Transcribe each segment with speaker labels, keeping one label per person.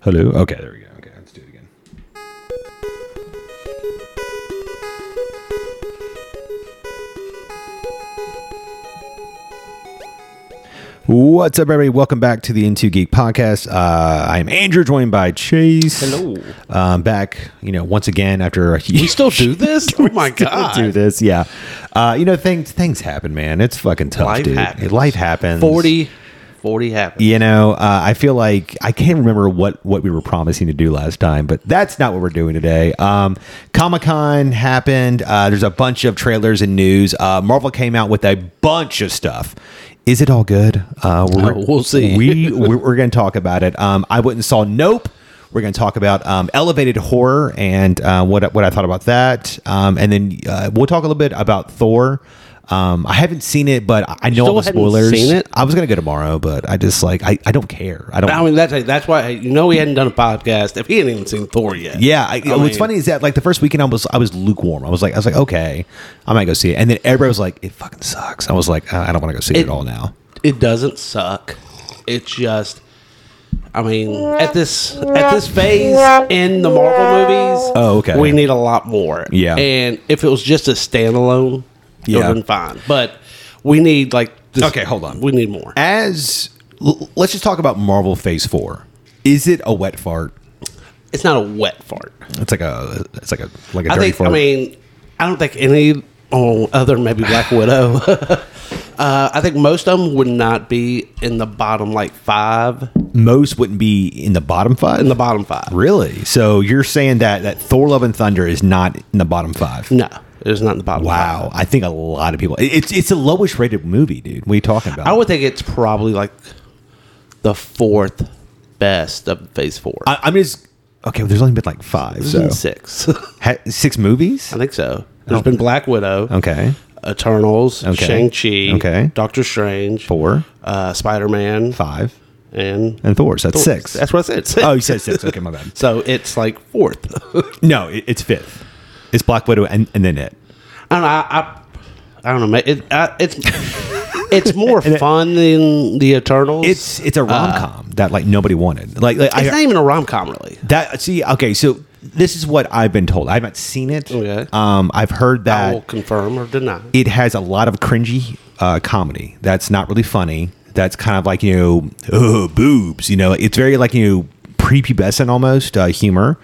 Speaker 1: Hello. Okay, there we go. Okay, let's do it again. What's up, everybody? Welcome back to the Into Geek podcast. Uh, I'm Andrew, joined by Chase.
Speaker 2: Hello.
Speaker 1: Um, back, you know, once again after a
Speaker 2: We still do this? oh my
Speaker 1: still
Speaker 2: god.
Speaker 1: do this. Yeah, uh, you know things things happen, man. It's fucking tough,
Speaker 2: Life
Speaker 1: dude.
Speaker 2: happens.
Speaker 1: Life happens.
Speaker 2: 40 40 happens.
Speaker 1: You know, uh, I feel like I can't remember what what we were promising to do last time, but that's not what we're doing today. Um, Comic Con happened. Uh, there's a bunch of trailers and news. Uh, Marvel came out with a bunch of stuff. Is it all good? Uh, we're-
Speaker 2: Uh, we'll see.
Speaker 1: We we're, we're going to talk about it. Um, I went and saw Nope. We're going to talk about um, elevated horror and uh, what what I thought about that, um, and then uh, we'll talk a little bit about Thor. Um, I haven't seen it, but I know
Speaker 2: still
Speaker 1: all the
Speaker 2: hadn't
Speaker 1: spoilers.
Speaker 2: seen it?
Speaker 1: I was gonna go tomorrow, but I just like I, I don't care. I don't.
Speaker 2: I mean that's that's why you know he hadn't done a podcast if he hadn't even seen Thor yet.
Speaker 1: yeah, I, what's
Speaker 2: mean-
Speaker 1: funny is that like the first weekend I was I was lukewarm. I was like I was like okay, I might go see it, and then everybody was like it fucking sucks. I was like I I don't want to go see it, at
Speaker 2: It-
Speaker 1: all now.
Speaker 2: It doesn't suck. It's just I mean at this at this phase in the Marvel movies,
Speaker 1: Oh, okay.
Speaker 2: we need a lot more.
Speaker 1: Yeah.
Speaker 2: And if it was just a standalone, it would
Speaker 1: Yeah.
Speaker 2: have been fine. But we need like this,
Speaker 1: Okay, hold on.
Speaker 2: We need more.
Speaker 1: As l- let's just talk about Marvel Phase Four. Is it a wet fart?
Speaker 2: It's not a wet fart.
Speaker 1: It's like a it's like a like a
Speaker 2: I
Speaker 1: dirty
Speaker 2: think.
Speaker 1: fart.
Speaker 2: I mean, I don't think any oh, other maybe Black Widow. uh, I think most of them would not be in the bottom like five.
Speaker 1: most wouldn't be in the bottom five.
Speaker 2: In the bottom five,
Speaker 1: really? So you're saying that that Thor: Love and Thunder is not in the bottom five?
Speaker 2: no, it's not in the bottom. five.
Speaker 1: Wow, I think a lot of people. it- It's it's a lowish rated movie, dude. What are you talking about?
Speaker 2: I would think it's probably like the fourth best of Phase Four.
Speaker 1: I, I'm just okay. Well, there's only been like five, so
Speaker 2: Six, I
Speaker 1: ha, six movies.
Speaker 2: think so. There's been Black Widow,
Speaker 1: Okay,
Speaker 2: Eternals,
Speaker 1: Um, Okay.
Speaker 2: Shang Chi,
Speaker 1: Okay.
Speaker 2: Doctor Strange,
Speaker 1: four,
Speaker 2: uh, Spider Man,
Speaker 1: five,
Speaker 2: and
Speaker 1: and Thor's. That's six.
Speaker 2: That's what I said. Six.
Speaker 1: oh, you said six. Okay, my bad.
Speaker 2: so it's like fourth.
Speaker 1: No, it, it's fifth. It's Black Widow and, and then it.
Speaker 2: I don't know. I, I, I don't know. ma- It, I, it's it's more fun than the Eternals.
Speaker 1: It's it's a rom com that like nobody wanted. Like, like
Speaker 2: Ah. it's
Speaker 1: I,
Speaker 2: not even a rom com, really.
Speaker 1: that. See, okay, so this is what I've been told. I haven't seen it.
Speaker 2: Okay.
Speaker 1: Um, I've heard
Speaker 2: I
Speaker 1: that
Speaker 2: will confirm or deny.
Speaker 1: it has a lot of cringy uh, comedy that's not really funny. That's kind of like you know "Ugh, boobs. You know, it's very like you know prepubescent almost uh, humor.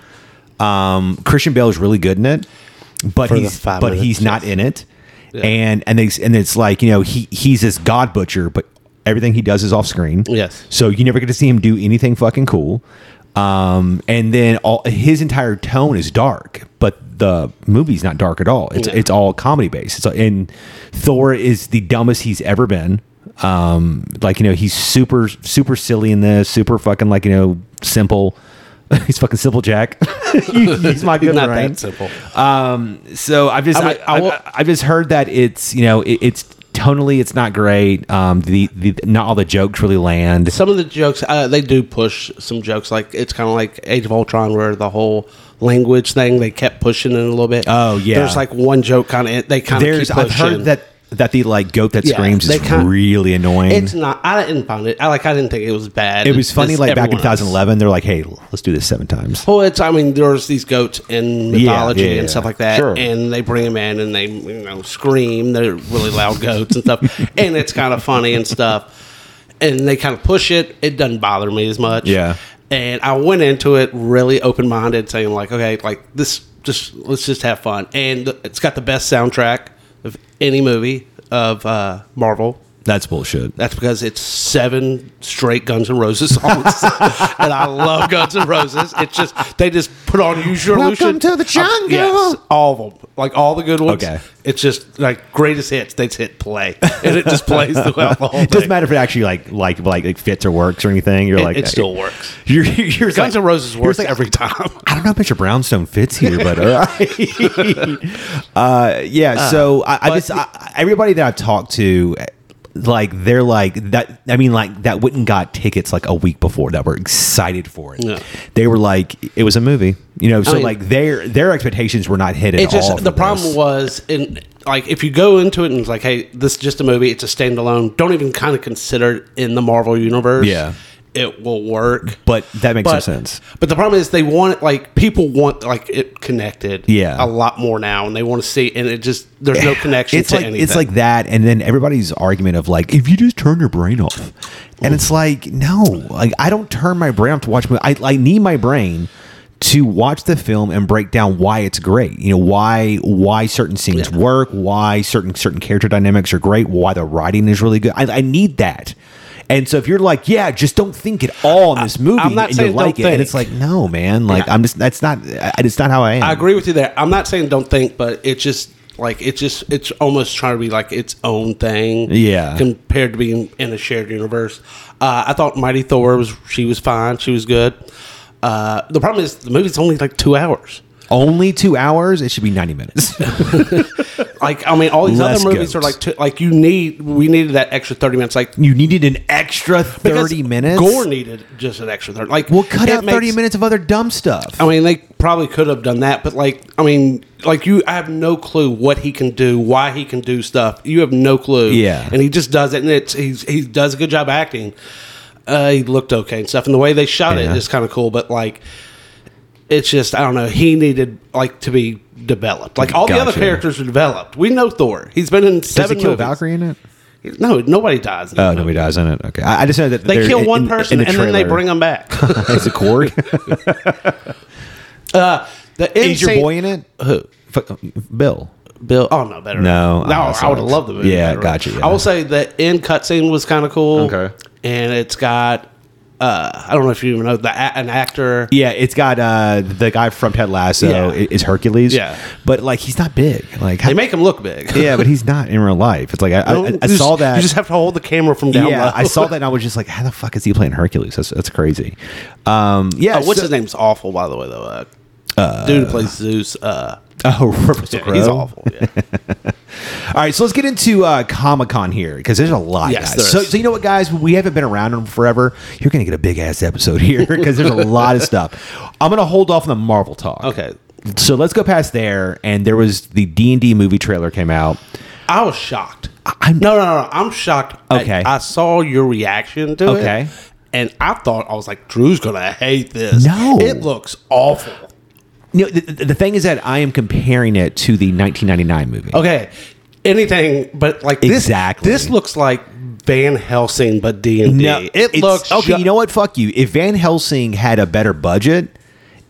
Speaker 1: Um, Christian Bale is really good in it, but
Speaker 2: For the
Speaker 1: he's
Speaker 2: five
Speaker 1: but
Speaker 2: minutes,
Speaker 1: he's not in it.
Speaker 2: Yeah.
Speaker 1: And and they, and it's like you know he he's this god butcher, but everything he does is off screen.
Speaker 2: Yes.
Speaker 1: So you never get to see him do anything fucking cool. Um, and then all his entire tone is dark, but the movie's not dark at all. It's
Speaker 2: Yeah.
Speaker 1: it's all comedy based. It's and Thor is the dumbest he's ever been. Um, like you know, he's super super silly in this, super fucking like you know simple. he's fucking simple, Jack. he's my good
Speaker 2: Not
Speaker 1: friend.
Speaker 2: that simple.
Speaker 1: So I've just I
Speaker 2: I mean, I will-
Speaker 1: have just heard that it's you know it, it's tonally it's not great. Um, the, the not all the jokes really land.
Speaker 2: Some of the jokes uh, they do push some jokes. Like it's kind of like Age of Ultron, where the whole language thing they kept pushing it a little bit.
Speaker 1: Oh, yeah.
Speaker 2: There's like one joke kind of they kind of
Speaker 1: There's
Speaker 2: keep
Speaker 1: I've
Speaker 2: pushing.
Speaker 1: heard that that the like goat that
Speaker 2: Yeah,
Speaker 1: screams
Speaker 2: they
Speaker 1: is
Speaker 2: kinda-
Speaker 1: really annoying.
Speaker 2: it's not. I didn't find it. I like. I didn't think it was bad.
Speaker 1: it was funny
Speaker 2: It's
Speaker 1: like back in
Speaker 2: everyone else.
Speaker 1: 2011 they're like hey let's do this seven times.
Speaker 2: Well, it's I mean, there's these goats in mythology
Speaker 1: yeah, yeah.
Speaker 2: and stuff like that,
Speaker 1: Sure.
Speaker 2: and they bring them in and they you know scream. They're really loud goats and stuff, and it's kind of funny and stuff. And they kind of push it. It doesn't bother me as much.
Speaker 1: Yeah.
Speaker 2: And I went into it really open minded, saying like, okay, like this, just let's just have fun. And it's got the best soundtrack of any movie of uh, Marvel.
Speaker 1: That's bullshit.
Speaker 2: That's because it's seven straight Guns N' Roses songs, and I love Guns N' Roses. It's just they just put on Use Your
Speaker 1: Welcome
Speaker 2: Illusion. Uh,
Speaker 1: to the jungle.
Speaker 2: yes, all of them, like all the good ones.
Speaker 1: Okay.
Speaker 2: It's just like greatest hits. They just hit play, and it just plays throughout the whole thing.
Speaker 1: It doesn't matter if it actually like like like, like fits or works or anything. You're
Speaker 2: It,
Speaker 1: like
Speaker 2: it still works.
Speaker 1: You're, you're just
Speaker 2: Guns
Speaker 1: like-
Speaker 2: N' Roses
Speaker 1: you're
Speaker 2: works
Speaker 1: just like,
Speaker 2: every time.
Speaker 1: I don't know if Mr. Brownstone fits here, but all right. uh, yeah. so I, I
Speaker 2: but-
Speaker 1: just I, everybody that I've talked to, like they're like that. I mean, like that wouldn't got tickets like a week before that were excited for it.
Speaker 2: Yeah.
Speaker 1: They were like, it was a movie, you know. So
Speaker 2: mean-
Speaker 1: like their their expectations were not hit at
Speaker 2: It's
Speaker 1: all.
Speaker 2: just
Speaker 1: for
Speaker 2: the
Speaker 1: this.
Speaker 2: problem was in like if you go into it and it's like, hey, this is just a movie, it's a standalone. Don't even kind of consider it in the Marvel universe.
Speaker 1: Yeah.
Speaker 2: it will work.
Speaker 1: But that makes no
Speaker 2: But-
Speaker 1: sense.
Speaker 2: But the problem is they want it like people want like it connected.
Speaker 1: Yeah.
Speaker 2: a lot more now, and they want to see, and it just there's no connection
Speaker 1: It's
Speaker 2: to
Speaker 1: like
Speaker 2: anything.
Speaker 1: it's like that, and then everybody's argument of like, if you just turn your brain off, and it's like, no, like I don't turn my brain off to watch. Movie. I I need my brain to watch the film and break down why it's great. You know why why certain scenes work, why certain certain character dynamics are great, why the writing is really good. I, I need that. And so if you're like, yeah, just don't think at all in this movie,
Speaker 2: I'm
Speaker 1: and
Speaker 2: not
Speaker 1: you
Speaker 2: saying don't
Speaker 1: like it, and it's
Speaker 2: think.
Speaker 1: like, no, man, like
Speaker 2: Yeah.
Speaker 1: I'm just that's not I- it's not how I am.
Speaker 2: I agree with you there. I'm not saying don't think, but it just like it just it's almost trying to be like its own thing.
Speaker 1: Yeah.
Speaker 2: compared to being in a shared universe. Uh, I thought Mighty Thor was she was fine. She was good. Uh, the problem is the movie's only like two hours.
Speaker 1: Only two hours, it should be ninety minutes.
Speaker 2: Like I mean, all these
Speaker 1: Less
Speaker 2: other
Speaker 1: goats.
Speaker 2: movies are like two, like you need we needed that extra thirty minutes. Like
Speaker 1: You needed an extra
Speaker 2: because
Speaker 1: thirty minutes.
Speaker 2: Gore needed just an extra thirty. Like
Speaker 1: We'll cut
Speaker 2: it
Speaker 1: out thirty
Speaker 2: makes- Oh,
Speaker 1: minutes of other dumb stuff.
Speaker 2: I mean, they probably could have done that, but like, I mean, like you, I have no clue what he can do, why he can do stuff. You have no clue.
Speaker 1: Yeah.
Speaker 2: and he just does it, and it's he's he does a good job acting. Uh, he looked okay and stuff, and the way they shot
Speaker 1: Yeah.
Speaker 2: it is kind of cool. But like, it's just I don't know. He needed like to be developed. Like all the other
Speaker 1: Gotcha.
Speaker 2: characters are developed. We know Thor. He's been in
Speaker 1: Does
Speaker 2: seven.
Speaker 1: it kill
Speaker 2: movies.
Speaker 1: Valkyrie in it?
Speaker 2: No, nobody dies. in
Speaker 1: Oh,
Speaker 2: that
Speaker 1: nobody
Speaker 2: movie.
Speaker 1: dies in it. Okay, I, I just know that
Speaker 2: They
Speaker 1: they're
Speaker 2: kill
Speaker 1: in-
Speaker 2: one
Speaker 1: in-
Speaker 2: person
Speaker 1: in the
Speaker 2: and then they
Speaker 1: trailer.
Speaker 2: bring him back.
Speaker 1: Is it Korg?
Speaker 2: uh, the end
Speaker 1: Is your
Speaker 2: scene-
Speaker 1: boy in it?
Speaker 2: Who?
Speaker 1: Fuck, Bill.
Speaker 2: Bill. Oh no, better.
Speaker 1: No,
Speaker 2: no,
Speaker 1: I
Speaker 2: I,
Speaker 1: saw
Speaker 2: would
Speaker 1: it.
Speaker 2: have loved the movie.
Speaker 1: Yeah,
Speaker 2: better.
Speaker 1: gotcha, yeah.
Speaker 2: I will say the end cutscene was kind of cool.
Speaker 1: Okay.
Speaker 2: and it's got uh, I don't know if you even know the a- an actor.
Speaker 1: Yeah, it's got uh, the guy from Ted Lasso
Speaker 2: Yeah.
Speaker 1: i- is Hercules.
Speaker 2: Yeah.
Speaker 1: but like he's not big. Like
Speaker 2: They make him look big.
Speaker 1: yeah, but he's not in real life. It's like I, I, I,
Speaker 2: You
Speaker 1: I
Speaker 2: just-
Speaker 1: saw that.
Speaker 2: You just have to hold the camera from down
Speaker 1: yeah,
Speaker 2: low.
Speaker 1: I saw that and I was just like, how the fuck is he playing Hercules? That's, that's crazy. Um, yeah,
Speaker 2: Oh, what's
Speaker 1: so-
Speaker 2: his name's awful by the way though. Uh, dude who plays Zeus. Uh,
Speaker 1: Oh, Russell
Speaker 2: yeah, he's
Speaker 1: Crowe?
Speaker 2: awful. Yeah.
Speaker 1: All right, so let's get into uh, Comic Con here because there's a lot,
Speaker 2: Yes, there
Speaker 1: guys. So,
Speaker 2: is.
Speaker 1: so you know what, guys, we haven't been around them forever. You're gonna get a big ass episode here because there's a lot of stuff. I'm gonna hold off on the Marvel talk.
Speaker 2: Okay.
Speaker 1: So let's go past there, and there was the D and D movie trailer came out.
Speaker 2: I was shocked.
Speaker 1: I'm-
Speaker 2: no, no, no. I'm shocked. I-
Speaker 1: Okay.
Speaker 2: I, saw your reaction to it.
Speaker 1: Okay.
Speaker 2: And I thought I was like, Drew's gonna hate this.
Speaker 1: No.
Speaker 2: it looks awful.
Speaker 1: You know, the, the the thing is that I am comparing it to the 1999 movie.
Speaker 2: Okay, anything but like this.
Speaker 1: Exactly.
Speaker 2: This looks like Van Helsing, but D and D. It
Speaker 1: it's-
Speaker 2: looks
Speaker 1: okay.
Speaker 2: ju-
Speaker 1: you know what? Fuck you. If Van Helsing had a better budget,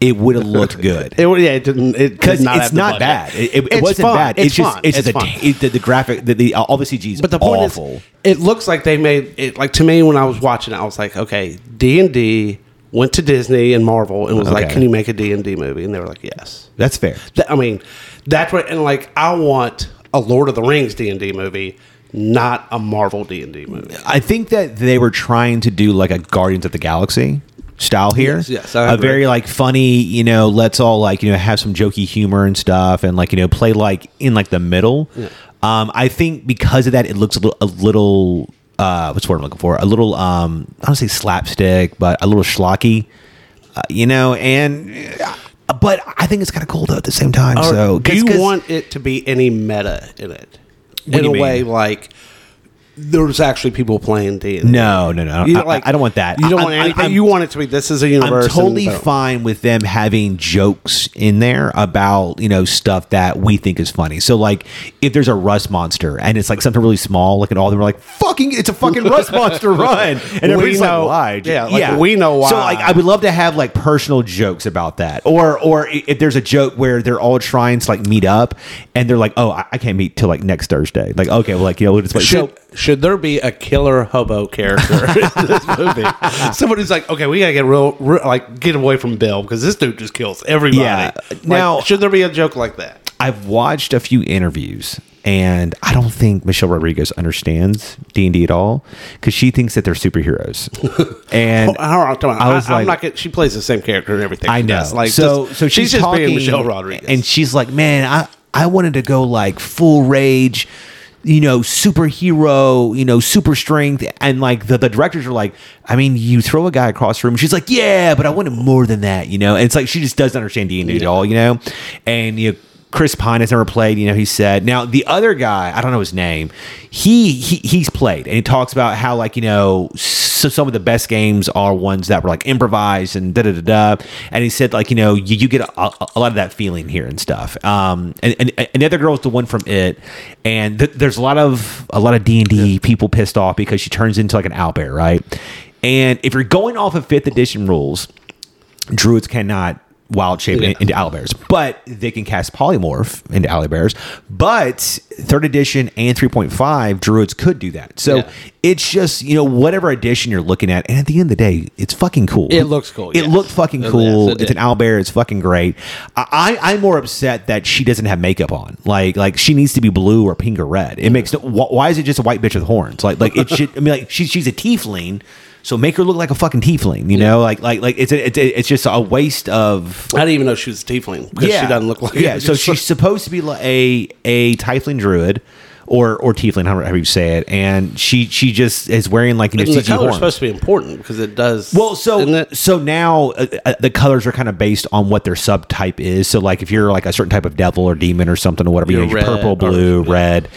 Speaker 1: it would have looked good.
Speaker 2: It, yeah, it didn't. It
Speaker 1: because
Speaker 2: did not have
Speaker 1: it's
Speaker 2: the
Speaker 1: not
Speaker 2: budget.
Speaker 1: bad. It, it- it
Speaker 2: It's
Speaker 1: wasn't
Speaker 2: fun.
Speaker 1: bad.
Speaker 2: It's,
Speaker 1: It's, just
Speaker 2: fun.
Speaker 1: it's, just
Speaker 2: fun.
Speaker 1: the, it, the, the graphic the, the all the CG is
Speaker 2: But the point
Speaker 1: awful.
Speaker 2: is, it looks like they made it. Like to me, when I was watching it, I was like, okay, D and D went to Disney and Marvel and was like,
Speaker 1: Okay.
Speaker 2: can you make a D and D movie? And they were like, yes.
Speaker 1: That's fair.
Speaker 2: Th- I mean, that's what. And like, I want a Lord of the Rings D and D movie, not a Marvel D and D movie.
Speaker 1: I think that they were trying to do like a Guardians of the Galaxy style here.
Speaker 2: Yes, yes, I
Speaker 1: a
Speaker 2: agree.
Speaker 1: very like funny, you know, let's all like you know have some jokey humor and stuff, and like you know play like in like the middle. Um, I think because of that, it looks a little. A little uh, what's the word I'm looking for? A little, um, I don't say slapstick, but a little schlocky, uh, you know. And uh, but I think it's kind of cool though at the same time.
Speaker 2: Or
Speaker 1: so
Speaker 2: do
Speaker 1: 'cause-
Speaker 2: you
Speaker 1: 'cause-
Speaker 2: want it to be any meta in it?
Speaker 1: What
Speaker 2: in
Speaker 1: do
Speaker 2: a
Speaker 1: you
Speaker 2: way,
Speaker 1: mean?
Speaker 2: like there's actually people playing D and D.
Speaker 1: No, no, no.
Speaker 2: You
Speaker 1: I,
Speaker 2: don't like.
Speaker 1: I don't want that.
Speaker 2: You don't
Speaker 1: I-
Speaker 2: want
Speaker 1: I-
Speaker 2: anything.
Speaker 1: I'm-
Speaker 2: you want it to be. This is a
Speaker 1: I'm
Speaker 2: universe. and-
Speaker 1: totally
Speaker 2: but-
Speaker 1: fine with them having jokes in there about you know stuff that we think is funny. So like, if there's a rust monster and it's like something really small, like and all of them are like, "Fucking, it's a fucking rust monster, run!" And
Speaker 2: We
Speaker 1: everybody's
Speaker 2: know-
Speaker 1: like, "Why?"
Speaker 2: yeah, like, we know
Speaker 1: So
Speaker 2: why.
Speaker 1: like, I would love to have like personal jokes about that, or or i- if there's a joke where they're all trying to like meet up and they're like, "Oh, I, I can't meet till like next Thursday." Like, okay, well, like you know, we'll just wait.
Speaker 2: Should,
Speaker 1: So-
Speaker 2: should there be a killer hobo character in this movie? Someone who's like, okay, we gotta get real, real like get away from Bill because this dude just kills everybody.
Speaker 1: Yeah.
Speaker 2: Like,
Speaker 1: Now-
Speaker 2: should there be a joke like that?
Speaker 1: I've watched a few interviews, and I don't think Michelle Rodriguez understands D and D at all because she thinks that they're superheroes. and
Speaker 2: I don't know. I'm, talking about-
Speaker 1: I was
Speaker 2: I, am
Speaker 1: like-
Speaker 2: not. Getting, she plays the same character in everything.
Speaker 1: I
Speaker 2: she
Speaker 1: know,
Speaker 2: does. Like,
Speaker 1: so,
Speaker 2: just-
Speaker 1: so she's,
Speaker 2: just
Speaker 1: talking,
Speaker 2: being Michelle Rodriguez,
Speaker 1: and she's like, "Man, I I wanted to go like full rage." You know, superhero, you know, super strength. And like the, the directors are like, I mean, you throw a guy across the room. She's like, yeah, but I wanted more than that, you know? And it's like, she just doesn't understand D&D at all, you know? And you Chris Pine has never played. You know, he said. Now the other guy, I don't know his name. He, he he's played, and he talks about how like you know so some of the best games are ones that were like improvised and da da da da. And he said like you know you, you get a, a, a lot of that feeling here and stuff. Um, and, and, and the other girl is the one from it, and th- there's a lot of a lot of D and D people pissed off because she turns into like an owlbear, right? And if you're going off of fifth edition rules, druids cannot wild shape
Speaker 2: Yeah.
Speaker 1: into owlbears, but they can cast polymorph into owlbears. But third edition and 3.5 druids could do that. So
Speaker 2: Yeah.
Speaker 1: it's just, you know, whatever edition you're looking at. And at the end of the day, it's fucking cool.
Speaker 2: It looks cool,
Speaker 1: It
Speaker 2: yes.
Speaker 1: looked fucking
Speaker 2: Yes,
Speaker 1: cool.
Speaker 2: it
Speaker 1: it's an
Speaker 2: did.
Speaker 1: owlbear. It's fucking great. I, I, I'm more upset that she doesn't have makeup on. Like, like she needs to be blue or pink or red. It makes no, wh- why is it just a white bitch with horns? Like, like it should, I mean, like she, she's a tiefling. So make her look like a fucking tiefling, you know, like like like it's a, it's a, it's just a waste of
Speaker 2: I didn't even know she was a tiefling because she doesn't look like
Speaker 1: yeah.
Speaker 2: it.
Speaker 1: So she's supposed to be like a a tiefling druid or or tiefling, however however you say it, and she she just is wearing like you know,
Speaker 2: And the
Speaker 1: CG
Speaker 2: color
Speaker 1: horns.
Speaker 2: is supposed to be important because it does.
Speaker 1: well, so
Speaker 2: isn't it?
Speaker 1: so now uh, uh, the colors are kind of based on what their subtype is. So like if you're like a certain type of devil or demon or something or whatever, you
Speaker 2: You're
Speaker 1: know, you're
Speaker 2: red
Speaker 1: purple,
Speaker 2: or-
Speaker 1: blue,
Speaker 2: yeah.
Speaker 1: red.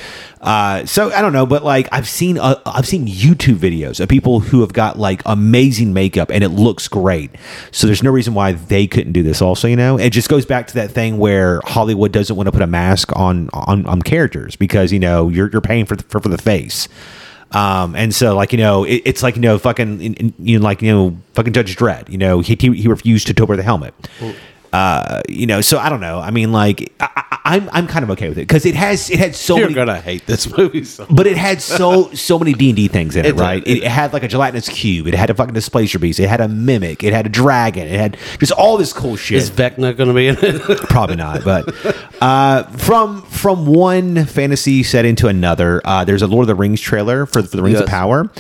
Speaker 1: Uh, so I don't know, but like I've seen uh, I've seen YouTube videos of people who have got like amazing makeup and it looks great. So there's no reason why they couldn't do this. Also, you know, it just goes back to that thing where Hollywood doesn't want to put a mask on on, on characters because you know you're you're paying for the, for, for the face. Um, and so like you know it, it's like you know fucking in- in- you know, like you know fucking Judge Dredd you know he he, he refused to over the helmet uh, you know, so I don't know. I mean, like, I, I, I'm I'm kind of okay with it because it has it had so
Speaker 2: You're
Speaker 1: many,
Speaker 2: gonna hate this movie. So.
Speaker 1: but it had so so many D and D things in it,
Speaker 2: It did,
Speaker 1: right?
Speaker 2: it
Speaker 1: It,
Speaker 2: did.
Speaker 1: had like a gelatinous cube. It had a fucking displacer beast. It had a mimic. It had a dragon. It had just all this cool shit.
Speaker 2: Is Vecna gonna be in it?
Speaker 1: Probably not, but uh, from from one fantasy setting to another, uh, there's a Lord of the Rings trailer for, for the Rings of
Speaker 2: Yes.
Speaker 1: Power.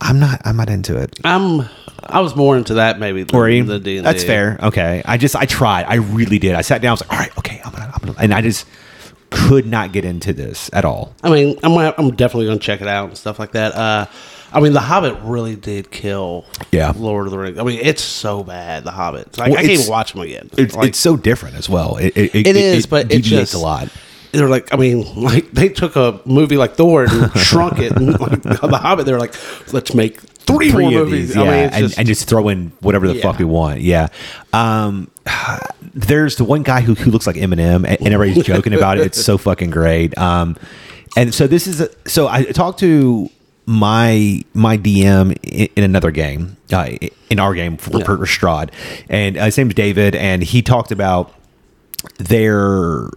Speaker 1: I'm not I'm not into it.
Speaker 2: I'm. I was more into that maybe than
Speaker 1: Were you?
Speaker 2: the D&D.
Speaker 1: That's fair. Okay. I just I tried. I really did. I sat down. I was like, all right, okay, I'm gonna, I'm gonna, and I just could not get into this at all.
Speaker 2: I mean, I'm gonna- I'm definitely gonna check it out and stuff like that. Uh, I mean, The Hobbit really did kill.
Speaker 1: Yeah.
Speaker 2: Lord of the Rings. I mean, it's so bad. The Hobbit. Like
Speaker 1: Well,
Speaker 2: I can't
Speaker 1: it's-
Speaker 2: even watch them again.
Speaker 1: It's,
Speaker 2: Like,
Speaker 1: it's so different as well. It, it,
Speaker 2: it is, but it
Speaker 1: deviates
Speaker 2: just
Speaker 1: a lot.
Speaker 2: They're like, I mean, like they took a movie like Thor and shrunk it, and like The Hobbit. They're like, let's make three, more
Speaker 1: Three of
Speaker 2: movies.
Speaker 1: these, yeah,
Speaker 2: I mean, it's
Speaker 1: and,
Speaker 2: just,
Speaker 1: and just throw in whatever the
Speaker 2: Yeah.
Speaker 1: fuck we want. Yeah. Um, there's the one guy who, who looks like Eminem, and, and everybody's joking about it. It's so fucking great. Um, and so this is a, so I talked to my my DM in, in another game, uh, in our game for,
Speaker 2: Yeah.
Speaker 1: for Strahd, and uh, his name's David, and he talked about they're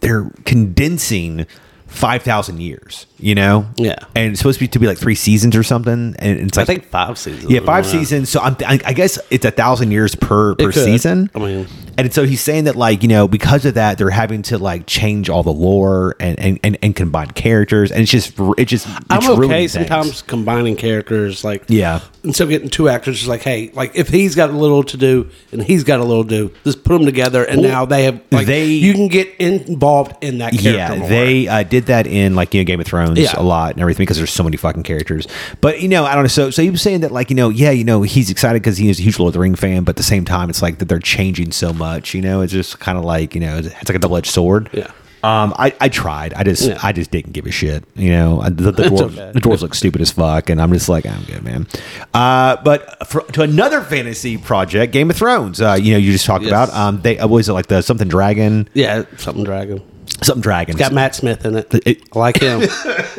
Speaker 1: they're condensing five thousand years, you know,
Speaker 2: Yeah.
Speaker 1: and it's supposed to be to be like three seasons or something, and it's
Speaker 2: I
Speaker 1: like
Speaker 2: think five seasons.
Speaker 1: yeah, five
Speaker 2: Wow.
Speaker 1: seasons. So I'm, I, I guess it's a thousand years per per
Speaker 2: could.
Speaker 1: season.
Speaker 2: I mean-
Speaker 1: and so he's saying that like you know because of that they're having to like change all the lore and and and, and combine characters, and it's just r- it just it's
Speaker 2: I'm
Speaker 1: ruining
Speaker 2: okay
Speaker 1: things.
Speaker 2: sometimes combining characters, like
Speaker 1: Yeah.
Speaker 2: and so getting two actors is like, hey, like if he's got a little to do and he's got a little to do, just put them together, and now they have like
Speaker 1: they-
Speaker 2: they you can get involved in that character.
Speaker 1: Yeah,
Speaker 2: more.
Speaker 1: they uh, did that in like you know Game of Thrones
Speaker 2: Yeah.
Speaker 1: a lot and everything because there's so many fucking characters. But you know, I don't know. So so he was saying that like you know, yeah, you know, he's excited because he is a huge Lord of the Ring fan, but at the same time, it's like that they're changing so much. You know, it's just kind of like you know, it's it's like a double edged sword.
Speaker 2: Yeah.
Speaker 1: Um, I, I tried. I just
Speaker 2: Yeah.
Speaker 1: I just didn't give a shit. You know, I- the, the, dwarves,
Speaker 2: okay.
Speaker 1: the dwarves look stupid as fuck, and I'm just like, I'm good, man. Uh, but for, to another fantasy project, Game of Thrones. Uh, you know, you just talked
Speaker 2: Yes.
Speaker 1: about um, they uh, what was it like the something dragon,
Speaker 2: yeah, something dragon
Speaker 1: something dragon,
Speaker 2: got Matt Smith in it.
Speaker 1: It-
Speaker 2: I like him.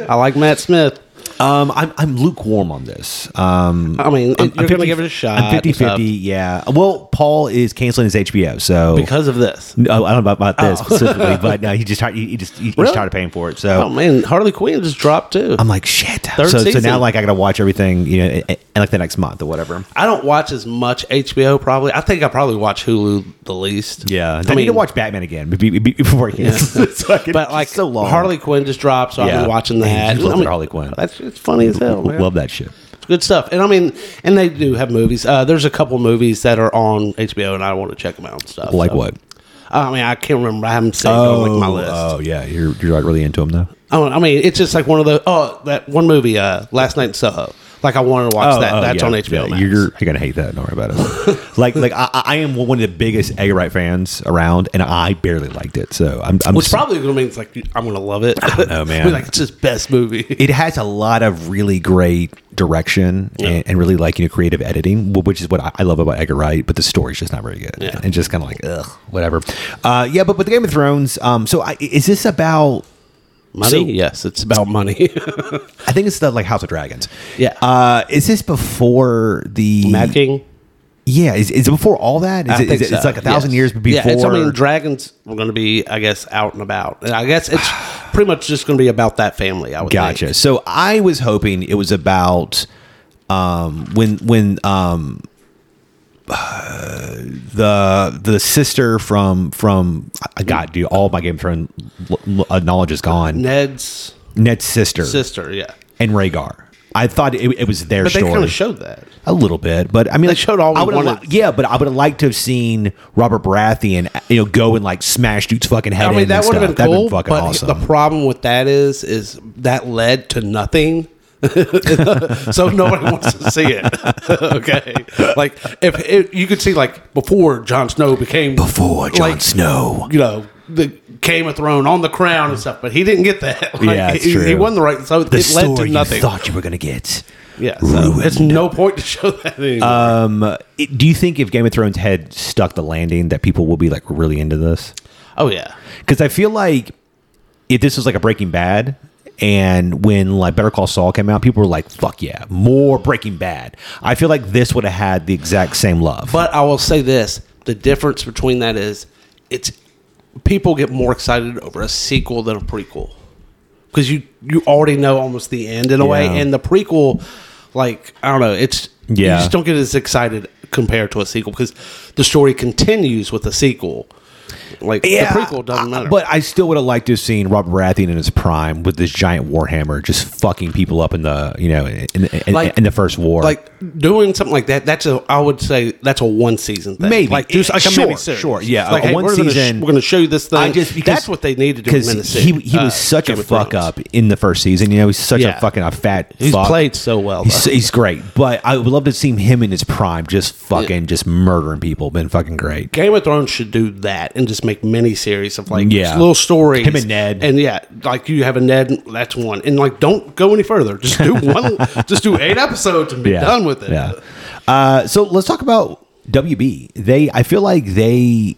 Speaker 2: I like Matt Smith.
Speaker 1: Um, I'm, I'm lukewarm on this. Um,
Speaker 2: I mean,
Speaker 1: I'm,
Speaker 2: you're
Speaker 1: I'm
Speaker 2: gonna
Speaker 1: 50
Speaker 2: give it a shot.
Speaker 1: I'm 50
Speaker 2: and stuff
Speaker 1: 50. Yeah. Well, Paul is canceling his HBO, so.
Speaker 2: because of this.
Speaker 1: No, I don't know about, about this specifically, but no, he just tired- he, he just he, he's
Speaker 2: Really?
Speaker 1: tired of paying for it.
Speaker 2: Oh
Speaker 1: So
Speaker 2: man, Harley Quinn just dropped too.
Speaker 1: I'm like, shit.
Speaker 2: Third
Speaker 1: So, so
Speaker 2: season.
Speaker 1: now like I gotta watch everything, you know, and, like the next month or whatever.
Speaker 2: I don't watch as much HBO. Probably, I think I probably watch Hulu the least.
Speaker 1: Yeah, I,
Speaker 2: I
Speaker 1: need to
Speaker 2: mean,
Speaker 1: watch Batman again be- be- be- before he gets
Speaker 2: but like
Speaker 1: so long.
Speaker 2: Harley Quinn just dropped, so I've
Speaker 1: Yeah.
Speaker 2: been watching
Speaker 1: Man,
Speaker 2: that.
Speaker 1: you love
Speaker 2: I mean,
Speaker 1: Harley Quinn.
Speaker 2: That's it's funny as hell. Man.
Speaker 1: love that shit.
Speaker 2: It's good stuff. And I mean, and they do have movies. Uh, there's a couple movies that are on HBO, and I want to check them out and stuff.
Speaker 1: Like
Speaker 2: so. Uh,
Speaker 1: what?
Speaker 2: I mean, I can't remember. I haven't saved on like my list.
Speaker 1: oh yeah, you're you're like really into him though.
Speaker 2: oh, I don't- I mean, it's just like one of the oh that one movie, uh, Last Night in Soho. Like I wanted to watch
Speaker 1: Oh,
Speaker 2: that.
Speaker 1: oh,
Speaker 2: That's
Speaker 1: yeah,
Speaker 2: on HBO
Speaker 1: yeah.
Speaker 2: Max.
Speaker 1: You're, you're gonna hate that. Don't worry about it. like, like I, I am one of the biggest Edgar Wright fans around, and I barely liked it. So I'm, I'm
Speaker 2: Which
Speaker 1: just-
Speaker 2: probably gonna mean it's like I'm gonna love it. I
Speaker 1: know, man.
Speaker 2: like it's his best movie.
Speaker 1: it has a lot of really great direction and, and really like you know creative editing, wh- which is what I, I love about Edgar Wright. But the story's just not very good,
Speaker 2: Yeah.
Speaker 1: and just kind of like ugh, whatever. Uh, yeah, but but the Game of Thrones. Um, so I, is this about?
Speaker 2: Money?
Speaker 1: So-
Speaker 2: yes, it's about money.
Speaker 1: I think it's the like House of Dragons.
Speaker 2: Yeah.
Speaker 1: Uh, is this before the
Speaker 2: Mad King.
Speaker 1: Yeah, is, is it before all that? Is
Speaker 2: I
Speaker 1: it,
Speaker 2: think
Speaker 1: is it- It's
Speaker 2: so,
Speaker 1: like a thousand
Speaker 2: yes.
Speaker 1: years before.
Speaker 2: Yeah, it's, I mean, dragons were going to be, I guess, out and about. And I guess it's pretty much just going to be about that family. I would
Speaker 1: Gotcha.
Speaker 2: Think.
Speaker 1: So I was hoping it was about um, when when um, uh, the the sister from from I got dude, all my Game of Thrones l- l- uh, knowledge is gone.
Speaker 2: Ned's
Speaker 1: Ned's sister,
Speaker 2: sister, yeah,
Speaker 1: and Rhaegar. I thought it, it was their
Speaker 2: but they
Speaker 1: story.
Speaker 2: kind of showed that.
Speaker 1: A little bit, but I mean, like,
Speaker 2: showed all we
Speaker 1: I would've
Speaker 2: wanted.
Speaker 1: li- yeah, but I would have liked to have seen Robert Baratheon, you know, go and like smash dude's fucking head
Speaker 2: I
Speaker 1: in.
Speaker 2: mean,
Speaker 1: and
Speaker 2: that would
Speaker 1: stuff.
Speaker 2: have been
Speaker 1: That'd
Speaker 2: cool.
Speaker 1: fucking
Speaker 2: but
Speaker 1: awesome.
Speaker 2: the problem with that is, is that led to nothing. so nobody wants to see it. okay, like if, if you could see, like before Jon Snow became
Speaker 1: Before Jon
Speaker 2: like,
Speaker 1: Snow.
Speaker 2: you know, the Game of Thrones on the crown and stuff, but he didn't get that. Like,
Speaker 1: Yeah, it's
Speaker 2: he, he
Speaker 1: true.
Speaker 2: won the right. So
Speaker 1: The
Speaker 2: it led to
Speaker 1: story
Speaker 2: nothing.
Speaker 1: you thought you were gonna get.
Speaker 2: yeah, so it's no point to show that anymore.
Speaker 1: Um, it- do you think if Game of Thrones had stuck the landing, that people will be like really into this?
Speaker 2: oh yeah,
Speaker 1: Because I feel like if this was like a Breaking Bad, and when like Better Call Saul came out, people were like, "Fuck yeah, more Breaking Bad." I feel like this would have had the exact same love.
Speaker 2: but I will say this: the difference between that is, it's people get more excited over a sequel than a prequel because you you already know almost the end in a way,
Speaker 1: Yeah.
Speaker 2: and the prequel, like I don't know, it's you
Speaker 1: Yeah.
Speaker 2: just don't get as excited compared to a sequel because the story continues with the sequel. Like the prequel doesn't
Speaker 1: I-
Speaker 2: matter,
Speaker 1: But I still would have liked to have seen Robert Baratheon in his prime with this giant warhammer, just fucking people up in the you know in, in, in-
Speaker 2: Like-
Speaker 1: in the first war.
Speaker 2: like doing something like that. That's a I would say that's a one season thing.
Speaker 1: Maybe.
Speaker 2: like just like
Speaker 1: Sure,
Speaker 2: a miniseries.
Speaker 1: sure, yeah,
Speaker 2: Like,
Speaker 1: a
Speaker 2: hey,
Speaker 1: one
Speaker 2: we're gonna sh-
Speaker 1: season-
Speaker 2: we're going to show you this thing.
Speaker 1: I just because
Speaker 2: that's what they need to do.
Speaker 1: because
Speaker 2: miniseries,
Speaker 1: he he
Speaker 2: uh,
Speaker 1: was such
Speaker 2: Game
Speaker 1: a
Speaker 2: of
Speaker 1: fuck
Speaker 2: Thrones.
Speaker 1: up in the first season. You know, he's such
Speaker 2: Yeah.
Speaker 1: a fucking a fat.
Speaker 2: He's
Speaker 1: fuck.
Speaker 2: played so well,
Speaker 1: He's,
Speaker 2: though.
Speaker 1: he's great, but I would love to see him in his prime, just fucking, just murdering people. Been fucking great.
Speaker 2: Game of Thrones should do that and just make miniseries of like
Speaker 1: Yeah.
Speaker 2: little stories.
Speaker 1: Him and Ned.
Speaker 2: and yeah, like you have a Ned. That's one, and like don't go any further. Just do one. just do eight episodes and be
Speaker 1: Yeah,
Speaker 2: done with it.
Speaker 1: Yeah. Uh, so let's talk about WB. They, I feel like they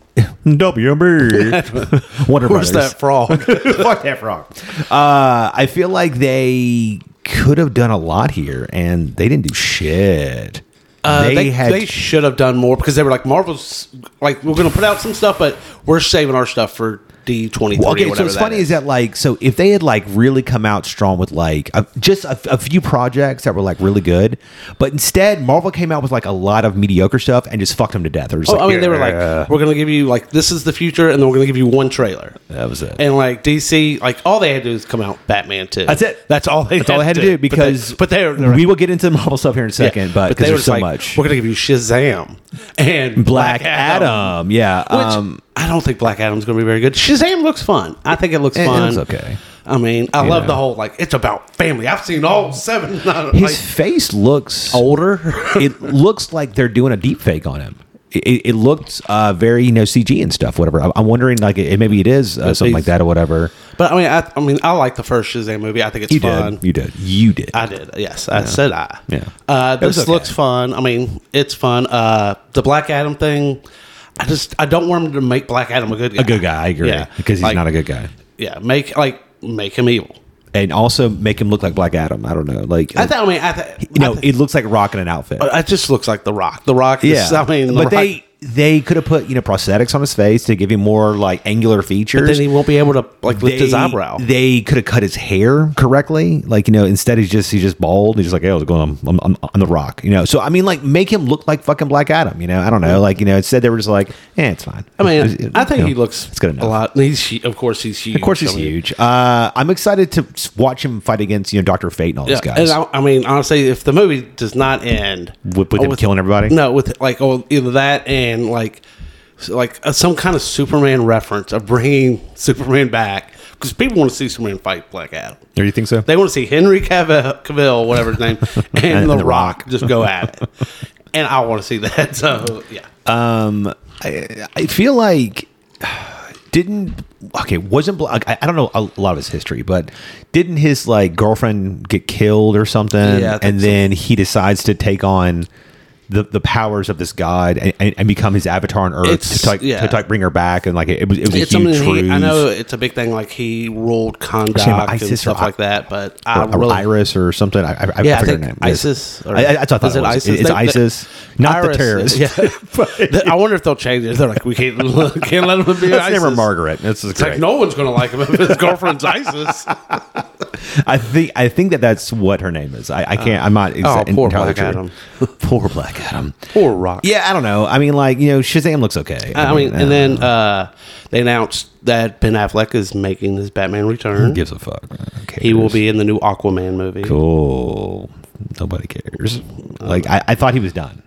Speaker 1: WB Wonder
Speaker 2: Where's
Speaker 1: Brothers.
Speaker 2: that frog?
Speaker 1: Fuck that frog. Uh, I feel like they could have done a lot here, and they didn't do shit.
Speaker 2: Uh, they they should have done more because they were like Marvel's like we're going to put out some stuff, but we're saving our stuff for D twenty three.
Speaker 1: Well, okay, so what's funny is. that like, so if they had like really come out strong with like a, just a, a few projects that were like really good, but instead Marvel came out with like a lot of mediocre stuff and just fucked them to death. Or just
Speaker 2: Oh,
Speaker 1: like,
Speaker 2: I mean, they were
Speaker 1: "Yeah."
Speaker 2: like, we're going to give you like this is the future, and then we're going to give you one trailer.
Speaker 1: That was it.
Speaker 2: And like DC, like all they had to do is come out Batman two.
Speaker 1: That's it.
Speaker 2: That's all they.
Speaker 1: That's all I had to do because
Speaker 2: but they, but they,
Speaker 1: we will get into Marvel stuff here in a second, but because there's so much.
Speaker 2: We're going to give you Shazam and
Speaker 1: Black Adam, yeah,
Speaker 2: Which
Speaker 1: um,
Speaker 2: I don't think Black Adam's going to be very good. Shazam looks fun. I think it looks
Speaker 1: It- it
Speaker 2: fun.
Speaker 1: looks okay.
Speaker 2: I mean, I
Speaker 1: You
Speaker 2: love
Speaker 1: know.
Speaker 2: the whole like it's about family. I've seen all seven.
Speaker 1: his
Speaker 2: like, Oh.
Speaker 1: face looks
Speaker 2: older.
Speaker 1: it looks like they're doing a deep fake on him. It, it looked uh, very you know CG and stuff. Whatever. I- I'm wondering like it, maybe it is uh, something like that or whatever.
Speaker 2: But I mean, I, I mean, I like the first Shazam movie. I think it's
Speaker 1: You
Speaker 2: fun.
Speaker 1: did. You did. You did.
Speaker 2: I did. Yes, I said I.
Speaker 1: Yeah.
Speaker 2: Uh,
Speaker 1: It was
Speaker 2: this
Speaker 1: okay.
Speaker 2: looks fun. I mean, it's fun. Uh, the Black Adam thing. I just I don't want him to make Black Adam a good guy.
Speaker 1: a good guy. I agree
Speaker 2: Yeah.
Speaker 1: because he's
Speaker 2: Like,
Speaker 1: not a good guy.
Speaker 2: Yeah. Make like make him evil.
Speaker 1: And also make him look like Black Adam. I don't know. Like
Speaker 2: I thought. I mean, I th-
Speaker 1: you know,
Speaker 2: I, th-
Speaker 1: it looks like Rock in an outfit.
Speaker 2: it just looks like The Rock. The Rock. Is, I mean, The
Speaker 1: but
Speaker 2: Rock-
Speaker 1: they they could have put you know prosthetics on his face to give him more like angular features.
Speaker 2: Then he won't be able to like lift his
Speaker 1: They-
Speaker 2: eyebrow.
Speaker 1: They could have cut his hair correctly. Like you know, instead he's just he's just bald. He's just like, hey, what's going on? I'm, I'm, I'm the Rock. You know, so I mean, like make him look like fucking Black Adam. You know, I don't know. Like you know, instead they were just like, eh, it's fine.
Speaker 2: I mean,
Speaker 1: It's- it-
Speaker 2: I think
Speaker 1: you know,
Speaker 2: he looks
Speaker 1: It's good enough.
Speaker 2: a lot. He's hu- of course he's huge.
Speaker 1: Of course, he's
Speaker 2: I mean,
Speaker 1: huge. Uh, I'm excited to s- watch him fight against you know Doctor Fate and all these guys.
Speaker 2: And I, I mean, honestly, if the movie does not end
Speaker 1: With- with him killing everybody?
Speaker 2: no, with like oh, either that and like so, like uh, some kind of Superman reference of bringing Superman back because people want to see Superman fight Black Adam.
Speaker 1: Do you think so?
Speaker 2: They want to see Henry Cavill, Cavill whatever his name, and,
Speaker 1: And
Speaker 2: The,
Speaker 1: The
Speaker 2: Rock,
Speaker 1: Rock.
Speaker 2: just go at it. And I want to see that. So yeah,
Speaker 1: Um, I, I feel like didn't okay wasn't Bla- I, I don't know a lot of his history, but didn't his like girlfriend get killed or something?
Speaker 2: Yeah, I think
Speaker 1: and
Speaker 2: so.
Speaker 1: then he decides to take on. The, the powers of this god and, and, and become his avatar on Earth
Speaker 2: It's-
Speaker 1: to like
Speaker 2: yeah.
Speaker 1: to like bring her back and like it, was it was
Speaker 2: it's
Speaker 1: a
Speaker 2: something
Speaker 1: huge
Speaker 2: he, I
Speaker 1: ruse.
Speaker 2: know it's a big thing. Like he ruled conduct
Speaker 1: Same with
Speaker 2: and
Speaker 1: ISIS or
Speaker 2: stuff
Speaker 1: I-
Speaker 2: like that. But
Speaker 1: or,
Speaker 2: I
Speaker 1: or
Speaker 2: really
Speaker 1: Iris or something. I, I, I
Speaker 2: Yeah, I
Speaker 1: forget
Speaker 2: think
Speaker 1: her name. Yes.
Speaker 2: ISIS or-
Speaker 1: I, I, that's what I thought it
Speaker 2: Is it
Speaker 1: was.
Speaker 2: ISIS?
Speaker 1: It's
Speaker 2: They- they-
Speaker 1: ISIS, not
Speaker 2: Iris,
Speaker 1: the terrorist.
Speaker 2: Yeah. But I wonder if they'll change it. They're like, we can't, can't let him be
Speaker 1: Let's name her
Speaker 2: ISIS.
Speaker 1: Margaret. This is
Speaker 2: It's like
Speaker 1: great.
Speaker 2: no one's going to like him if his girlfriend's ISIS.
Speaker 1: I think I think that that's what her name is. I, I can't. I'm not.
Speaker 2: Oh,
Speaker 1: Exa-
Speaker 2: poor
Speaker 1: entirely
Speaker 2: Black
Speaker 1: sure. poor Black Adam.
Speaker 2: Poor Rock.
Speaker 1: Yeah, I don't know. I mean, like you know, Shazam looks okay.
Speaker 2: I mean,
Speaker 1: uh,
Speaker 2: and then uh, they announced that Ben Affleck is making his Batman return.
Speaker 1: who gives a fuck. Okay.
Speaker 2: He will be in the new Aquaman movie.
Speaker 1: cool. Nobody cares. Like I, I thought he was done.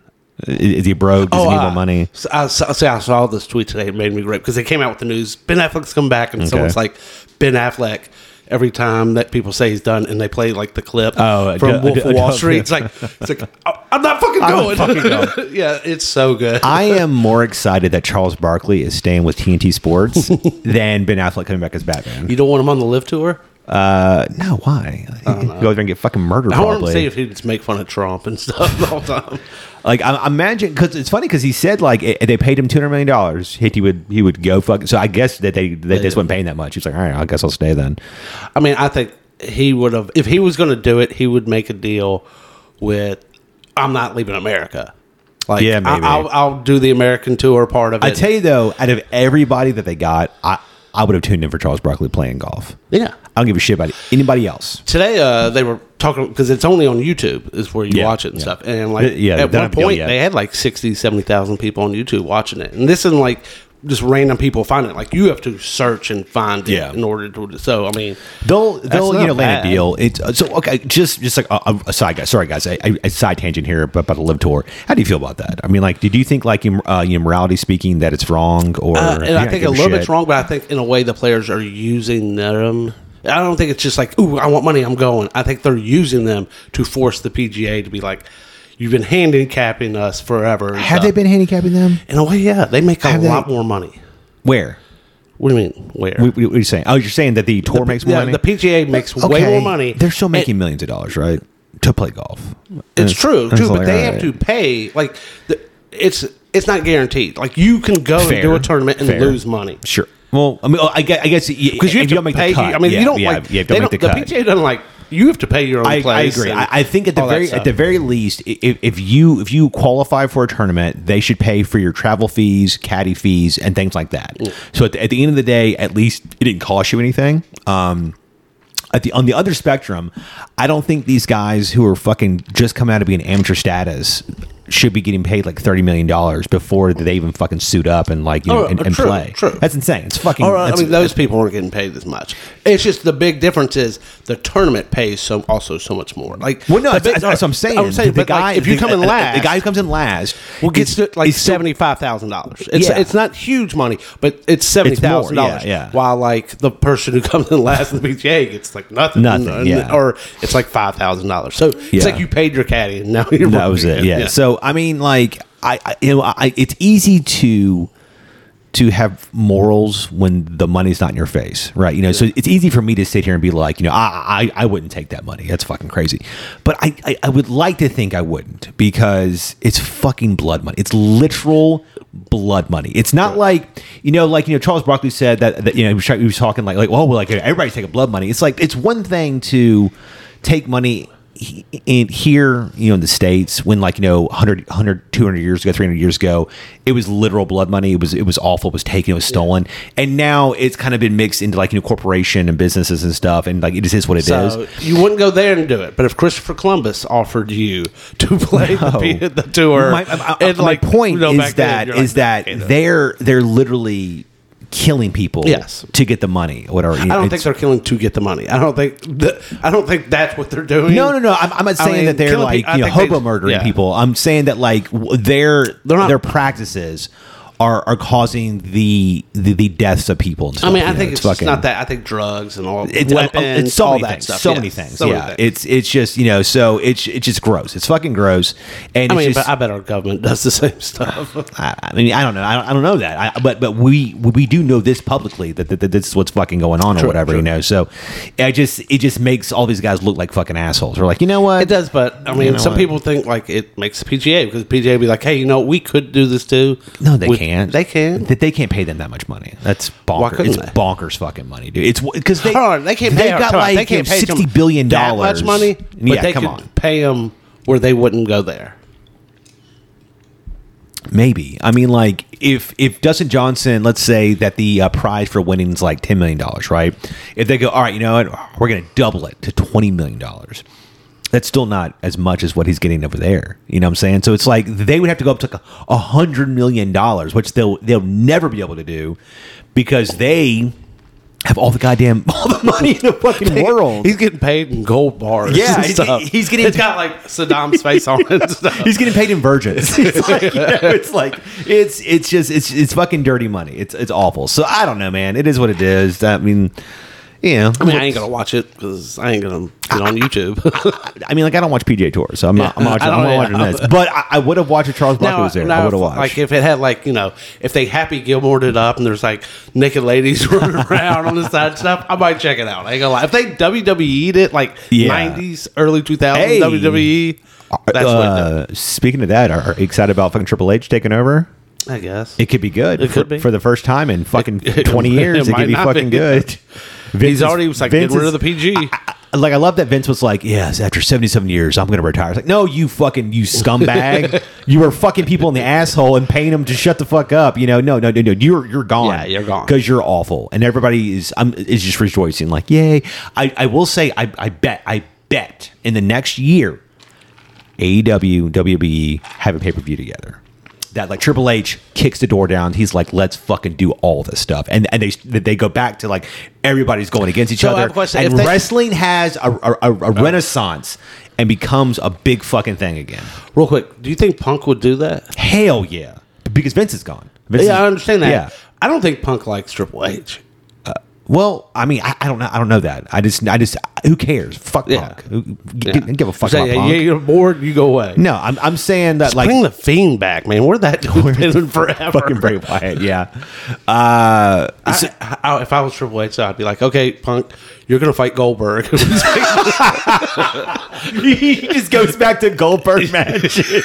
Speaker 1: I- Is he broke? Does he need
Speaker 2: uh,
Speaker 1: more money?
Speaker 2: So I, saw- so I saw this tweet today. It made me great because they came out with the news. Ben Affleck's come back, and someone's like, Ben Affleck. Every time that people say he's done, and they play like the clip
Speaker 1: Oh, I
Speaker 2: from
Speaker 1: do- I
Speaker 2: Wolf
Speaker 1: do-
Speaker 2: of
Speaker 1: I
Speaker 2: Wall
Speaker 1: do-
Speaker 2: Street, it's like it's like "I- I'm not fucking
Speaker 1: I'm not
Speaker 2: going.
Speaker 1: fucking going.
Speaker 2: yeah, it's so good.
Speaker 1: I am more excited that Charles Barkley is staying with TNT Sports than Ben Affleck coming back as Batman.
Speaker 2: you don't want him on the live tour.
Speaker 1: Uh, no, why? Go there and get fucking murdered.
Speaker 2: I want him to
Speaker 1: Probably.
Speaker 2: see if he'd just make fun of Trump and stuff the whole time.
Speaker 1: Like I, I imagine, because it's funny because he said like i they paid him two hundred million dollars. He would he would go fuck. So I guess that they they just weren't paying that much. He's like, all right, I guess I'll stay then.
Speaker 2: I mean, I think he would have if he was going to do it, he would make a deal with I'm not leaving America. Like,
Speaker 1: Yeah, maybe.
Speaker 2: I, will I'll do the American tour part of it.
Speaker 1: I tell you though, out of everybody that they got, I I would have tuned in for Charles Barkley playing golf.
Speaker 2: yeah.
Speaker 1: I don't give a shit about anybody else.
Speaker 2: Today, uh, they were talking because it's only on YouTube is where you
Speaker 1: Yeah,
Speaker 2: watch it and
Speaker 1: yeah.
Speaker 2: stuff. And like,
Speaker 1: Yeah,
Speaker 2: at
Speaker 1: they're not
Speaker 2: one
Speaker 1: doing
Speaker 2: point,
Speaker 1: yet.
Speaker 2: they had like 60, 70,000 people on YouTube watching it. And this isn't like just random people finding it. Like, you have to search and find it
Speaker 1: Yeah.
Speaker 2: in order to. So, I mean,
Speaker 1: They'll they'll you
Speaker 2: not
Speaker 1: know land
Speaker 2: bad.
Speaker 1: a deal. It's uh, so okay. Just just like a, a- a side guy. Sorry guys, I, I, a side tangent here about, about the live tour. How do you feel about that? I mean, like, did you think like you uh, you know, morality speaking that it's wrong or?
Speaker 2: Uh,
Speaker 1: you
Speaker 2: and I
Speaker 1: don't
Speaker 2: think
Speaker 1: give
Speaker 2: a little bit's
Speaker 1: shit?
Speaker 2: wrong, but I think in a way the players are using them. I don't think it's just like, ooh, I want money, I'm going. I think they're using them to force the PGA to be like, you've been handicapping us forever. and
Speaker 1: Have
Speaker 2: stuff."
Speaker 1: they been handicapping them?
Speaker 2: In a way, yeah, they make a
Speaker 1: Have they-
Speaker 2: lot more money.
Speaker 1: Where?
Speaker 2: What do you mean? Where?
Speaker 1: What, what are you saying? Oh, you're saying that the tour makes more
Speaker 2: yeah,
Speaker 1: money.
Speaker 2: the PGA makes way more money.
Speaker 1: They're still
Speaker 2: And
Speaker 1: making millions of dollars, right? To play golf.
Speaker 2: it's true,
Speaker 1: it's
Speaker 2: true, but
Speaker 1: like,
Speaker 2: they
Speaker 1: all right.
Speaker 2: have to pay. Like, the, it's it's not guaranteed. Like, you can go and
Speaker 1: Fair.
Speaker 2: do a tournament and
Speaker 1: Fair.
Speaker 2: lose money.
Speaker 1: Sure. Well, I mean, oh, I guess, I guess
Speaker 2: because you have
Speaker 1: if
Speaker 2: to
Speaker 1: don't make
Speaker 2: pay.
Speaker 1: the cut.
Speaker 2: I mean,
Speaker 1: yeah,
Speaker 2: you don't
Speaker 1: yeah,
Speaker 2: like.
Speaker 1: yeah,
Speaker 2: they
Speaker 1: don't make the,
Speaker 2: the,
Speaker 1: cut.
Speaker 2: PGA doesn't like. You have to pay your own
Speaker 1: I, I
Speaker 2: place.
Speaker 1: agree.
Speaker 2: and
Speaker 1: I, I think at the
Speaker 2: all that
Speaker 1: very at
Speaker 2: stuff.
Speaker 1: the very least, i- if, if you if you qualify for a tournament, they should pay for your travel fees, caddy fees, and things like that. So at the, at the end of the day, at least it didn't cost you anything. Um, at the on the other spectrum, I don't think these guys who are fucking just come out of being amateur status should be getting paid like thirty million dollars before they even fucking suit up and like you know
Speaker 2: Oh,
Speaker 1: and, and
Speaker 2: true,
Speaker 1: play.
Speaker 2: true.
Speaker 1: That's insane. It's fucking.
Speaker 2: All right, I
Speaker 1: that's-
Speaker 2: mean, those people aren't getting paid as much. It's just the big difference is the tournament pays so also so much more. Like,
Speaker 1: Well, no,
Speaker 2: the
Speaker 1: that's,
Speaker 2: big-
Speaker 1: that's what I'm saying.
Speaker 2: I'm saying,
Speaker 1: the
Speaker 2: but, like,
Speaker 1: guy,
Speaker 2: if you
Speaker 1: the-
Speaker 2: come in
Speaker 1: the-
Speaker 2: last,
Speaker 1: the guy who comes in last,
Speaker 2: will get
Speaker 1: is-
Speaker 2: to like
Speaker 1: is still-
Speaker 2: seventy five thousand dollars. It's
Speaker 1: Yeah.
Speaker 2: it's not huge money, but it's seventy thousand dollars.
Speaker 1: yeah, yeah.
Speaker 2: While like the person who comes in last in the PGA gets like nothing,
Speaker 1: Nothing,
Speaker 2: N-
Speaker 1: yeah.
Speaker 2: or it's like five thousand dollars. So
Speaker 1: Yeah.
Speaker 2: it's like you paid your caddy, and now you're
Speaker 1: that was it. Yeah. So I mean, like I, I you know, I, it's easy to to have morals when the money's not in your face, right? You know, so it's easy for me to sit here and be like, you know, I I, I wouldn't take that money. That's fucking crazy. But I, I I would like to think I wouldn't because it's fucking blood money. It's literal blood money. It's not like you know, like you know, Charles Barkley said that, that you know he was, try- he was talking like like oh well like everybody's taking blood money. It's like it's one thing to take money he- in here, you know, in the States, when like, you know, 100, 100, 200 years ago, 300 years ago, it was literal blood money. It was, it was awful. It was taken. It was stolen. And now it's kind of been mixed into like, you know, corporation and businesses and stuff. And like, it just is what it is.
Speaker 2: So you wouldn't go there and do it, but if Christopher Columbus offered you to play
Speaker 1: No.
Speaker 2: the, the tour,
Speaker 1: My, I- I-
Speaker 2: and,
Speaker 1: my
Speaker 2: like,
Speaker 1: point
Speaker 2: you know,
Speaker 1: is
Speaker 2: back then,
Speaker 1: that
Speaker 2: you're
Speaker 1: is
Speaker 2: like,
Speaker 1: that
Speaker 2: okay, no.
Speaker 1: they're, they're literally killing people
Speaker 2: Yes.
Speaker 1: to get the money or whatever.
Speaker 2: I don't think they're killing to get the money. I don't think th- I don't think that's what they're doing.
Speaker 1: No, no, no. I'm, I'm not
Speaker 2: I
Speaker 1: saying
Speaker 2: mean,
Speaker 1: that they're
Speaker 2: killing
Speaker 1: like
Speaker 2: people- I
Speaker 1: you know
Speaker 2: think they-
Speaker 1: hobo murdering
Speaker 2: yeah.
Speaker 1: people. I'm saying that like w- their
Speaker 2: They're not-
Speaker 1: their practices are are causing the the, the deaths of people. And stuff,
Speaker 2: I mean,
Speaker 1: you
Speaker 2: I
Speaker 1: know,
Speaker 2: think it's, just
Speaker 1: fucking-
Speaker 2: not that. I think drugs and all
Speaker 1: It's, uh,
Speaker 2: weapons,
Speaker 1: it's so
Speaker 2: all
Speaker 1: many
Speaker 2: that
Speaker 1: things.
Speaker 2: stuff.
Speaker 1: So
Speaker 2: yeah.
Speaker 1: many things.
Speaker 2: So many
Speaker 1: yeah,
Speaker 2: things.
Speaker 1: it's it's just you know. So it's it's just gross. It's fucking gross. And
Speaker 2: I
Speaker 1: it's
Speaker 2: mean,
Speaker 1: just,
Speaker 2: but I bet our government does the same stuff.
Speaker 1: I, I mean, I don't know. I don't, I don't know that. I, but but we we do know this publicly that, that, that this is what's fucking going on or
Speaker 2: True,
Speaker 1: whatever you
Speaker 2: true.
Speaker 1: know. So I just it just makes all these guys look like fucking assholes. We're like, you know what?
Speaker 2: It does, but I mean,
Speaker 1: know
Speaker 2: some
Speaker 1: what?
Speaker 2: people think like it makes the PGA because the PGA be like, hey, you know, we could do this too.
Speaker 1: No, they
Speaker 2: We-
Speaker 1: can't.
Speaker 2: They can.
Speaker 1: That they can't pay them that much money. That's bonkers.
Speaker 2: couldn't
Speaker 1: It's
Speaker 2: they?
Speaker 1: bonkers fucking money, dude. It's because they
Speaker 2: Hold on, they can't.
Speaker 1: They
Speaker 2: pay,
Speaker 1: got
Speaker 2: hold on,
Speaker 1: like
Speaker 2: they can't
Speaker 1: you know,
Speaker 2: pay
Speaker 1: sixty
Speaker 2: them
Speaker 1: billion
Speaker 2: that
Speaker 1: dollars.
Speaker 2: much money. But
Speaker 1: Yeah,
Speaker 2: they
Speaker 1: come
Speaker 2: could
Speaker 1: on.
Speaker 2: pay them where they wouldn't go there.
Speaker 1: Maybe. I mean, like if if Dustin Johnson, let's say that the uh, prize for winning is like ten million dollars, right? If they go, all right, you know what? We're going to double it to twenty million dollars. That's still not as much as what he's getting over there. You know what I'm saying? So it's like they would have to go up to like a hundred million dollars, which they'll they'll never be able to do because they have all the goddamn all the money in the fucking world.
Speaker 2: He's getting paid in gold bars.
Speaker 1: Yeah,
Speaker 2: and
Speaker 1: he's-
Speaker 2: stuff.
Speaker 1: he's getting-
Speaker 2: It's got like Saddam's face on it. And stuff.
Speaker 1: He's getting paid in virgins. It's like, you know, it's like it's it's just it's it's fucking dirty money. It's it's awful. So I don't know, man. It is what it is. I mean, you know.
Speaker 2: I mean, I ain't gonna watch it because I ain't gonna get on YouTube.
Speaker 1: I mean, like I don't watch PGA tours, so I'm not. I'm not watching,
Speaker 2: I
Speaker 1: I'm
Speaker 2: don't-
Speaker 1: not watching
Speaker 2: yeah.
Speaker 1: this. But I, I would have watched if Charles Barkley
Speaker 2: Now,
Speaker 1: was there.
Speaker 2: now
Speaker 1: I would have
Speaker 2: if,
Speaker 1: watched.
Speaker 2: Like if it had like you know, if they Happy Gilmored it up and there's like naked ladies running around on the side and stuff, I might check it out. I ain't gonna lie. If they WWE'd it like
Speaker 1: Yeah.
Speaker 2: nineties, early two thousands
Speaker 1: Hey.
Speaker 2: WWE, that's
Speaker 1: uh, speaking of that, are, are you excited about fucking Triple H taking over?
Speaker 2: what I guess.
Speaker 1: It could be good.
Speaker 2: It
Speaker 1: for,
Speaker 2: could be.
Speaker 1: for the first time in fucking
Speaker 2: It- it-
Speaker 1: 20 years.
Speaker 2: it
Speaker 1: It, could
Speaker 2: might
Speaker 1: be
Speaker 2: not
Speaker 1: fucking
Speaker 2: be.
Speaker 1: good. Vince
Speaker 2: He's
Speaker 1: is-
Speaker 2: already was like
Speaker 1: Vince
Speaker 2: get rid
Speaker 1: is-
Speaker 2: of the PG.
Speaker 1: like I love that Vince was like, "Yes, after seventy-seven years, I'm going to retire." It's like, no, you fucking you scumbag! you were fucking people in the asshole and paying them to shut the fuck up. You know, no, no, no, no. You're you're gone.
Speaker 2: Yeah, you're gone.
Speaker 1: because you're awful, and everybody is um, is just rejoicing. Like, yay! I I will say, I I bet I bet in the next year, E AEW WBE E have a pay per view together. That like Triple H kicks the door down. He's like, let's fucking do all this stuff, and and they they go back to like everybody's going against each
Speaker 2: So I
Speaker 1: other.
Speaker 2: have a question.
Speaker 1: And
Speaker 2: If they- Oh.
Speaker 1: wrestling has a, a, a, a renaissance and becomes a big fucking thing again.
Speaker 2: Real quick, do you think Punk would do that?
Speaker 1: Hell yeah, because Vince is gone. Vince is-
Speaker 2: yeah, I understand that.
Speaker 1: Yeah.
Speaker 2: I don't think Punk likes Triple H.
Speaker 1: Well, I mean, I, I don't know. I don't know that. I just, I just, who cares? Fuck
Speaker 2: Yeah.
Speaker 1: Punk. Who- g-
Speaker 2: Yeah.
Speaker 1: g- Give a fuck
Speaker 2: Say,
Speaker 1: about
Speaker 2: hey,
Speaker 1: Punk.
Speaker 2: yeah, you're bored, you go away.
Speaker 1: No, I'm, I'm saying that like
Speaker 2: Bring the fiend back, man. Where that dude been in forever?
Speaker 1: fucking Bray Wyatt. Yeah. Uh,
Speaker 2: I, I, if I was Triple H, I'd be like, okay, Punk, you're gonna fight Goldberg.
Speaker 1: he just goes back to Goldberg matches.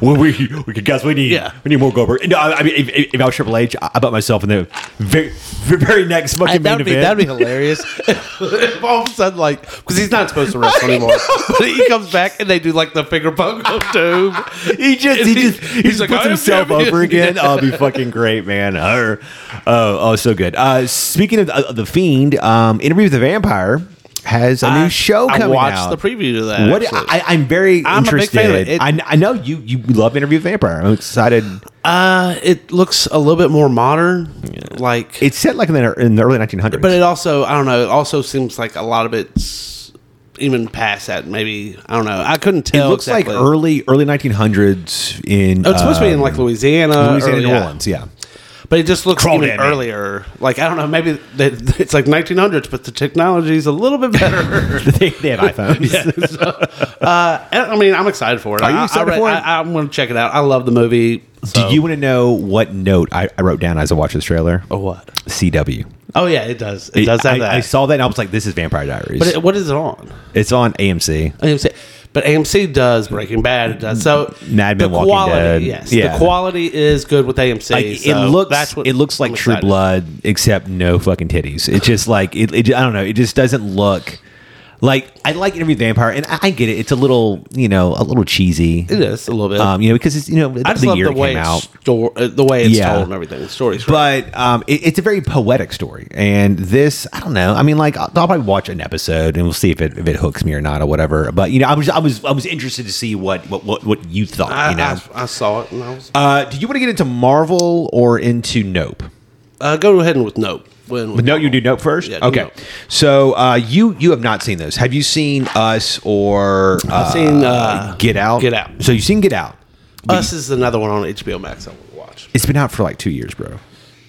Speaker 1: well, we, we guess we need
Speaker 2: Yeah.
Speaker 1: we need more Goldberg. No, I, I mean, if, if, if I was Triple H, I, I bet myself in the very, very next fucking main
Speaker 2: that'd be
Speaker 1: event.
Speaker 2: that'd be hilarious. if all of a sudden, like, because he's not supposed to wrestle anymore, but he comes back and they do like the finger punk of doom.
Speaker 1: He just he
Speaker 2: He-
Speaker 1: just he
Speaker 2: he's
Speaker 1: just
Speaker 2: like,
Speaker 1: puts
Speaker 2: "I am
Speaker 1: himself
Speaker 2: champion."
Speaker 1: over again.
Speaker 2: Um,
Speaker 1: Oh, it'd be fucking great, man. Her, oh, oh, so good. Uh, speaking of the, of the fiend, um, interview with the vampire has a new show
Speaker 2: I
Speaker 1: coming
Speaker 2: watched
Speaker 1: out.
Speaker 2: the preview to that.
Speaker 1: What
Speaker 2: actually.
Speaker 1: I, I'm very
Speaker 2: I'm a big
Speaker 1: interested.
Speaker 2: fan of it. It-
Speaker 1: I, I know you you love interview with the vampire. I'm excited.
Speaker 2: uh, it looks a little bit more modern, like,
Speaker 1: It's set like in the, in the early 1900s.
Speaker 2: but it also, I don't know, it also seems like a lot of it's even past that. Maybe I don't know. I couldn't
Speaker 1: It
Speaker 2: tell.
Speaker 1: looks
Speaker 2: exactly.
Speaker 1: like early early 1900s in.
Speaker 2: Oh, it's supposed to be in
Speaker 1: um,
Speaker 2: like Louisiana,
Speaker 1: Louisiana,
Speaker 2: or-
Speaker 1: New
Speaker 2: yeah.
Speaker 1: Orleans. Yeah.
Speaker 2: But it just looks
Speaker 1: Crawl
Speaker 2: even
Speaker 1: damn it.
Speaker 2: earlier. Like I don't know, maybe they, it's like 1900s, but the technology is a little bit better.
Speaker 1: they, they have iPhones.
Speaker 2: And, I mean, I'm excited for it.
Speaker 1: Are you
Speaker 2: I- I
Speaker 1: excited
Speaker 2: re-
Speaker 1: for it?
Speaker 2: I, am going to check it out. I love the movie. so-
Speaker 1: Do you want to know what note I, I wrote down as I watched this trailer?
Speaker 2: Or Oh, what?
Speaker 1: CW.
Speaker 2: Oh yeah, it does. It, does have
Speaker 1: I,
Speaker 2: that.
Speaker 1: I saw that and I was like, "This is Vampire Diaries."
Speaker 2: but it, what is it on?
Speaker 1: it's on AMC.
Speaker 2: AMC. But AMC does Breaking Bad. It does so.
Speaker 1: Mad Men, Walking
Speaker 2: quality,
Speaker 1: Dead.
Speaker 2: yes,
Speaker 1: Yeah.
Speaker 2: the quality is good with AMC.
Speaker 1: Like,
Speaker 2: so
Speaker 1: it looks,
Speaker 2: That's what
Speaker 1: it looks like
Speaker 2: I'm
Speaker 1: True
Speaker 2: excited.
Speaker 1: Blood, except no fucking titties. It's just like it, it. I don't know. It just doesn't look like I like Interview with the Vampire, and I, I get it. It's a little, you know, a little cheesy.
Speaker 2: It is a little bit.
Speaker 1: Um, you know, because it's you know
Speaker 2: I just
Speaker 1: the
Speaker 2: love
Speaker 1: year
Speaker 2: the
Speaker 1: it
Speaker 2: way
Speaker 1: came
Speaker 2: it's
Speaker 1: out.
Speaker 2: sto- uh, the way it's
Speaker 1: Yeah.
Speaker 2: told and everything. The story's great.
Speaker 1: But um, it, it's a very poetic story, and this I don't know. I mean, like I'll, I'll probably watch an episode and we'll see if it if it hooks me or not or whatever. But you know, I was I was I was interested to see what what what, what you thought.
Speaker 2: I,
Speaker 1: you know,
Speaker 2: I, I saw it and I was
Speaker 1: Uh, do you want to get into Marvel or into Nope?
Speaker 2: Uh, go ahead and with nope. When, with
Speaker 1: No, you do Nope first.
Speaker 2: Yeah, do
Speaker 1: okay.
Speaker 2: Nope.
Speaker 1: So uh, you you have not seen those. Have you seen Us or uh,
Speaker 2: I've seen, uh,
Speaker 1: Get Out?
Speaker 2: Get Out.
Speaker 1: So you've seen Get Out.
Speaker 2: Us is another one on HBO Max I want to watch. watch.
Speaker 1: It's been out for like two years, bro.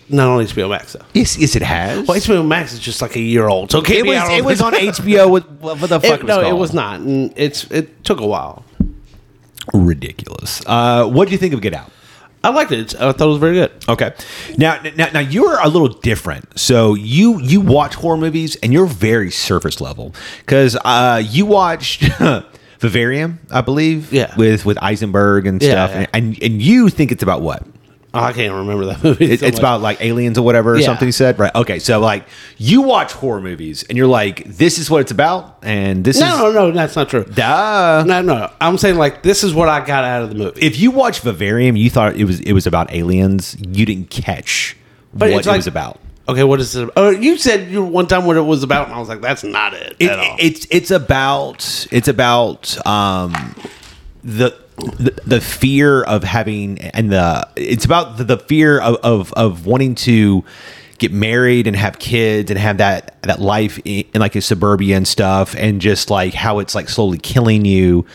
Speaker 2: Not on HBO Max though.
Speaker 1: Yes, yes, it has.
Speaker 2: Well, HBO Max is just like a year old, so it can't
Speaker 1: it
Speaker 2: be out
Speaker 1: was it
Speaker 2: on-
Speaker 1: was on HBO with what the fuck
Speaker 2: It-
Speaker 1: it was
Speaker 2: no, it
Speaker 1: called.
Speaker 2: was not. And it's it took a while.
Speaker 1: ridiculous. Uh, what do you think of Get Out?
Speaker 2: I liked it. It's, I thought it was very good.
Speaker 1: Okay, now now now you're a little different. So you you watch horror movies and you're very surface level because uh, you watched Vivarium, I believe,
Speaker 2: Yeah.
Speaker 1: with with Eisenberg and
Speaker 2: Yeah,
Speaker 1: stuff,
Speaker 2: yeah.
Speaker 1: And, and and you think it's about what?
Speaker 2: Oh, I can't remember that movie.
Speaker 1: It-
Speaker 2: so
Speaker 1: it's
Speaker 2: much.
Speaker 1: about like aliens or whatever or
Speaker 2: Yeah.
Speaker 1: something you said, right? Okay, so like you watch horror movies and you're like, this is what it's about, and this is
Speaker 2: no, no, no. That's not true.
Speaker 1: duh.
Speaker 2: No, no. I'm saying like this is what I got out of the movie.
Speaker 1: if you watch Vivarium, you thought it was it was about aliens. You didn't catch
Speaker 2: But
Speaker 1: what
Speaker 2: it's like-
Speaker 1: it was about.
Speaker 2: okay, what is it? About? Oh, you said you one time what it was about, and I was like, that's not it.
Speaker 1: It,
Speaker 2: at all.
Speaker 1: it's it's about it's about um, the, the the fear of having and the it's about the, the fear of, of of wanting to get married and have kids and have that that life in, in like a suburbia and stuff and just like how it's like slowly killing you,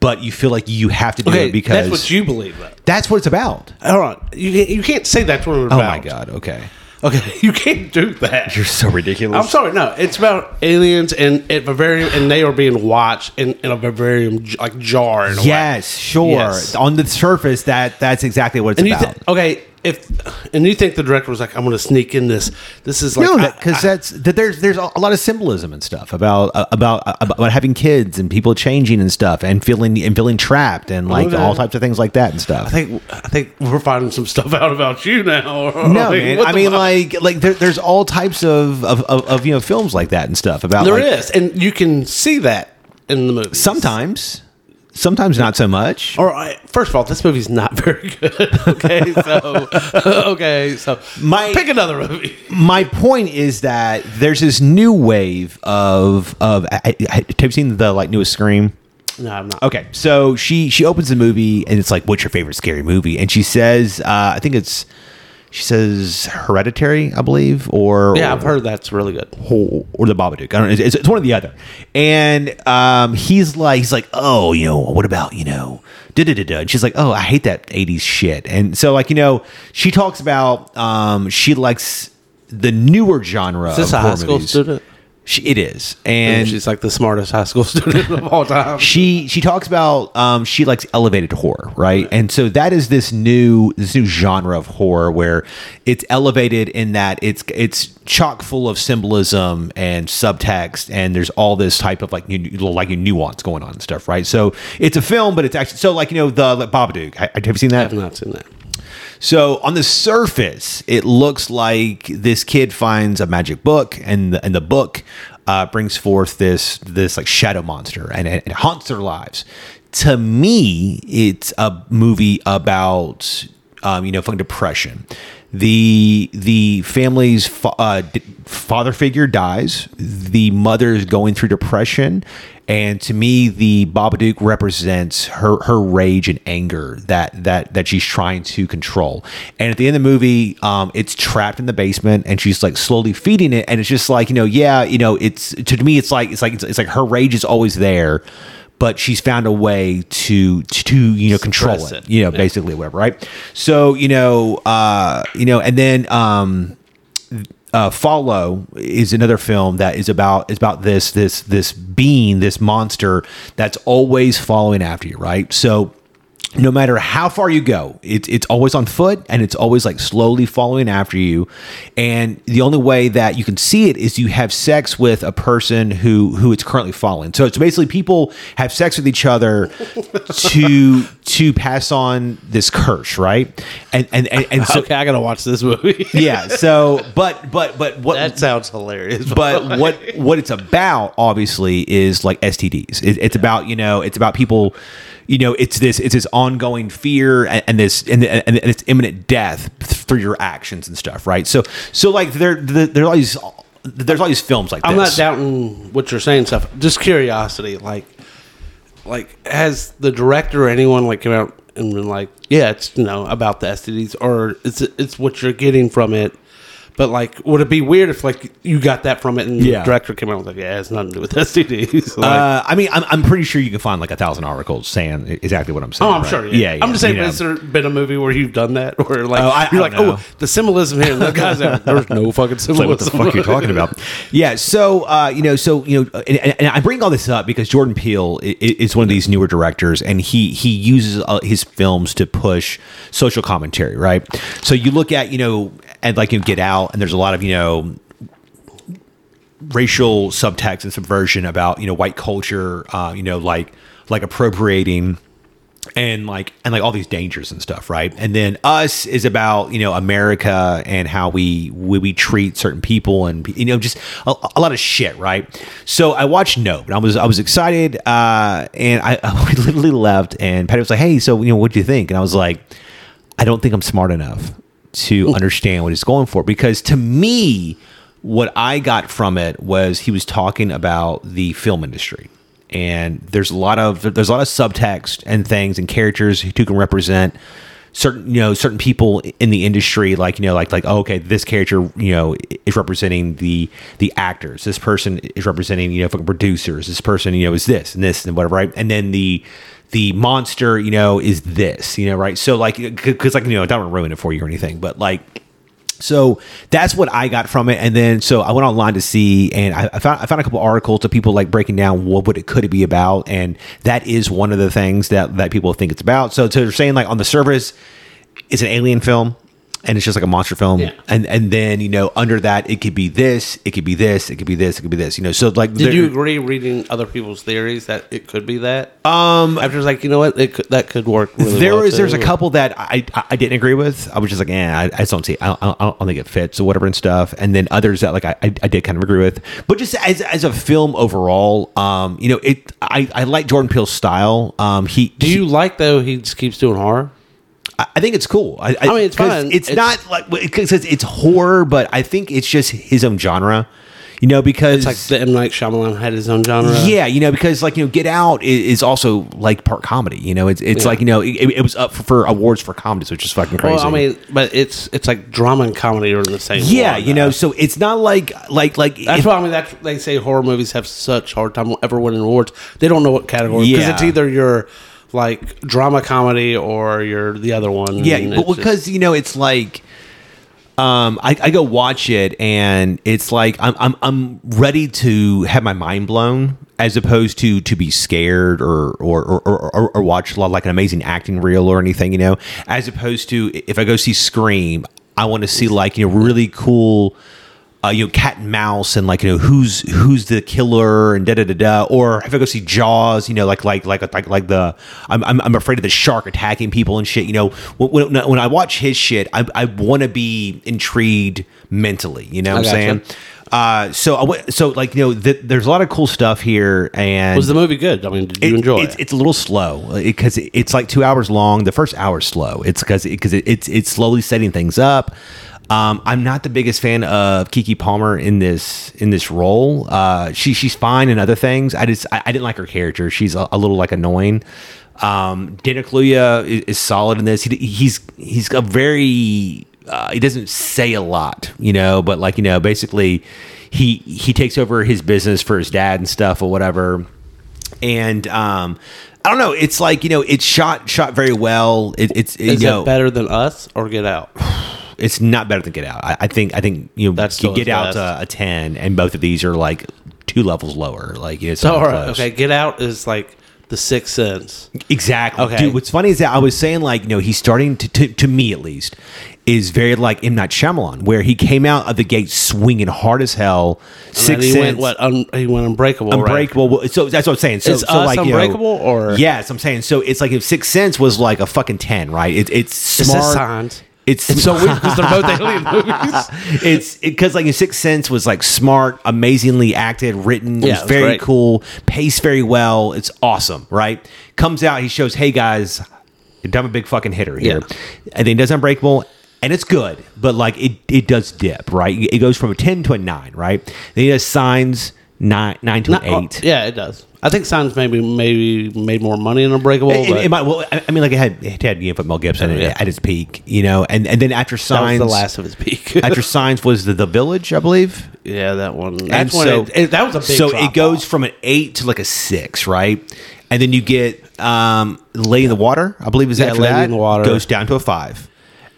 Speaker 1: but you feel like you have to do
Speaker 2: okay,
Speaker 1: it because
Speaker 2: that's what you believe. Though.
Speaker 1: that's what it's about.
Speaker 2: Hold on, you can't, you can't say that's what it's
Speaker 1: Oh
Speaker 2: about.
Speaker 1: my god! Okay,
Speaker 2: Okay, you can't do that.
Speaker 1: you're so ridiculous.
Speaker 2: I'm sorry. No, it's about aliens and at Bavarium, and they are being watched in, in a Bavarium j- like jar. In a way.
Speaker 1: Yes, sure.
Speaker 2: Yes.
Speaker 1: On the surface, that that's exactly what it's
Speaker 2: And you
Speaker 1: about.
Speaker 2: th- okay, if and you think the director was like, I'm going to sneak in this. This is like
Speaker 1: no,
Speaker 2: I-
Speaker 1: because that's that there's there's a lot of symbolism and stuff about uh, about uh, about having kids and people changing and stuff and feeling and feeling trapped and like
Speaker 2: Okay.
Speaker 1: all types of things like that and stuff.
Speaker 2: I think I think we're finding some stuff out about you now.
Speaker 1: no,
Speaker 2: Like,
Speaker 1: man.
Speaker 2: what
Speaker 1: I
Speaker 2: the
Speaker 1: mean,
Speaker 2: fuck?
Speaker 1: like, like there, there's all types of, of, of, of you know films like that and stuff about.
Speaker 2: There
Speaker 1: like,
Speaker 2: is, and you can see that in the movie.
Speaker 1: sometimes, sometimes not so much.
Speaker 2: Or I, first of all, this movie's not very good. okay, so okay, so
Speaker 1: My-
Speaker 2: pick another movie.
Speaker 1: my point is that there's this new wave of of I, I, have you seen the like newest Scream?
Speaker 2: No, I'm not.
Speaker 1: Okay, so she she opens the movie and it's like, "What's your favorite scary movie?" And she says, uh, "I think it's," she says, "Hereditary," I believe, or
Speaker 2: Yeah, I've heard that's really good.
Speaker 1: or, or the Babadook. I don't know. It's, it's one or the other. And um, he's like, he's like, oh, you know, what about you know, da da da da. And she's like, oh, I hate that '80s shit. And so like you know, she talks about um, she likes the newer genre.
Speaker 2: Is this
Speaker 1: of
Speaker 2: a high
Speaker 1: horror
Speaker 2: school
Speaker 1: movies.
Speaker 2: student?
Speaker 1: She, it is,
Speaker 2: And
Speaker 1: and
Speaker 2: she's like the smartest high school student of all time.
Speaker 1: she she talks about um, she likes elevated horror, right? And so that is this new this new genre of horror where it's elevated in that it's it's chock full of symbolism and subtext, and there's all this type of like you, like nuance going on and stuff, right? So it's a film, but it's actually so like you know the like Babadook. I, have you seen that?
Speaker 2: I've not seen that.
Speaker 1: So on the surface, it looks like this kid finds a magic book, and the, and the book uh, brings forth this this like shadow monster, and it, it haunts their lives. To me, it's a movie about um, you know fucking depression. The the family's fa- uh, d- father figure dies. The mother is going through depression, and to me, the Babadook represents her her rage and anger that that that she's trying to control. And at the end of the movie, um, it's trapped in the basement, and she's like slowly feeding it. And it's just like you know, yeah, you know, it's to me, it's like it's like it's, it's like her rage is always there, but she's found a way to to, you know control
Speaker 2: Suppress
Speaker 1: it,
Speaker 2: it.
Speaker 1: you know, basically whatever, right? So you know, uh, you know, and then um, uh, Follow is another film that is about is about this this this being this monster that's always following after you, right? So no matter how far you go, it's it's always on foot and it's always like slowly following after you. And the only way that you can see it is you have sex with a person who who it's currently following. So it's basically people have sex with each other to to pass on this curse, right? And and and, and so
Speaker 2: okay, I gotta watch this movie.
Speaker 1: yeah. So but but but what
Speaker 2: that sounds hilarious.
Speaker 1: but what what it's about obviously is like STDs. It, it's about you know it's about people, you know it's this it's this ongoing fear and, and this and, and, and it's imminent death for your actions and stuff, right? So so like there there, there are all these there's all these films like
Speaker 2: I'm
Speaker 1: this.
Speaker 2: not doubting what you're saying stuff. Just curiosity, like, like has the director or anyone like come out and been like, yeah, it's you know about the STDs or it's it's what you're getting from it, But like, would it be weird if like you got that from it and
Speaker 1: Yeah.
Speaker 2: the director came out and was like, "Yeah, it's nothing to do with STDs." like,
Speaker 1: Uh, I mean, I'm, I'm pretty sure you can find like a thousand articles saying exactly what I'm saying.
Speaker 2: oh, I'm
Speaker 1: right?
Speaker 2: sure. Yeah.
Speaker 1: yeah, yeah,
Speaker 2: I'm just saying,
Speaker 1: you know.
Speaker 2: has there been a movie where you've done that, or like
Speaker 1: Oh, I- I
Speaker 2: you're
Speaker 1: don't
Speaker 2: like,
Speaker 1: know.
Speaker 2: "Oh, the symbolism here." And the guys, like, there's no fucking
Speaker 1: It's like,
Speaker 2: symbolism.
Speaker 1: what the fuck are you talking about? Yeah. So, uh, you know, so, you know, and, and- and I bring all this up because Jordan Peele i- i- is one of these newer directors and he, he uses uh, his films to push social commentary, right? So you look at, you know, and like, you know, Get Out and there's a lot of, you know, racial subtext and subversion about, you know, white culture, uh, you know, like, like appropriating and like and like all these dangers and stuff right and then us is about you know america and how we we, we treat certain people and you know just a, a lot of shit right so i watched no and i was i was excited uh and i, I literally left and patty was like hey so you know what do you think and i was like i don't think i'm smart enough to understand what he's going for because to me what i got from it was he was talking about the film industry and there's a lot of there's a lot of subtext and things and characters who can represent certain you know certain people in the industry like you know like like oh, okay this character you know is representing the the actors this person is representing you know fucking producers this person you know is this and this and whatever right and then the the monster you know is this you know right so like because like you know I don't want to ruin it for you or anything but like so that's what I got from it, and then so I went online to see, and I, I found I found a couple articles of people like breaking down what would it could it be about, and that is one of the things that that people think it's about. So, so they're saying like on the surface, it's an alien film, and it's just like a monster film,
Speaker 2: Yeah.
Speaker 1: and and then you know under that it could be this, it could be this, it could be this, it could be this, you know. So like
Speaker 2: Did
Speaker 1: they're-
Speaker 2: you agree reading other people's theories that it could be that? Um, I was like, you know what, it could, that could work. Really
Speaker 1: there
Speaker 2: well,
Speaker 1: was there's a
Speaker 2: too.
Speaker 1: couple that I I I didn't agree with. I was just like, eh, I, I just don't see. I don't, I don't- I don't think it fits or whatever and stuff. And then others that like I, I I did kind of agree with. But just as as a film overall, um, you know, it I I like Jordan Peele's style. Um, he
Speaker 2: Do you like though? He just keeps doing horror.
Speaker 1: I I think it's cool. I,
Speaker 2: I mean, it's
Speaker 1: 'cause
Speaker 2: fun.
Speaker 1: It's,
Speaker 2: It's-
Speaker 1: not like because it's, it's horror, but I think it's just his own genre. You know, because
Speaker 2: It's like uh, the M Night Shyamalan had his own genre.
Speaker 1: Yeah, you know, because like you know, Get Out i- is, is also like part comedy. You know, it's it's
Speaker 2: Yeah.
Speaker 1: like you know, it, it was up for, for awards for comedies, which is fucking crazy.
Speaker 2: Well, I mean, but it's it's like drama and comedy are in the same.
Speaker 1: Yeah,
Speaker 2: one,
Speaker 1: you
Speaker 2: though.
Speaker 1: know, so it's not like like like
Speaker 2: That's
Speaker 1: if-
Speaker 2: why I mean. That's they say horror movies have such hard time ever winning awards. They don't know what category because
Speaker 1: Yeah.
Speaker 2: it's either your like drama comedy or you're the other one. and
Speaker 1: yeah, but
Speaker 2: it's just-
Speaker 1: because you know, it's like um I, I go watch it and it's like I'm I'm I'm ready to have my mind blown as opposed to to be scared or or or, or, or, or watch a lot like an amazing acting reel or anything, you know, as opposed to if I go see Scream, I want to see like, you know, really cool uh, you know, cat and mouse, and like you know, who's who's the killer, and da da da da. Or if I go see Jaws, you know, like like like like like the I'm I'm, I'm afraid of the shark attacking people and shit. You know, when when, when I watch his shit, I I want to be intrigued mentally. You know what I'm
Speaker 2: I
Speaker 1: saying?
Speaker 2: gotcha.
Speaker 1: Uh, so I went- so like you know, th- there's a lot of cool stuff here, and
Speaker 2: was the movie good? I mean, did you
Speaker 1: it-
Speaker 2: enjoy
Speaker 1: it's,
Speaker 2: it?
Speaker 1: It's a little slow because it, it's like two hours long. The first hour's slow. It's because because it, it's it's slowly setting things up. Um, I'm not the biggest fan of Kiki Palmer in this in this role. Uh, she she's fine in other things. I just I, I didn't like her character. She's a, a little like annoying. Um, Dana Kaluuya is, is solid in this. He, he's he's a very uh, he doesn't say a lot, you know, but like you know, basically, he he takes over his business for his dad and stuff or whatever and um I don't know. It's like you know, it's shot shot very well. It, it's you
Speaker 2: Is
Speaker 1: know,
Speaker 2: it better than Us or Get Out?
Speaker 1: it's not better than Get Out. I, I think I think you know,
Speaker 2: That's
Speaker 1: you
Speaker 2: still
Speaker 1: Get
Speaker 2: his
Speaker 1: Out
Speaker 2: best.
Speaker 1: uh, a ten, and both of these are like two levels lower. Like it's
Speaker 2: So,
Speaker 1: not
Speaker 2: all right,
Speaker 1: close.
Speaker 2: okay, Get Out is like the Sixth Sense.
Speaker 1: Exactly.
Speaker 2: Okay.
Speaker 1: Dude, what's funny is that I was saying, like, you know, he's starting to, to, to me at least, is very like M. Night Shyamalan, where he came out of the gate swinging hard as hell.
Speaker 2: And
Speaker 1: Six
Speaker 2: he went
Speaker 1: Sense,
Speaker 2: what? Un, he went Unbreakable. Right?
Speaker 1: Unbreakable. well, So that's what I'm saying. So,
Speaker 2: Is
Speaker 1: so
Speaker 2: Us
Speaker 1: like, you know-
Speaker 2: Unbreakable or-
Speaker 1: yes, I'm saying. So it's like if Sixth Sense was like a fucking ten, right? It, it's
Speaker 2: It
Speaker 1: smart.
Speaker 2: says signs.
Speaker 1: It's,
Speaker 2: It's so weird because they're both alien movies.
Speaker 1: it's because like in Sixth Sense was like smart, amazingly acted, written. it
Speaker 2: Yeah, it
Speaker 1: was
Speaker 2: was
Speaker 1: very
Speaker 2: great.
Speaker 1: cool, paced very well. It's awesome, right? Comes out, he shows, hey guys, I'm a big fucking hitter here,
Speaker 2: Yeah.
Speaker 1: and then he does Unbreakable. And it's good, but like it, it does dip, right? It goes from a ten to a nine, right? Then he does signs, nine nine to
Speaker 2: Not-
Speaker 1: an eight.
Speaker 2: oh, yeah, it does. I think Signs maybe maybe made more money in Unbreakable.
Speaker 1: It,
Speaker 2: but
Speaker 1: it might, well, I I mean, like it had it had you know, Mel Gibson
Speaker 2: Yeah.
Speaker 1: at its peak, you know, and, and then after
Speaker 2: that was
Speaker 1: signs,
Speaker 2: the last of his peak.
Speaker 1: after signs was the, the village, I believe.
Speaker 2: yeah, that one.
Speaker 1: And
Speaker 2: That's when
Speaker 1: so-
Speaker 2: it, it- that was a big.
Speaker 1: so
Speaker 2: drop
Speaker 1: it goes
Speaker 2: off.
Speaker 1: from an eight to like a six, right? And then you get um, Lady in the Water, I believe is
Speaker 2: Yeah,
Speaker 1: that
Speaker 2: Lady
Speaker 1: that
Speaker 2: in the Water.
Speaker 1: goes down to a five,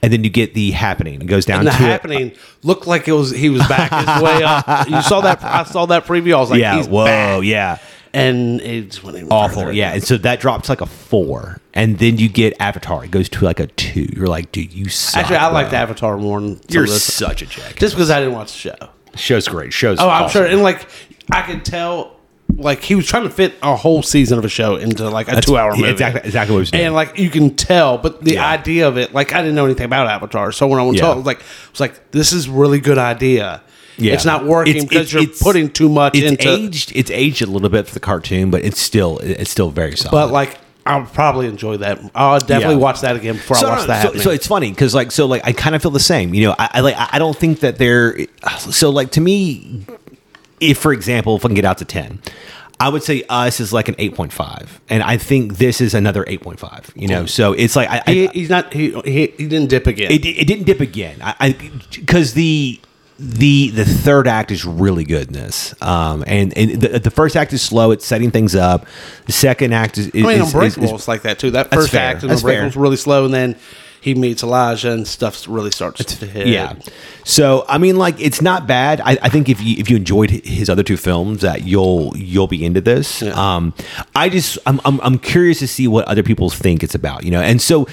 Speaker 1: and then you get the Happening, it goes down
Speaker 2: And the
Speaker 1: to a-
Speaker 2: happening looked like it was he was back his way up. You saw that I saw that preview. I was like,
Speaker 1: yeah,
Speaker 2: he's
Speaker 1: whoa,
Speaker 2: back.
Speaker 1: yeah,
Speaker 2: and it's when it
Speaker 1: awful, yeah. And so that drops like a four, and then you get Avatar, it goes to like a two. You're like, dude, you suck.
Speaker 2: Actually, I liked
Speaker 1: bro.
Speaker 2: Avatar more. Than some
Speaker 1: You're
Speaker 2: of this.
Speaker 1: such a jack.
Speaker 2: just because I didn't watch the show.
Speaker 1: Show's great. Show's
Speaker 2: Oh, I'm
Speaker 1: awesome.
Speaker 2: sure, and like I could tell, like he was trying to fit a whole season of a show into like a
Speaker 1: That's-
Speaker 2: two hour
Speaker 1: yeah,
Speaker 2: movie.
Speaker 1: exactly- exactly what he was doing.
Speaker 2: And like you can tell, but the
Speaker 1: Yeah.
Speaker 2: idea of it, like I didn't know anything about Avatar, so when I was
Speaker 1: Yeah.
Speaker 2: talking, I was like, I was like, this is really good idea.
Speaker 1: Yeah.
Speaker 2: It's not working
Speaker 1: It's-
Speaker 2: because
Speaker 1: it's-
Speaker 2: you're
Speaker 1: it's-
Speaker 2: putting too much
Speaker 1: It's
Speaker 2: into.
Speaker 1: aged. It's aged a little bit for the cartoon, but it's still it's still very solid.
Speaker 2: But like, I'll probably enjoy that. I'll definitely
Speaker 1: Yeah.
Speaker 2: watch that again before
Speaker 1: so,
Speaker 2: I watch
Speaker 1: no,
Speaker 2: that.
Speaker 1: so, so it's funny because like so like I kind of feel the same. You know, I, I like I I don't think that they're so like to me. If for example, if I can get out to ten, I would say us is like an eight point five, and I think this is another eight point five. You know, so it's like I,
Speaker 2: he,
Speaker 1: I,
Speaker 2: he's not. He, he he didn't dip again.
Speaker 1: it, it didn't dip again. I because the the the third act is really good in this, um, and and the, the first act is slow. It's setting things up. The second act is, is
Speaker 2: I mean,
Speaker 1: is- is-
Speaker 2: Unbreakable
Speaker 1: is-
Speaker 2: was like that too. That
Speaker 1: That's
Speaker 2: first
Speaker 1: fair.
Speaker 2: act in
Speaker 1: That's
Speaker 2: Unbreakable was
Speaker 1: fair.
Speaker 2: really slow, and then he meets Elijah, and stuff really starts to hit.
Speaker 1: Yeah. So I mean, like, it's not bad. I, I think if you if you enjoyed hi- his other two films, that you'll you'll be into this. Um, I just I'm, I'm I'm curious to see what other people think it's about, you know. And so,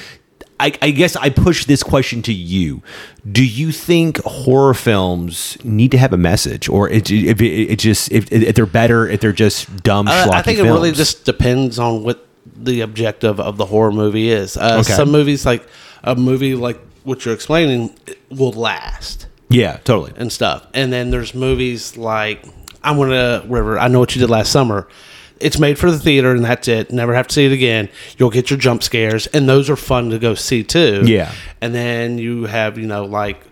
Speaker 1: I, I guess I push this question to you: Do you think horror films need to have a message, or it if it, it just if, if they're better if they're just dumb?
Speaker 2: Uh, I
Speaker 1: schlocky
Speaker 2: think it really
Speaker 1: films?
Speaker 2: just depends on what the objective of the horror movie is. Uh,
Speaker 1: Okay.
Speaker 2: Some movies, like a movie like what you're explaining, will last.
Speaker 1: yeah, totally.
Speaker 2: and stuff. And then there's movies like I'm gonna River. I know what you did last summer. It's made for the theater, and that's it. Never have to see it again. You'll get your jump scares, and those are fun to go see too.
Speaker 1: Yeah.
Speaker 2: And then you have you know like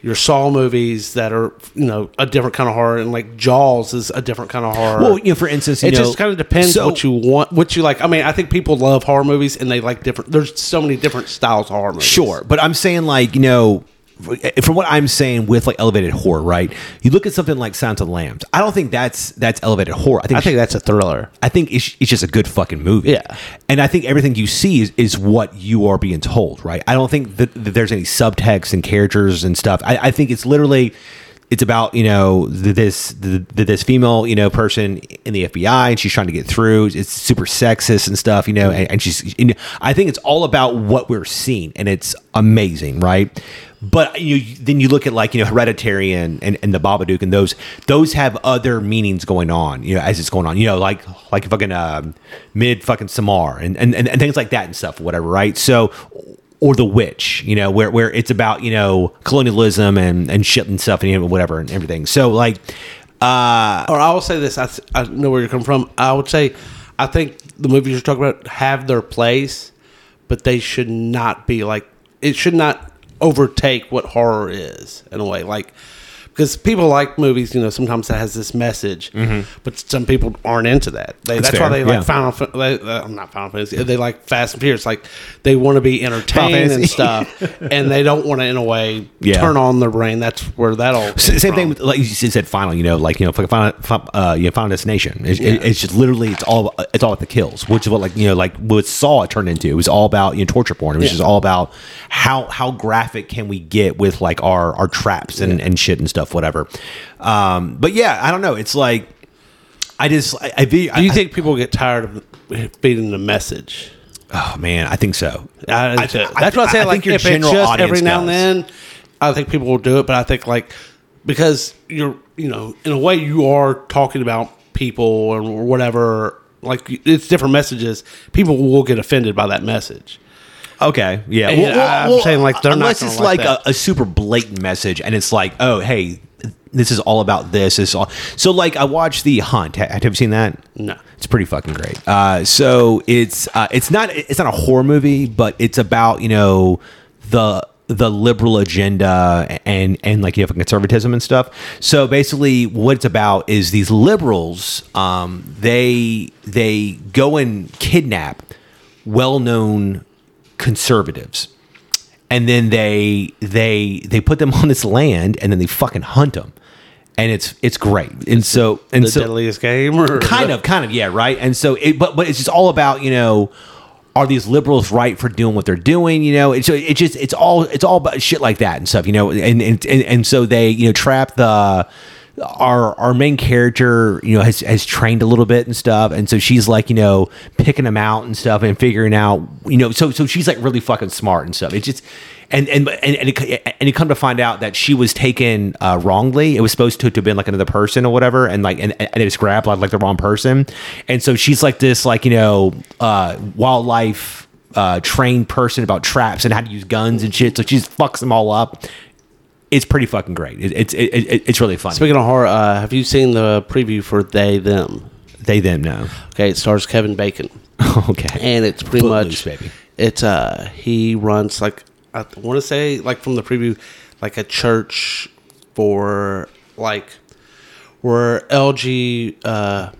Speaker 2: your Saw movies that are you know a different kind of horror, and like Jaws is a different kind of horror.
Speaker 1: Well, you know, for instance, you
Speaker 2: it
Speaker 1: know,
Speaker 2: just kind of depends
Speaker 1: so-
Speaker 2: what you want, what you like. I mean, I think people love horror movies, and they like different. There's so many different styles of horror movies.
Speaker 1: Sure, but I'm saying like you know, from what I'm saying with like elevated horror, right? You look at something like Silence of the Lambs. I don't think that's that's elevated horror. I think
Speaker 2: I think that's a thriller.
Speaker 1: I think it's, it's just a good fucking movie.
Speaker 2: Yeah.
Speaker 1: and I think everything you see is, is what you are being told, right? I don't think that, that there's any subtext and characters and stuff. I, I think it's literally. It's about you know th- this th- th- this female you know person in the FBI and she's trying to get through. It's super sexist and stuff you know, and, and she's. And I think it's all about what we're seeing, and it's amazing, right? But you then you look at like you know Hereditary and, and, and the Babadook and those those have other meanings going on you know as it's going on you know like like fucking um, mid fucking Samar and, and and and things like that and stuff whatever right so or the witch you know where where it's about you know colonialism and and shit and stuff and you know, whatever and everything so like
Speaker 2: or I will say this: I, th- I know where you're coming from. I would say, I think the movies you're talking about have their place, but they should not be like it should not overtake what horror is in a way. Like because people like movies, you know, sometimes that has this message, but some people aren't into that. They, that's
Speaker 1: Mm-hmm. fair,
Speaker 2: why they like
Speaker 1: yeah.
Speaker 2: Final. Fa- They, uh, I'm not Final Fantasy. They like Fast and Furious. Like they want to be entertained
Speaker 1: Fantasy.
Speaker 2: and stuff, and they don't want to, in a way,
Speaker 1: Yeah.
Speaker 2: turn on their brain. That's where that all
Speaker 1: S-
Speaker 2: came
Speaker 1: same
Speaker 2: from.
Speaker 1: thing with like you said final you know like you know fucking final fi- uh you know, final destination it's, it- it's just literally it's all it's all about the kills which is what like you know like what saw it turned into it was all about you know torture porn it was
Speaker 2: Yeah.
Speaker 1: just all about how how graphic can we get with like our our traps and and shit and stuff whatever um but yeah i don't know it's like i just i, I,
Speaker 2: Do
Speaker 1: I,
Speaker 2: you think people get tired of beating the message?
Speaker 1: oh man i think so
Speaker 2: I,
Speaker 1: I- I-
Speaker 2: Uh, that's what I say.
Speaker 1: I
Speaker 2: like,
Speaker 1: think your
Speaker 2: if
Speaker 1: general
Speaker 2: it's just
Speaker 1: audience
Speaker 2: every now
Speaker 1: does.
Speaker 2: and then, I think people will do it. But I think like because you're, you know, in a way, you are talking about people or whatever. Like it's different messages. People will get offended by that message.
Speaker 1: Okay. Yeah.
Speaker 2: And I'm saying, like, they're not
Speaker 1: unless
Speaker 2: gonna
Speaker 1: it's
Speaker 2: like
Speaker 1: like, a, a super blatant message, and it's like, oh, hey, this is all about this. This is all. So like, I watched The Hunt. Ha- Have you seen that?
Speaker 2: No.
Speaker 1: It's pretty fucking great. Uh, so it's uh, it's not it's not a horror movie, but it's about you know the the liberal agenda and and like you have conservatism and stuff. So basically, what it's about is these liberals. Um, they they go and kidnap well known conservatives, and then they they they put them on this land, and then they fucking hunt them, and it's it's great. And so and
Speaker 2: the
Speaker 1: so
Speaker 2: deadliest game, or
Speaker 1: kind of kind of yeah right and so it but but it's just all about you know are these liberals right for doing what they're doing you know it's it's just it's all it's all about shit like that and stuff you know and and and, and so they you know trap the our our main character you know has has trained a little bit and stuff and so she's like you know picking them out and stuff and figuring out you know so so she's like really fucking smart and stuff it's just and and and and it, and it come to find out that she was taken uh, wrongly. It was supposed to, to have been like another person or whatever, and like and, and it was grabbed like, like the wrong person. And so she's like this like you know uh, wildlife uh, trained person about traps and how to use guns and shit. So she just fucks them all up. It's pretty fucking great. It, it's it, it, it's really fun.
Speaker 2: Speaking of horror, uh, have you seen the preview for They Them?
Speaker 1: they them know.
Speaker 2: Okay, it stars Kevin Bacon,
Speaker 1: okay.
Speaker 2: and it's pretty
Speaker 1: Footloose,
Speaker 2: much
Speaker 1: baby.
Speaker 2: it's uh he runs like I want to say like from the preview like a church for like where LG uh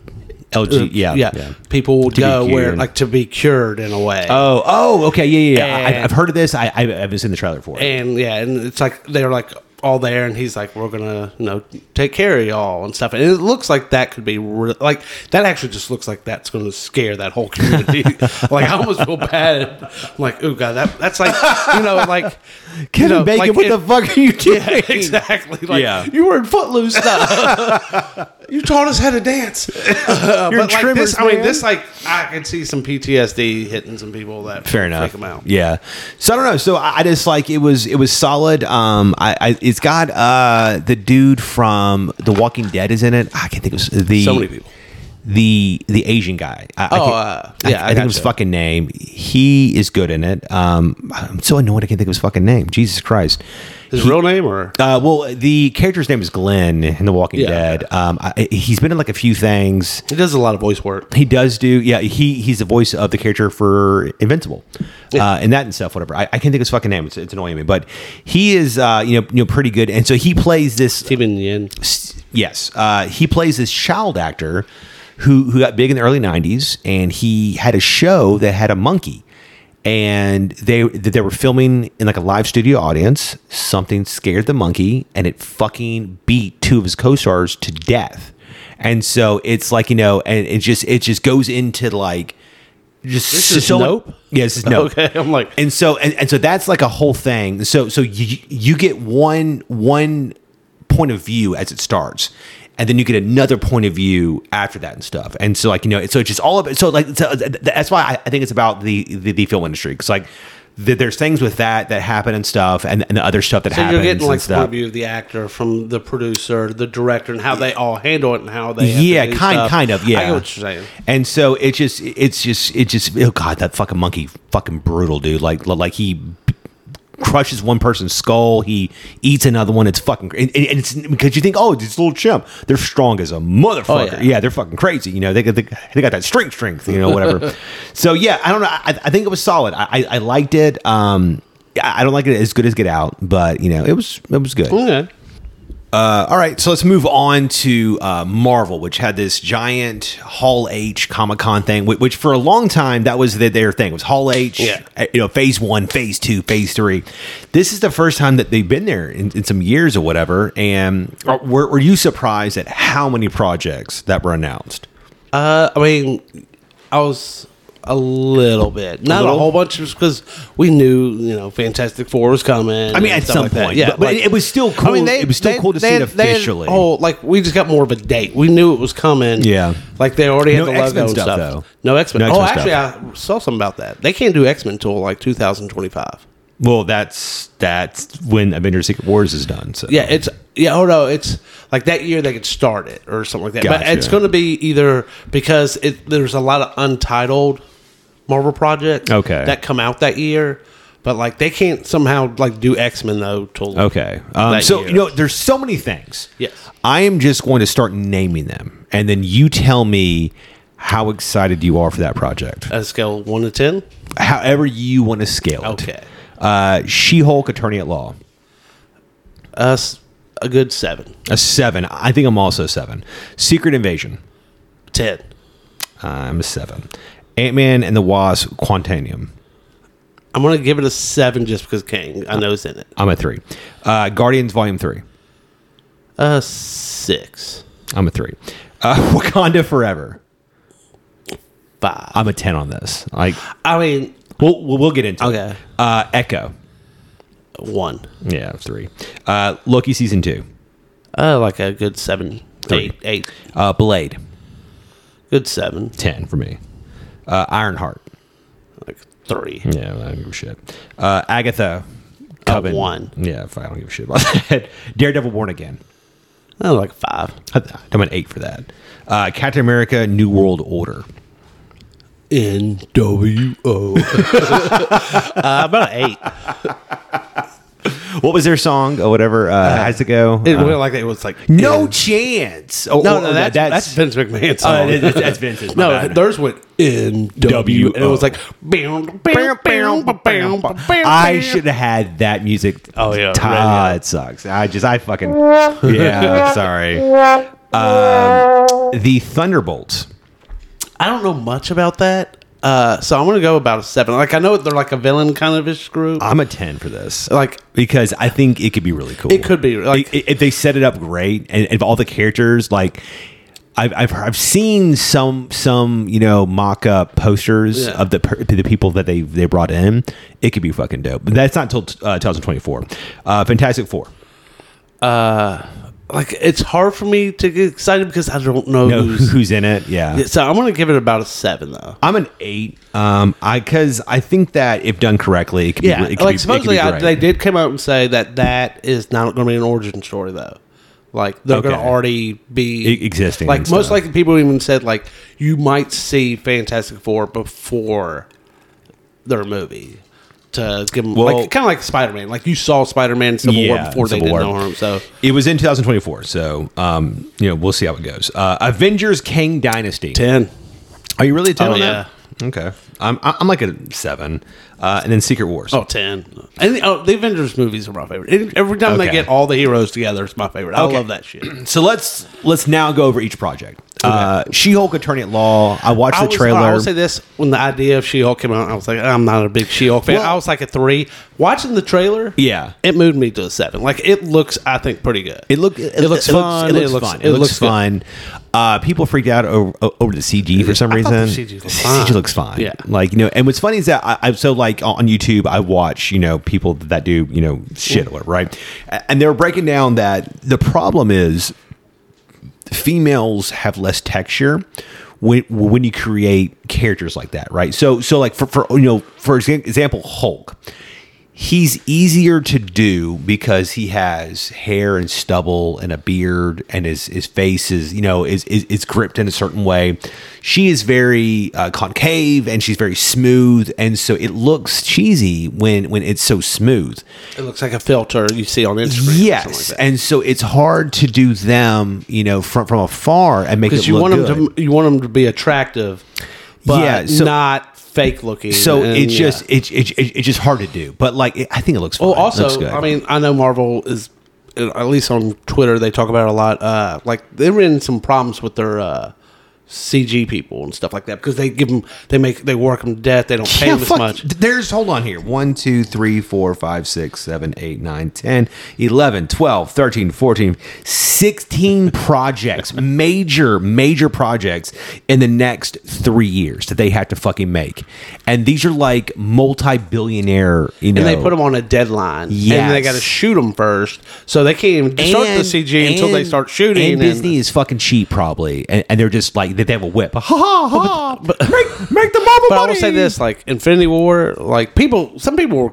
Speaker 1: LG. Yeah.
Speaker 2: yeah, people would
Speaker 1: To be
Speaker 2: go where
Speaker 1: cured.
Speaker 2: like to be cured in a way.
Speaker 1: Oh, oh, okay, yeah, yeah. yeah. I,
Speaker 2: And-
Speaker 1: I've heard of this. I, I haven't seen the trailer for it.
Speaker 2: and yeah, and it's like they're like all there, and he's like, "We're gonna, you know, take care of y'all and stuff." And it looks like that could be re- like that. Actually, just looks like that's gonna scare that whole community. like I almost feel bad. I'm like, oh god, that that's like you know, like
Speaker 1: Kevin
Speaker 2: you know,
Speaker 1: Bacon,
Speaker 2: like
Speaker 1: what
Speaker 2: if-
Speaker 1: the fuck are you doing?
Speaker 2: yeah, exactly. Like
Speaker 1: Yeah.
Speaker 2: you were in Footloose. Now. you taught us how to dance. Uh,
Speaker 1: You're in
Speaker 2: but like this,
Speaker 1: Tremors,
Speaker 2: I mean,
Speaker 1: man.
Speaker 2: this like I can see some PTSD hitting some people that
Speaker 1: Fair enough.
Speaker 2: Freak 'em out.
Speaker 1: Yeah. So I don't know. So I, I just like it was it was solid. Um, I, I it's got uh the dude from The Walking Dead is in it. I can't think of s- the
Speaker 2: So many people.
Speaker 1: The the Asian guy. I, I
Speaker 2: Oh,
Speaker 1: can't-
Speaker 2: uh, yeah,
Speaker 1: I,
Speaker 2: I
Speaker 1: I, think of his
Speaker 2: gotcha.
Speaker 1: fucking name. He is good in it. Um, I'm so annoyed I can't think of his fucking name. Jesus Christ.
Speaker 2: His real name or
Speaker 1: Uh, well, the character's name is Glenn in The Walking
Speaker 2: Yeah.
Speaker 1: Dead. Um, I, he's been in like a few things.
Speaker 2: he does a lot of voice work.
Speaker 1: He does do, yeah. He he's the voice of the character for Invincible, uh, and that and stuff. Whatever. I, I can't think of his fucking name. It's, it's annoying me, but he is, uh, you know, you know, pretty good. And so he plays this.
Speaker 2: Team in the end.
Speaker 1: Yes, uh, he plays this child actor who who got big in the early '90s, and he had a show that had a monkey, and they that they were filming in like a live studio audience. Something scared the monkey, and it fucking beat two of his co-stars to death. And so it's like you know, and it just it just goes into like just
Speaker 2: This is
Speaker 1: so,
Speaker 2: Nope?
Speaker 1: Yeah, this is nope.
Speaker 2: Okay, I'm like,
Speaker 1: And so and, and so that's like a whole thing. So so you you get one one point of view as it starts. And then you get another point of view after that and stuff, and so like you know, it's- so it's just all about. So like so uh, th- that's why I, I think it's about the the, the film industry because like th- there's things with that that happen and stuff, and, and the other stuff that
Speaker 2: so
Speaker 1: happens
Speaker 2: you're getting
Speaker 1: and
Speaker 2: like the
Speaker 1: stuff.
Speaker 2: point of view of the actor from the producer, the director, and how they all handle it and how they have to
Speaker 1: yeah,
Speaker 2: do
Speaker 1: kind
Speaker 2: stuff.
Speaker 1: kind of yeah.
Speaker 2: I get what you're saying.
Speaker 1: And so it just it's just it just oh god that fucking monkey fucking brutal dude like like he crushes one person's skull he eats another one it's fucking and, and and it's because you think oh it's a little chimp they're strong as a motherfucker
Speaker 2: Oh,
Speaker 1: yeah.
Speaker 2: yeah.
Speaker 1: they're fucking crazy you know they got they, they got that strength strength you know whatever so yeah I don't know I, I think it was solid I, I I liked it um I I don't like it as good as Get Out but you know it was it was good
Speaker 2: Okay.
Speaker 1: uh, all right, so let's move on to uh, Marvel, which had this giant Hall H Comic Con thing, which, which for a long time that was the, their thing. It was Hall H,
Speaker 2: Yeah.
Speaker 1: uh, you know, Phase One, Phase Two, Phase Three. This is the first time that they've been there in, in some years or whatever. And are- were, were you surprised at how many projects that were announced?
Speaker 2: Uh, I mean, I was a little bit, not a,
Speaker 1: little?
Speaker 2: whole bunch, just because we knew, you know, Fantastic Four was coming.
Speaker 1: I mean,
Speaker 2: and
Speaker 1: at
Speaker 2: stuff
Speaker 1: some
Speaker 2: like that.
Speaker 1: point, but- but it was still cool- it was still cool to see it
Speaker 2: had- they had
Speaker 1: officially.
Speaker 2: Oh, like we just got more of a date. We knew it was coming.
Speaker 1: Yeah.
Speaker 2: like they already had
Speaker 1: No
Speaker 2: the logo
Speaker 1: X-Men
Speaker 2: and
Speaker 1: stuff,
Speaker 2: stuff.
Speaker 1: though.
Speaker 2: No X Men.
Speaker 1: No
Speaker 2: oh,
Speaker 1: X-Men
Speaker 2: actually, I saw something about that. They can't do X Men until like 2025.
Speaker 1: Well, that's that's when Avengers: Secret Wars is done. So
Speaker 2: Yeah, it's yeah. Oh no, it's like that year they could start it or something like that. But
Speaker 1: Gotcha.
Speaker 2: it's going to be either because it, there's a lot of untitled Marvel projects
Speaker 1: Okay.
Speaker 2: that come out that year, but like they can't somehow like do X Men though till
Speaker 1: Okay. Um,
Speaker 2: that
Speaker 1: so
Speaker 2: year.
Speaker 1: you know, there's so many things.
Speaker 2: Yes.
Speaker 1: I am just going to start naming them, and then you tell me how
Speaker 2: Uh,
Speaker 1: excited you are for that project,
Speaker 2: at a scale of one to ten.
Speaker 1: however you want to scale it.
Speaker 2: Okay.
Speaker 1: Uh, Uh, she Hulk Attorney at Law.
Speaker 2: Us, a good seven.
Speaker 1: A seven. I think I'm also seven. Secret Invasion. uh,
Speaker 2: Ten.
Speaker 1: I'm a seven. Ant Man and the Wasp Quantanium.
Speaker 2: I'm going to give it a seven just because Kang, I know, is in it.
Speaker 1: I'm a three. Uh, Guardians Volume 3.
Speaker 2: A six.
Speaker 1: I'm a three. Uh, Wakanda Forever.
Speaker 2: Five.
Speaker 1: I'm a 10 on this. Like,
Speaker 2: I mean,
Speaker 1: we'll, we'll, we'll get into it.
Speaker 2: Okay.
Speaker 1: Uh, Echo.
Speaker 2: one.
Speaker 1: Yeah, three. Uh, Loki Season 2.
Speaker 2: Uh, like a good seven,
Speaker 1: Three.
Speaker 2: eight, eight.
Speaker 1: Uh, Blade.
Speaker 2: Good seven.
Speaker 1: 10 for me. Uh, Ironheart.
Speaker 2: Like three.
Speaker 1: Yeah, I don't give a shit. Uh, Agatha. Coven.
Speaker 2: one.
Speaker 1: Yeah, if I don't give a shit about that. Daredevil Born Again.
Speaker 2: Uh, like a five.
Speaker 1: I- I'm an eight for that. Uh, Captain America New World Order.
Speaker 2: N W O. About an eight.
Speaker 1: What was their song or whatever? Uh, How's it go?
Speaker 2: It
Speaker 1: Uh,
Speaker 2: went like it was like
Speaker 1: no chance. Oh,
Speaker 2: No,
Speaker 1: oh,
Speaker 2: no,
Speaker 1: that-
Speaker 2: that's, that's, Vince McMahon's
Speaker 1: Oh,
Speaker 2: song.
Speaker 1: it is- that's, that's Vince's.
Speaker 2: no,
Speaker 1: my bad.
Speaker 2: theirs went N W. And it was like.
Speaker 1: I should have had that music.
Speaker 2: Oh, yeah,
Speaker 1: Ta-
Speaker 2: right, yeah.
Speaker 1: it sucks. I just I fucking yeah. Sorry. Um, the Thunderbolts.
Speaker 2: I don't know much about that. Uh, so I'm gonna go about a seven. Like I know they're like a villain kind of ish group.
Speaker 1: I'm a ten for this.
Speaker 2: Like
Speaker 1: because I think it could be really cool.
Speaker 2: It could be, like-
Speaker 1: I- I- if they set it up great, and if all the characters like. I've, I've, I've seen some some you know mock up posters
Speaker 2: Yeah.
Speaker 1: of the per, the people that they they brought in. It could be fucking dope. But that's not until uh, 2024. Uh, Fantastic Four.
Speaker 2: like it's hard for me to get excited because I don't know
Speaker 1: No,
Speaker 2: who's.
Speaker 1: who's in it? Yeah,
Speaker 2: So I'm gonna give it about a seven though.
Speaker 1: I'm an eight. Um, I because I think that if done correctly, it could
Speaker 2: Yeah,
Speaker 1: be, it could
Speaker 2: like
Speaker 1: be,
Speaker 2: supposedly
Speaker 1: it could be
Speaker 2: I,
Speaker 1: great.
Speaker 2: they did come out and say that that is not going to be an origin story though. Like they're going
Speaker 1: Okay.
Speaker 2: to already be
Speaker 1: E- existing
Speaker 2: Like
Speaker 1: and
Speaker 2: most
Speaker 1: stuff.
Speaker 2: likely, people even said like you might see Fantastic Four before their movie to give them
Speaker 1: Well-
Speaker 2: like kind of like Spider Man. Like you saw Spider Man Civil War
Speaker 1: Yeah,
Speaker 2: before they
Speaker 1: Civil
Speaker 2: did
Speaker 1: War.
Speaker 2: know him. So
Speaker 1: It was in 2024, so um, you know we'll see how it goes. Uh, Avengers Kang Dynasty.
Speaker 2: ten.
Speaker 1: Are you really a ten
Speaker 2: Oh,
Speaker 1: on that? Okay, I'm I'm like a seven, uh, and then Secret Wars.
Speaker 2: Oh, 10. And oh, the Avengers movies are my favorite. And Every time they
Speaker 1: Okay.
Speaker 2: get all the heroes together, it's my favorite. I
Speaker 1: Okay.
Speaker 2: love that shit.
Speaker 1: So let's let's now go over each project. Uh, She-Hulk Attorney at Law. I watched
Speaker 2: I
Speaker 1: the
Speaker 2: was,
Speaker 1: trailer.
Speaker 2: I will say this: when the idea of She-Hulk came out, I was like, I'm not a big She-Hulk fan.
Speaker 1: Well-
Speaker 2: I was like a three. Watching the trailer,
Speaker 1: Yeah.
Speaker 2: it moved me to a seven. Like it looks, I think, pretty good.
Speaker 1: It, look, it,
Speaker 2: looks
Speaker 1: it
Speaker 2: fun,
Speaker 1: It
Speaker 2: it
Speaker 1: looks
Speaker 2: looks-
Speaker 1: fun.
Speaker 2: it
Speaker 1: It, looks,
Speaker 2: looks good.
Speaker 1: fun. Uh, people freaked out over, over the CG for some
Speaker 2: I thought the
Speaker 1: reason.
Speaker 2: CG looked fine.
Speaker 1: CG looks fine.
Speaker 2: Yeah.
Speaker 1: like you know. And what's funny is that I, I'm so like on YouTube, I watch you know people that do you know shit or whatever, right? A- And they were breaking down that the problem is females have less texture when when you create characters like that, right? So so like for, for you know for exa- example Hulk, he's easier to do because he has hair and stubble and a beard and his his face is you know is is, is gripped in a certain way. She is very uh, concave and she's very smooth and so it looks cheesy when when it's so smooth.
Speaker 2: It looks like a filter you see on Instagram. or something
Speaker 1: Yes,
Speaker 2: like that.
Speaker 1: and so it's hard to do them, you know, from from afar and make it
Speaker 2: because you
Speaker 1: look
Speaker 2: want
Speaker 1: good.
Speaker 2: them to you want them to be attractive, but
Speaker 1: Yeah, so-
Speaker 2: not fake looking.
Speaker 1: So
Speaker 2: and,
Speaker 1: it's
Speaker 2: yeah.
Speaker 1: just it, it, it, it's just hard to do, but like it, I think it looks. Fine.
Speaker 2: Well,
Speaker 1: Looks
Speaker 2: also,
Speaker 1: good.
Speaker 2: I mean, I know Marvel is at least on Twitter they talk about it a lot. Uh, like they were in some problems with their uh, CG people and stuff like that because they give them they make they work them to death. They don't pay
Speaker 1: Yeah,
Speaker 2: them as
Speaker 1: fuck,
Speaker 2: much.
Speaker 1: There's hold on here. 1 2 3 4 5 6 7 8 9 10 11 12 13 14 16 projects, major major projects in the next 3 years that they have to fucking make. And these are like multi-billionaire, you know.
Speaker 2: And they put them on a deadline. And they
Speaker 1: Yes.
Speaker 2: got to shoot them first. So they can't even start the
Speaker 1: And-
Speaker 2: CG until they
Speaker 1: and-
Speaker 2: start shooting.
Speaker 1: And Disney is fucking cheap, probably, and, and they're just like they they have a whip. Ha ha ha! make, make the Marvel
Speaker 2: But
Speaker 1: money.
Speaker 2: I will say this: like Infinity War, like people, some people were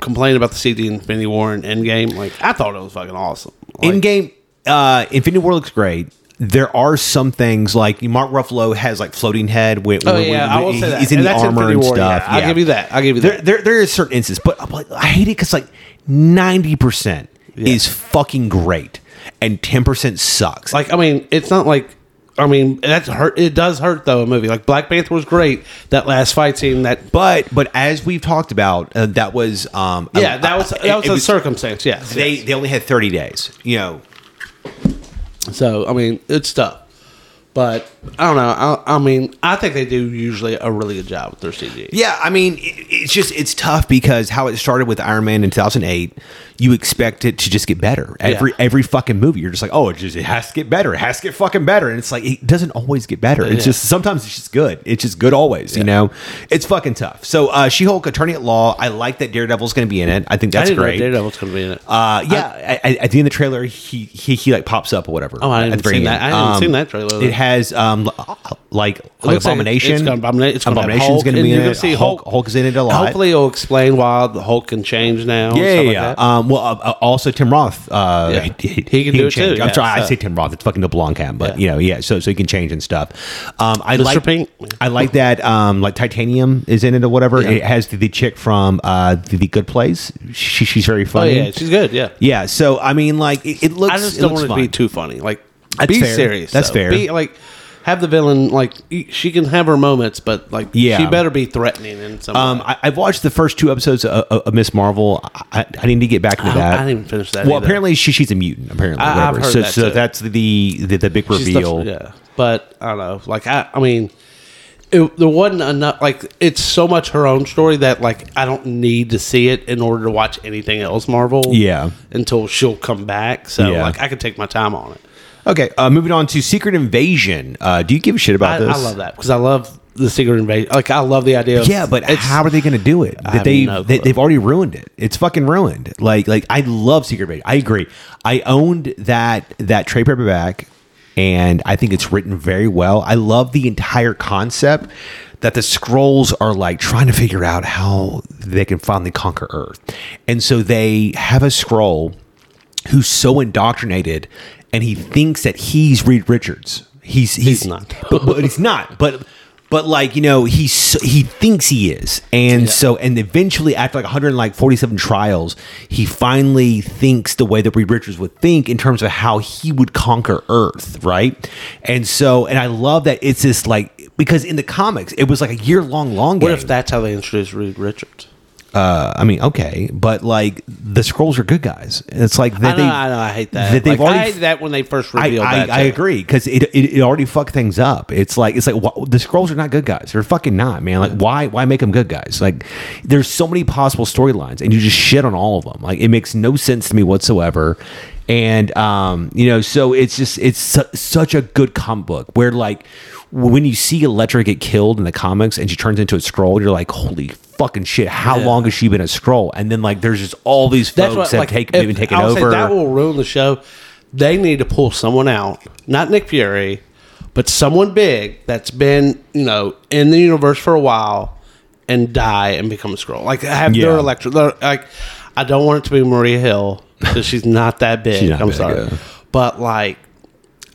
Speaker 2: complaining about the CD in Infinity War and Endgame. Like I thought it was fucking awesome. Like,
Speaker 1: in game, uh, Infinity War looks great. There are some things like Mark Ruffalo has like floating head. With,
Speaker 2: Oh yeah, I will
Speaker 1: he's
Speaker 2: say that.
Speaker 1: in
Speaker 2: And
Speaker 1: the
Speaker 2: that's
Speaker 1: armor
Speaker 2: Infinity
Speaker 1: and
Speaker 2: War, yeah.
Speaker 1: stuff.
Speaker 2: I'll give you that. I'll give you
Speaker 1: There,
Speaker 2: that.
Speaker 1: there, there is certain instances, but I'm like, I hate it because like ninety percent is fucking great, and ten percent sucks.
Speaker 2: Like I mean, it's not like I mean, that's hurt. It does hurt though. A movie like Black Panther was great. That last fight scene. That
Speaker 1: But but as we've talked about, uh, that was um a-
Speaker 2: yeah, that was
Speaker 1: uh,
Speaker 2: that
Speaker 1: it-
Speaker 2: was
Speaker 1: it
Speaker 2: a circumstance. Yes,
Speaker 1: They
Speaker 2: yes.
Speaker 1: they only had thirty days. You know,
Speaker 2: So I mean, it's tough. But I don't know. I, I mean, I think they do usually a really good job with their CG.
Speaker 1: Yeah, I mean, i it's just it's tough because how it started with Iron Man in 2008, you expect it to just get better every
Speaker 2: Yeah.
Speaker 1: every fucking movie. You're just like, oh, it just it has to get better. It has to get fucking better, and it's like it doesn't always get better. It's
Speaker 2: Yeah.
Speaker 1: just sometimes it's just good. It's just good always. You know, it's fucking tough. So uh, She Hulk, Attorney at Law. I like that Daredevil's going to be in it. I think
Speaker 2: I
Speaker 1: that's
Speaker 2: didn't know
Speaker 1: great.
Speaker 2: Daredevil's gonna be in it.
Speaker 1: Uh, yeah, I, I, at the end of the trailer, he, he he like pops up or whatever.
Speaker 2: Oh,
Speaker 1: at
Speaker 2: I
Speaker 1: the
Speaker 2: haven't
Speaker 1: very
Speaker 2: seen
Speaker 1: end. Um,
Speaker 2: that. I haven't seen that trailer.
Speaker 1: It has um l- like, like
Speaker 2: looks like
Speaker 1: abomination.
Speaker 2: it's gonna abomina- it's gonna have
Speaker 1: abomination's
Speaker 2: Hulk,
Speaker 1: going to
Speaker 2: and
Speaker 1: be in
Speaker 2: you're gonna
Speaker 1: it.
Speaker 2: see
Speaker 1: Hulk,
Speaker 2: Hulk.
Speaker 1: Hulk is in it a lot.
Speaker 2: Hopefully, it'll explain why the Hulk can change
Speaker 1: Yeah,
Speaker 2: now. and
Speaker 1: yeah,
Speaker 2: stuff like
Speaker 1: yeah.
Speaker 2: that.
Speaker 1: um, well, uh, uh, also Tim Roth. Uh,
Speaker 2: Yeah. He can do it too,
Speaker 1: change. I'm
Speaker 2: yeah,
Speaker 1: sorry, I
Speaker 2: so.
Speaker 1: say Tim Roth. It's fucking the blonde cam, but
Speaker 2: Yeah.
Speaker 1: you know, yeah. So so he can change and stuff. Um, I
Speaker 2: Mr.
Speaker 1: like
Speaker 2: Pink.
Speaker 1: I like that. Um, like Titanium is in it or whatever. It has the, the chick from uh the, the Good Place. She, she's very
Speaker 2: oh
Speaker 1: funny.
Speaker 2: yeah, she's good. Yeah,
Speaker 1: Yeah, so I mean, like it, it looks.
Speaker 2: I just
Speaker 1: it
Speaker 2: don't
Speaker 1: looks
Speaker 2: want it to
Speaker 1: fun.
Speaker 2: be too funny. Like,
Speaker 1: That's
Speaker 2: be
Speaker 1: fair.
Speaker 2: serious.
Speaker 1: That's
Speaker 2: though.
Speaker 1: fair.
Speaker 2: Be like, have the villain like e- she can have her moments, but like,
Speaker 1: Yeah.
Speaker 2: she better be threatening in some.
Speaker 1: Um,
Speaker 2: way.
Speaker 1: I, I've watched the first two episodes of, of, of Miss Marvel. I, I need to get back into
Speaker 2: I don't-
Speaker 1: that.
Speaker 2: I didn't even finish that
Speaker 1: Well,
Speaker 2: either.
Speaker 1: apparently she, she's a mutant. Apparently,
Speaker 2: I- I've
Speaker 1: whatever.
Speaker 2: heard
Speaker 1: so
Speaker 2: that
Speaker 1: so
Speaker 2: too.
Speaker 1: that's the, the the big
Speaker 2: She's the-
Speaker 1: reveal.
Speaker 2: yeah, but I don't know. Like, I, I mean, it, there wasn't enough. Like, it's so much her own story that like I don't need to see it in order to watch anything else Marvel.
Speaker 1: Yeah.
Speaker 2: until she'll come back. So
Speaker 1: Yeah.
Speaker 2: like, I could take my time on it.
Speaker 1: Okay, uh, moving on to Secret Invasion. Uh, do you give a shit
Speaker 2: I,
Speaker 1: about this?
Speaker 2: I love that because I love the secret invasion. Like, I love the idea. Of,
Speaker 1: Yeah, but how are they going to do it?
Speaker 2: have
Speaker 1: They,
Speaker 2: no
Speaker 1: they
Speaker 2: clue.
Speaker 1: they've already ruined it. It's fucking ruined. Like like I love Secret Invasion. I agree. I owned that that trade paperback, and I think it's written very well. I love the entire concept that the scrolls are like trying to figure out how they can finally conquer Earth, and so they have a scroll who's so indoctrinated and he thinks that he's Reed Richards. He's he's,
Speaker 2: not.
Speaker 1: but, but he's not. But but like you know he's so, he thinks he is, and so and eventually after like 147 trials, he finally thinks the way that Reed Richards would think in terms of how he would conquer Earth, right? And so and I love that it's this like because in the comics it was like a year long long game.
Speaker 2: What if that's how they introduced Reed Richards?
Speaker 1: Uh, I mean, okay, but like the scrolls are good guys. It's like
Speaker 2: I
Speaker 1: that
Speaker 2: know,
Speaker 1: they,
Speaker 2: I know, I hate that.
Speaker 1: that they've
Speaker 2: Like, I
Speaker 1: already
Speaker 2: hate that when they first
Speaker 1: I,
Speaker 2: revealed
Speaker 1: I,
Speaker 2: that.
Speaker 1: I
Speaker 2: too.
Speaker 1: agree because it, it it already fucked things up. It's like it's like wha- the scrolls are not good guys. They're fucking not, man. Like why why make them good guys? Like there's so many possible storylines, and you just shit on all of them. Like it makes no sense to me whatsoever. And um, you know, so it's just it's su- such a good comic book where like when you see Elektra get killed in the comics and she turns into a scroll, you're like, holy fucking shit! How
Speaker 2: Yeah.
Speaker 1: long has she been a scroll? And then like there's just all these folks that have take,
Speaker 2: if-
Speaker 1: been taken
Speaker 2: I'll
Speaker 1: over.
Speaker 2: Say that will ruin the show. They need to pull someone out, not Nick Fury, but someone big that's been you know in the universe for a while and die and become a scroll. Like have
Speaker 1: Yeah.
Speaker 2: their electric. Like I don't want it to be Maria Hill because she's not that big.
Speaker 1: She's not
Speaker 2: I'm
Speaker 1: big,
Speaker 2: sorry,
Speaker 1: yeah.
Speaker 2: but like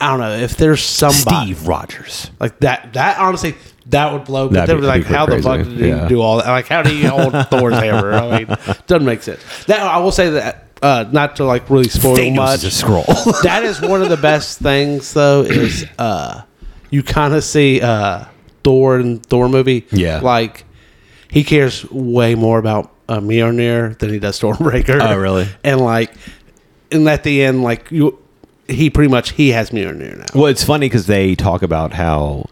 Speaker 2: I don't know if there's somebody
Speaker 1: Steve Rogers.
Speaker 2: like that. That honestly. That would blow. But
Speaker 1: That'd
Speaker 2: they
Speaker 1: be-
Speaker 2: were like,
Speaker 1: that'd be
Speaker 2: "How the
Speaker 1: crazy.
Speaker 2: fuck did
Speaker 1: Yeah.
Speaker 2: you do all that? Like, how do you hold Thor's hammer? I mean, doesn't make sense." That I will say that uh, not to like really spoil
Speaker 1: Thanos
Speaker 2: much.
Speaker 1: is a scroll.
Speaker 2: that is one of the best things, though. Is uh, you kind of see uh, Thor in Thor movie,
Speaker 1: Yeah.
Speaker 2: Like he cares way more about uh, Mjolnir than he does Stormbreaker.
Speaker 1: Oh, really?
Speaker 2: And like, and at the end, like you, he pretty much he has Mjolnir now.
Speaker 1: Well, it's funny because they talk about how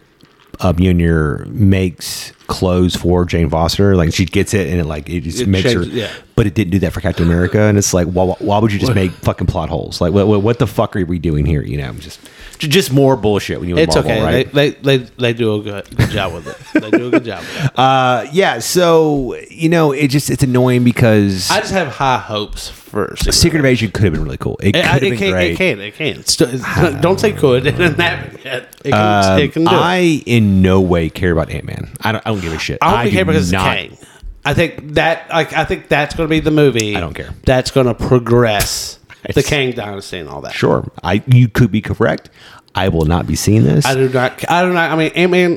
Speaker 1: uh, Mjolnir makes clothes for Jane Foster. Like she gets it and it like it just
Speaker 2: It
Speaker 1: makes
Speaker 2: changes-
Speaker 1: her.
Speaker 2: yeah.
Speaker 1: But it didn't do that for Captain America, and it's like, why, why would you just make fucking plot holes? Like, what, what, what the fuck are we doing here? You know, just ju- just more bullshit when you
Speaker 2: It's
Speaker 1: Marvel,
Speaker 2: okay.
Speaker 1: right?
Speaker 2: They, they they they do a good, good job with it. They do a good job. With it.
Speaker 1: uh, yeah. So you know, it just it's annoying because
Speaker 2: I just have high hopes for Secret.
Speaker 1: Secret Invasion could have been really cool. It could
Speaker 2: It,
Speaker 1: have
Speaker 2: it,
Speaker 1: been
Speaker 2: can,
Speaker 1: great.
Speaker 2: it can. It can. St- Don't say could. It doesn't happen yet. It can, it can do it.
Speaker 1: Um, I in no way care about Ant Man. I don't. I don't give a shit.
Speaker 2: I don't
Speaker 1: do
Speaker 2: care because it's
Speaker 1: not-
Speaker 2: Kang. I think that like I think that's going to be the movie.
Speaker 1: I don't care.
Speaker 2: That's going to progress the
Speaker 1: just-
Speaker 2: Kang dynasty and all that.
Speaker 1: Sure, I you could be correct. I will not be seeing this.
Speaker 2: I do not. I do not. I mean, Ant Man.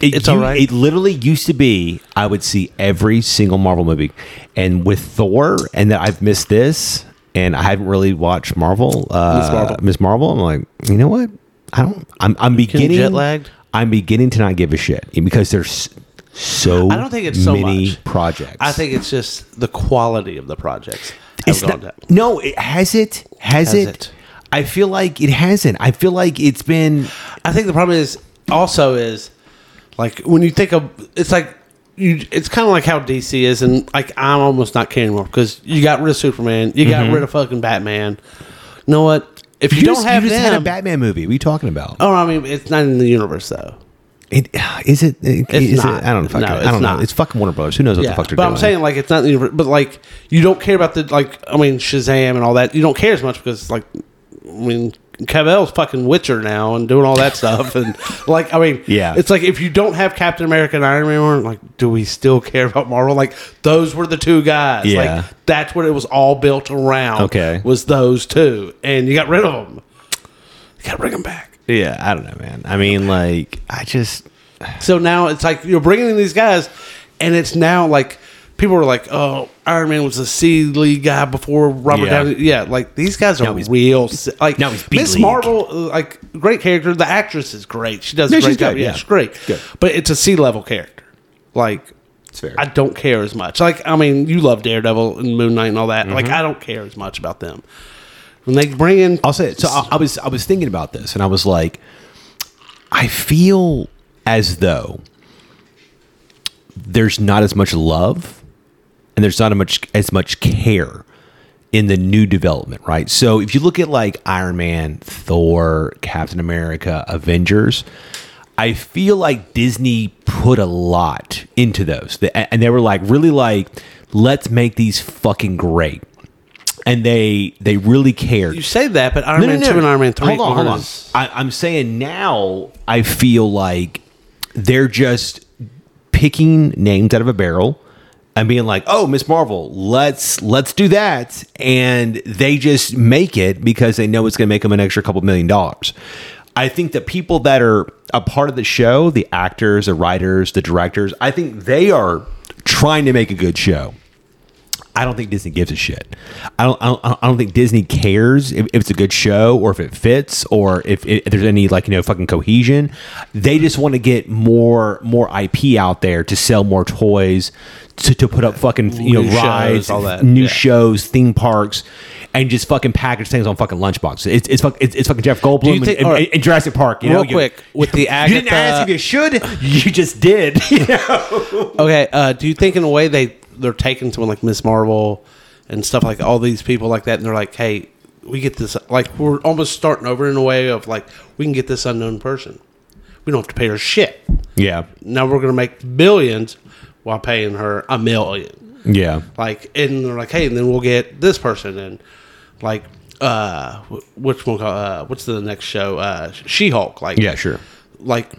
Speaker 1: It,
Speaker 2: It's
Speaker 1: you-
Speaker 2: all right.
Speaker 1: It literally used to be I would see every single Marvel movie, and with Thor, and that I've missed this, and I haven't really watched Marvel, uh,
Speaker 2: Miss Marvel.
Speaker 1: Miss Marvel. I'm like, you know what? I don't. I'm, I'm beginning
Speaker 2: jet lagged?
Speaker 1: I'm beginning to not give a shit because there's so
Speaker 2: I don't think it's so
Speaker 1: many
Speaker 2: much.
Speaker 1: projects.
Speaker 2: I think it's just the quality of the projects. have
Speaker 1: it's
Speaker 2: gone
Speaker 1: not,
Speaker 2: down.
Speaker 1: no. It has it. Has,
Speaker 2: Has
Speaker 1: it?
Speaker 2: it.
Speaker 1: I feel like it hasn't. I feel like it's been.
Speaker 2: I think the problem is also is like when you think of it's like you it's kind of like how DC is and like I'm almost not caring anymore because you got rid of Superman, you got rid of fucking Batman. You know what? If you, don't
Speaker 1: just-
Speaker 2: have
Speaker 1: Mm-hmm. you just
Speaker 2: them,
Speaker 1: had a Batman movie. What are you talking about?
Speaker 2: oh, I mean, it's not in the universe though.
Speaker 1: It, uh, is it? It's
Speaker 2: not.
Speaker 1: I don't know. Fuck
Speaker 2: No,
Speaker 1: it.
Speaker 2: it's
Speaker 1: I don't know.
Speaker 2: not.
Speaker 1: It's fucking Warner Brothers. Who knows what the fuck they're
Speaker 2: but
Speaker 1: doing?
Speaker 2: I'm saying like it's not the universe, but like you don't care about the like I mean Shazam and all that. You don't care as much because like I mean Cavell's fucking Witcher now and doing all that stuff and like I mean
Speaker 1: Yeah.
Speaker 2: it's like if you don't have Captain America and Iron Man anymore, like do we still care about Marvel? Like those were the two guys.
Speaker 1: Yeah.
Speaker 2: Like that's what it was all built around.
Speaker 1: Okay.
Speaker 2: was those two and you got rid of them. You got to bring them back.
Speaker 1: yeah, I don't know, man. I mean, like, I just
Speaker 2: So now it's like you're bringing in these guys, and it's now like people are like, "Oh, Iron Man was a C league guy before Robert
Speaker 1: Yeah.
Speaker 2: Downey." Yeah, like these guys are
Speaker 1: Now he's-
Speaker 2: real. si- Like
Speaker 1: now he's B
Speaker 2: Miss
Speaker 1: league.
Speaker 2: Marvel, uh, like great character. The actress is great. She does
Speaker 1: No,
Speaker 2: a great
Speaker 1: she's
Speaker 2: job.
Speaker 1: good,
Speaker 2: Yeah,
Speaker 1: yeah.
Speaker 2: she's great.
Speaker 1: Good.
Speaker 2: But it's a C level character. Like
Speaker 1: it's fair.
Speaker 2: I don't care as much. Like I mean, you love Daredevil and Moon Knight and all that. Like I don't care as much about them. When they bring in,
Speaker 1: Mm-hmm. I'll say it. So I, I was I was thinking about this, and I was like, I feel as though there's not as much love, and there's not as much as much care in the new development, right? So if you look at like Iron Man, Thor, Captain America, Avengers, I feel like Disney put a lot into those, They- and they were like really like, let's make these fucking great. And they they really cared
Speaker 2: you say that, but Iron Man two and Iron Man three.
Speaker 1: Hold on, hold on.
Speaker 2: is-
Speaker 1: I, I'm saying now I feel like they're just picking names out of a barrel and being like, "Oh, Miss Marvel, let's let's do that," and they just make it because they know it's going to make them an extra couple million dollars. I think the people that are a part of the show, the actors, the writers, the directors, I think they are trying to make a good show. I don't think Disney gives a shit. I don't. I don't, I don't think Disney cares if, if it's a good show or if it fits or if, it, if there's any like you know fucking cohesion. They just want to get more more IP out there to sell more toys, to, to put up fucking you know
Speaker 2: New shows,
Speaker 1: rides,
Speaker 2: all that.
Speaker 1: new
Speaker 2: Yeah.
Speaker 1: shows, theme parks, and just fucking package things on fucking lunchboxes. It's it's, fuck, it's, it's fucking Jeff Goldblum
Speaker 2: you think-
Speaker 1: and,
Speaker 2: all
Speaker 1: and,
Speaker 2: right.
Speaker 1: and Jurassic Park. You
Speaker 2: Real
Speaker 1: know, You-
Speaker 2: quick with the
Speaker 1: You
Speaker 2: Agatha.
Speaker 1: didn't ask if you should. You just did. You know?
Speaker 2: Okay, uh, do you think in a way they they're taking someone like Miss Marvel and stuff like all these people like that, and they're like, hey, we get this like we're almost starting over in a way of like we can get this unknown person, we don't have to pay her shit.
Speaker 1: Yeah.
Speaker 2: Now we're gonna make billions while paying her a million.
Speaker 1: Yeah.
Speaker 2: Like, and they're like, hey, and then we'll get this person and like uh, wh- which one? Uh, what's the next show? Uh, She Hulk. Like,
Speaker 1: Yeah. Sure.
Speaker 2: Like,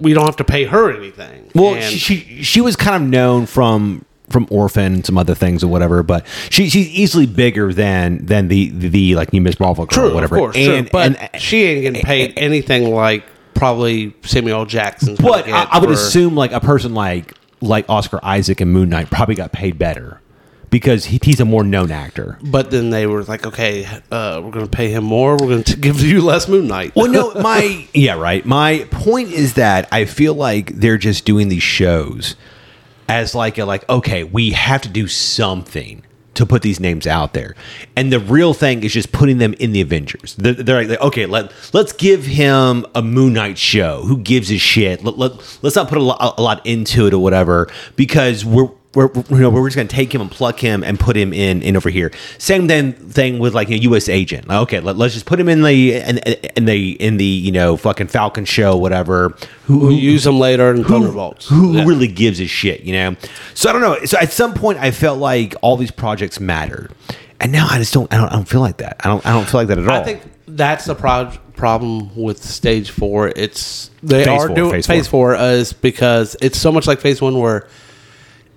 Speaker 2: we don't have to pay her anything.
Speaker 1: Well,
Speaker 2: And-
Speaker 1: she, she she was kind of known from from Orphan and some other things or whatever, but she she's easily bigger than than the the, the like new Miss Marvel girl
Speaker 2: True,
Speaker 1: or whatever.
Speaker 2: of course,
Speaker 1: and,
Speaker 2: sure. But
Speaker 1: and-
Speaker 2: she ain't getting paid anything like probably Samuel L. Jackson.
Speaker 1: but I, I would assume like a person like like Oscar Isaac and Moon Knight probably got paid better because he, he's a more known actor.
Speaker 2: But then they were like, okay, uh, we're going to pay him more. We're going to give you less Moon Knight.
Speaker 1: Well, no, my yeah, right. My point is that I feel like they're just doing these shows as like a like okay, we have to do something to put these names out there, and the real thing is just putting them in the Avengers. They're, they're like okay, let let's give him a Moon Knight show. Who gives a shit? Let, let us not put a lot, a lot into it or whatever because we're. We're, you know, we're just going to take him and pluck him and put him in in over here. Same then thing with like a U.S. agent. Like, okay, let, let's just put him in the in, in the in the you know fucking Falcon show, whatever. Who,
Speaker 2: we'll use them later in Thunderbolts.
Speaker 1: who
Speaker 2: Yeah.
Speaker 1: really gives a shit, you know? So I don't know. So at some point, I felt like all these projects mattered, and now I just don't. I don't, I don't feel like that. I don't. I don't feel like that at all.
Speaker 2: I think that's the pro- problem with Stage Four. It's they
Speaker 1: Phase
Speaker 2: are
Speaker 1: four,
Speaker 2: doing
Speaker 1: phase
Speaker 2: Phase,
Speaker 1: four.
Speaker 2: Four is because it's so much like Phase One where.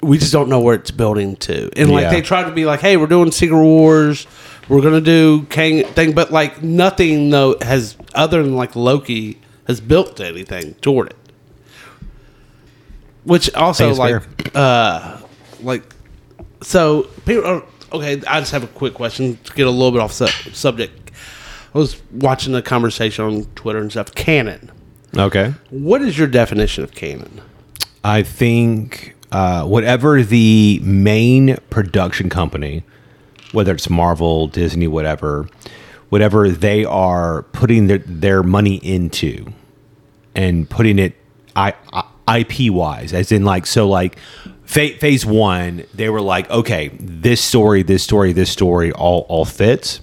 Speaker 2: We just don't know where it's building to, and like
Speaker 1: Yeah.
Speaker 2: they try to be like, "Hey, we're doing Secret Wars, we're gonna do Kang thing," but like nothing though has other than like Loki has built to anything toward it. Which also
Speaker 1: it's
Speaker 2: like like uh, so people are, okay i just have a quick question to get a little bit off su- subject I was watching a conversation on Twitter and stuff. Canon.
Speaker 1: Okay.
Speaker 2: What is your definition of canon?
Speaker 1: I think uh, whatever the main production company, whether it's Marvel, Disney, whatever, whatever they are putting their, their money into and putting it I, I, IP wise, as in like, so like fa- phase one, they were like, okay, this story, this story, this story all, all fits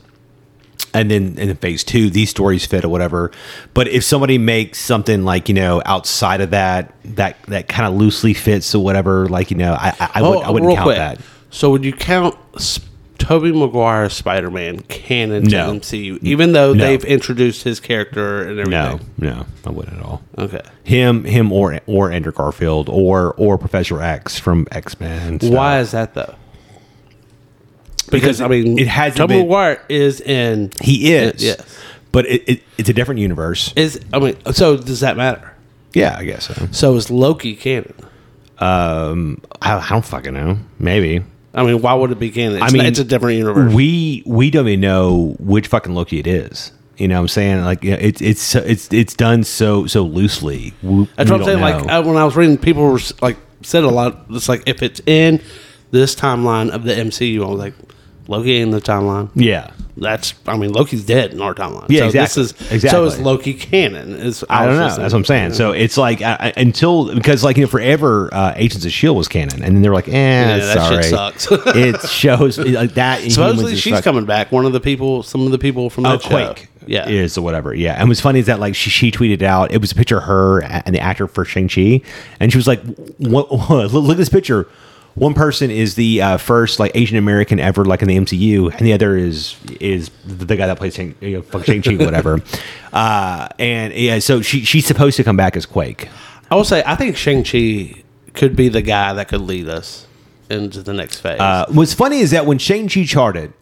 Speaker 1: and then and then phase two, these stories fit or whatever. But if somebody makes something like you know outside of that, that that kind of loosely fits or whatever, like you know, I I, I would, I wouldn't
Speaker 2: Oh, real
Speaker 1: count
Speaker 2: quick.
Speaker 1: that.
Speaker 2: So would you count Sp- Toby Maguire's Spider-Man canon
Speaker 1: No.
Speaker 2: to MCU, even though they've introduced his character and
Speaker 1: No,
Speaker 2: everything?
Speaker 1: no, I wouldn't at all.
Speaker 2: Okay.
Speaker 1: Him, him, or or Andrew Garfield, or or Professor X from X Men.
Speaker 2: Why is that though? Because, I mean,
Speaker 1: it hasn't
Speaker 2: Toby
Speaker 1: been-
Speaker 2: Maguire is in.
Speaker 1: he is?
Speaker 2: Yes.
Speaker 1: but it, it, it's a different universe.
Speaker 2: Is I mean, so does that matter?
Speaker 1: Yeah, I guess so.
Speaker 2: So is Loki canon?
Speaker 1: I, I don't fucking know. Maybe
Speaker 2: I mean, why would it be canon? It's,
Speaker 1: I mean,
Speaker 2: it's a different universe.
Speaker 1: We we don't even know which fucking Loki it is. You know what I'm saying? Like you know, it's it's so- it's it's done so so loosely. We,
Speaker 2: That's
Speaker 1: we
Speaker 2: what I'm
Speaker 1: don't
Speaker 2: saying. Like
Speaker 1: know.
Speaker 2: I, when I was reading, people were s- like said a lot. It's like if it's in this timeline of the MCU, I was like, Loki in the timeline.
Speaker 1: yeah.
Speaker 2: That's I mean, Loki's dead in our timeline.
Speaker 1: Yeah,
Speaker 2: so
Speaker 1: exactly.
Speaker 2: This is, So
Speaker 1: Exactly.
Speaker 2: is Loki canon? Is
Speaker 1: I don't
Speaker 2: was
Speaker 1: know.
Speaker 2: just
Speaker 1: That's what I'm saying. So it's like I, I- until because like you know forever uh, Agents of Shield was canon, and then they're like, eh,
Speaker 2: that
Speaker 1: sorry,
Speaker 2: shit sucks.
Speaker 1: it shows like that. Inhumans
Speaker 2: Supposedly
Speaker 1: is
Speaker 2: she's
Speaker 1: fuck-
Speaker 2: coming back. One of the people, some of the people from
Speaker 1: Oh,
Speaker 2: that show.
Speaker 1: Quake,
Speaker 2: Yeah.
Speaker 1: is or whatever. Yeah, and what's funny is that like she, she tweeted out it was a picture of her and the actor for Shang Chi, and she was like, "What? what- look at this picture. One person is the uh, first like Asian American ever like in the MCU, and the other is is the guy that plays Shang you know, fuck Shang Chi, whatever." uh, and yeah, so she she's supposed to come back as Quake.
Speaker 2: I will say, I think Shang Chi could be the guy that could lead us into the next phase.
Speaker 1: Uh, what's funny is that when Shang Chi charted,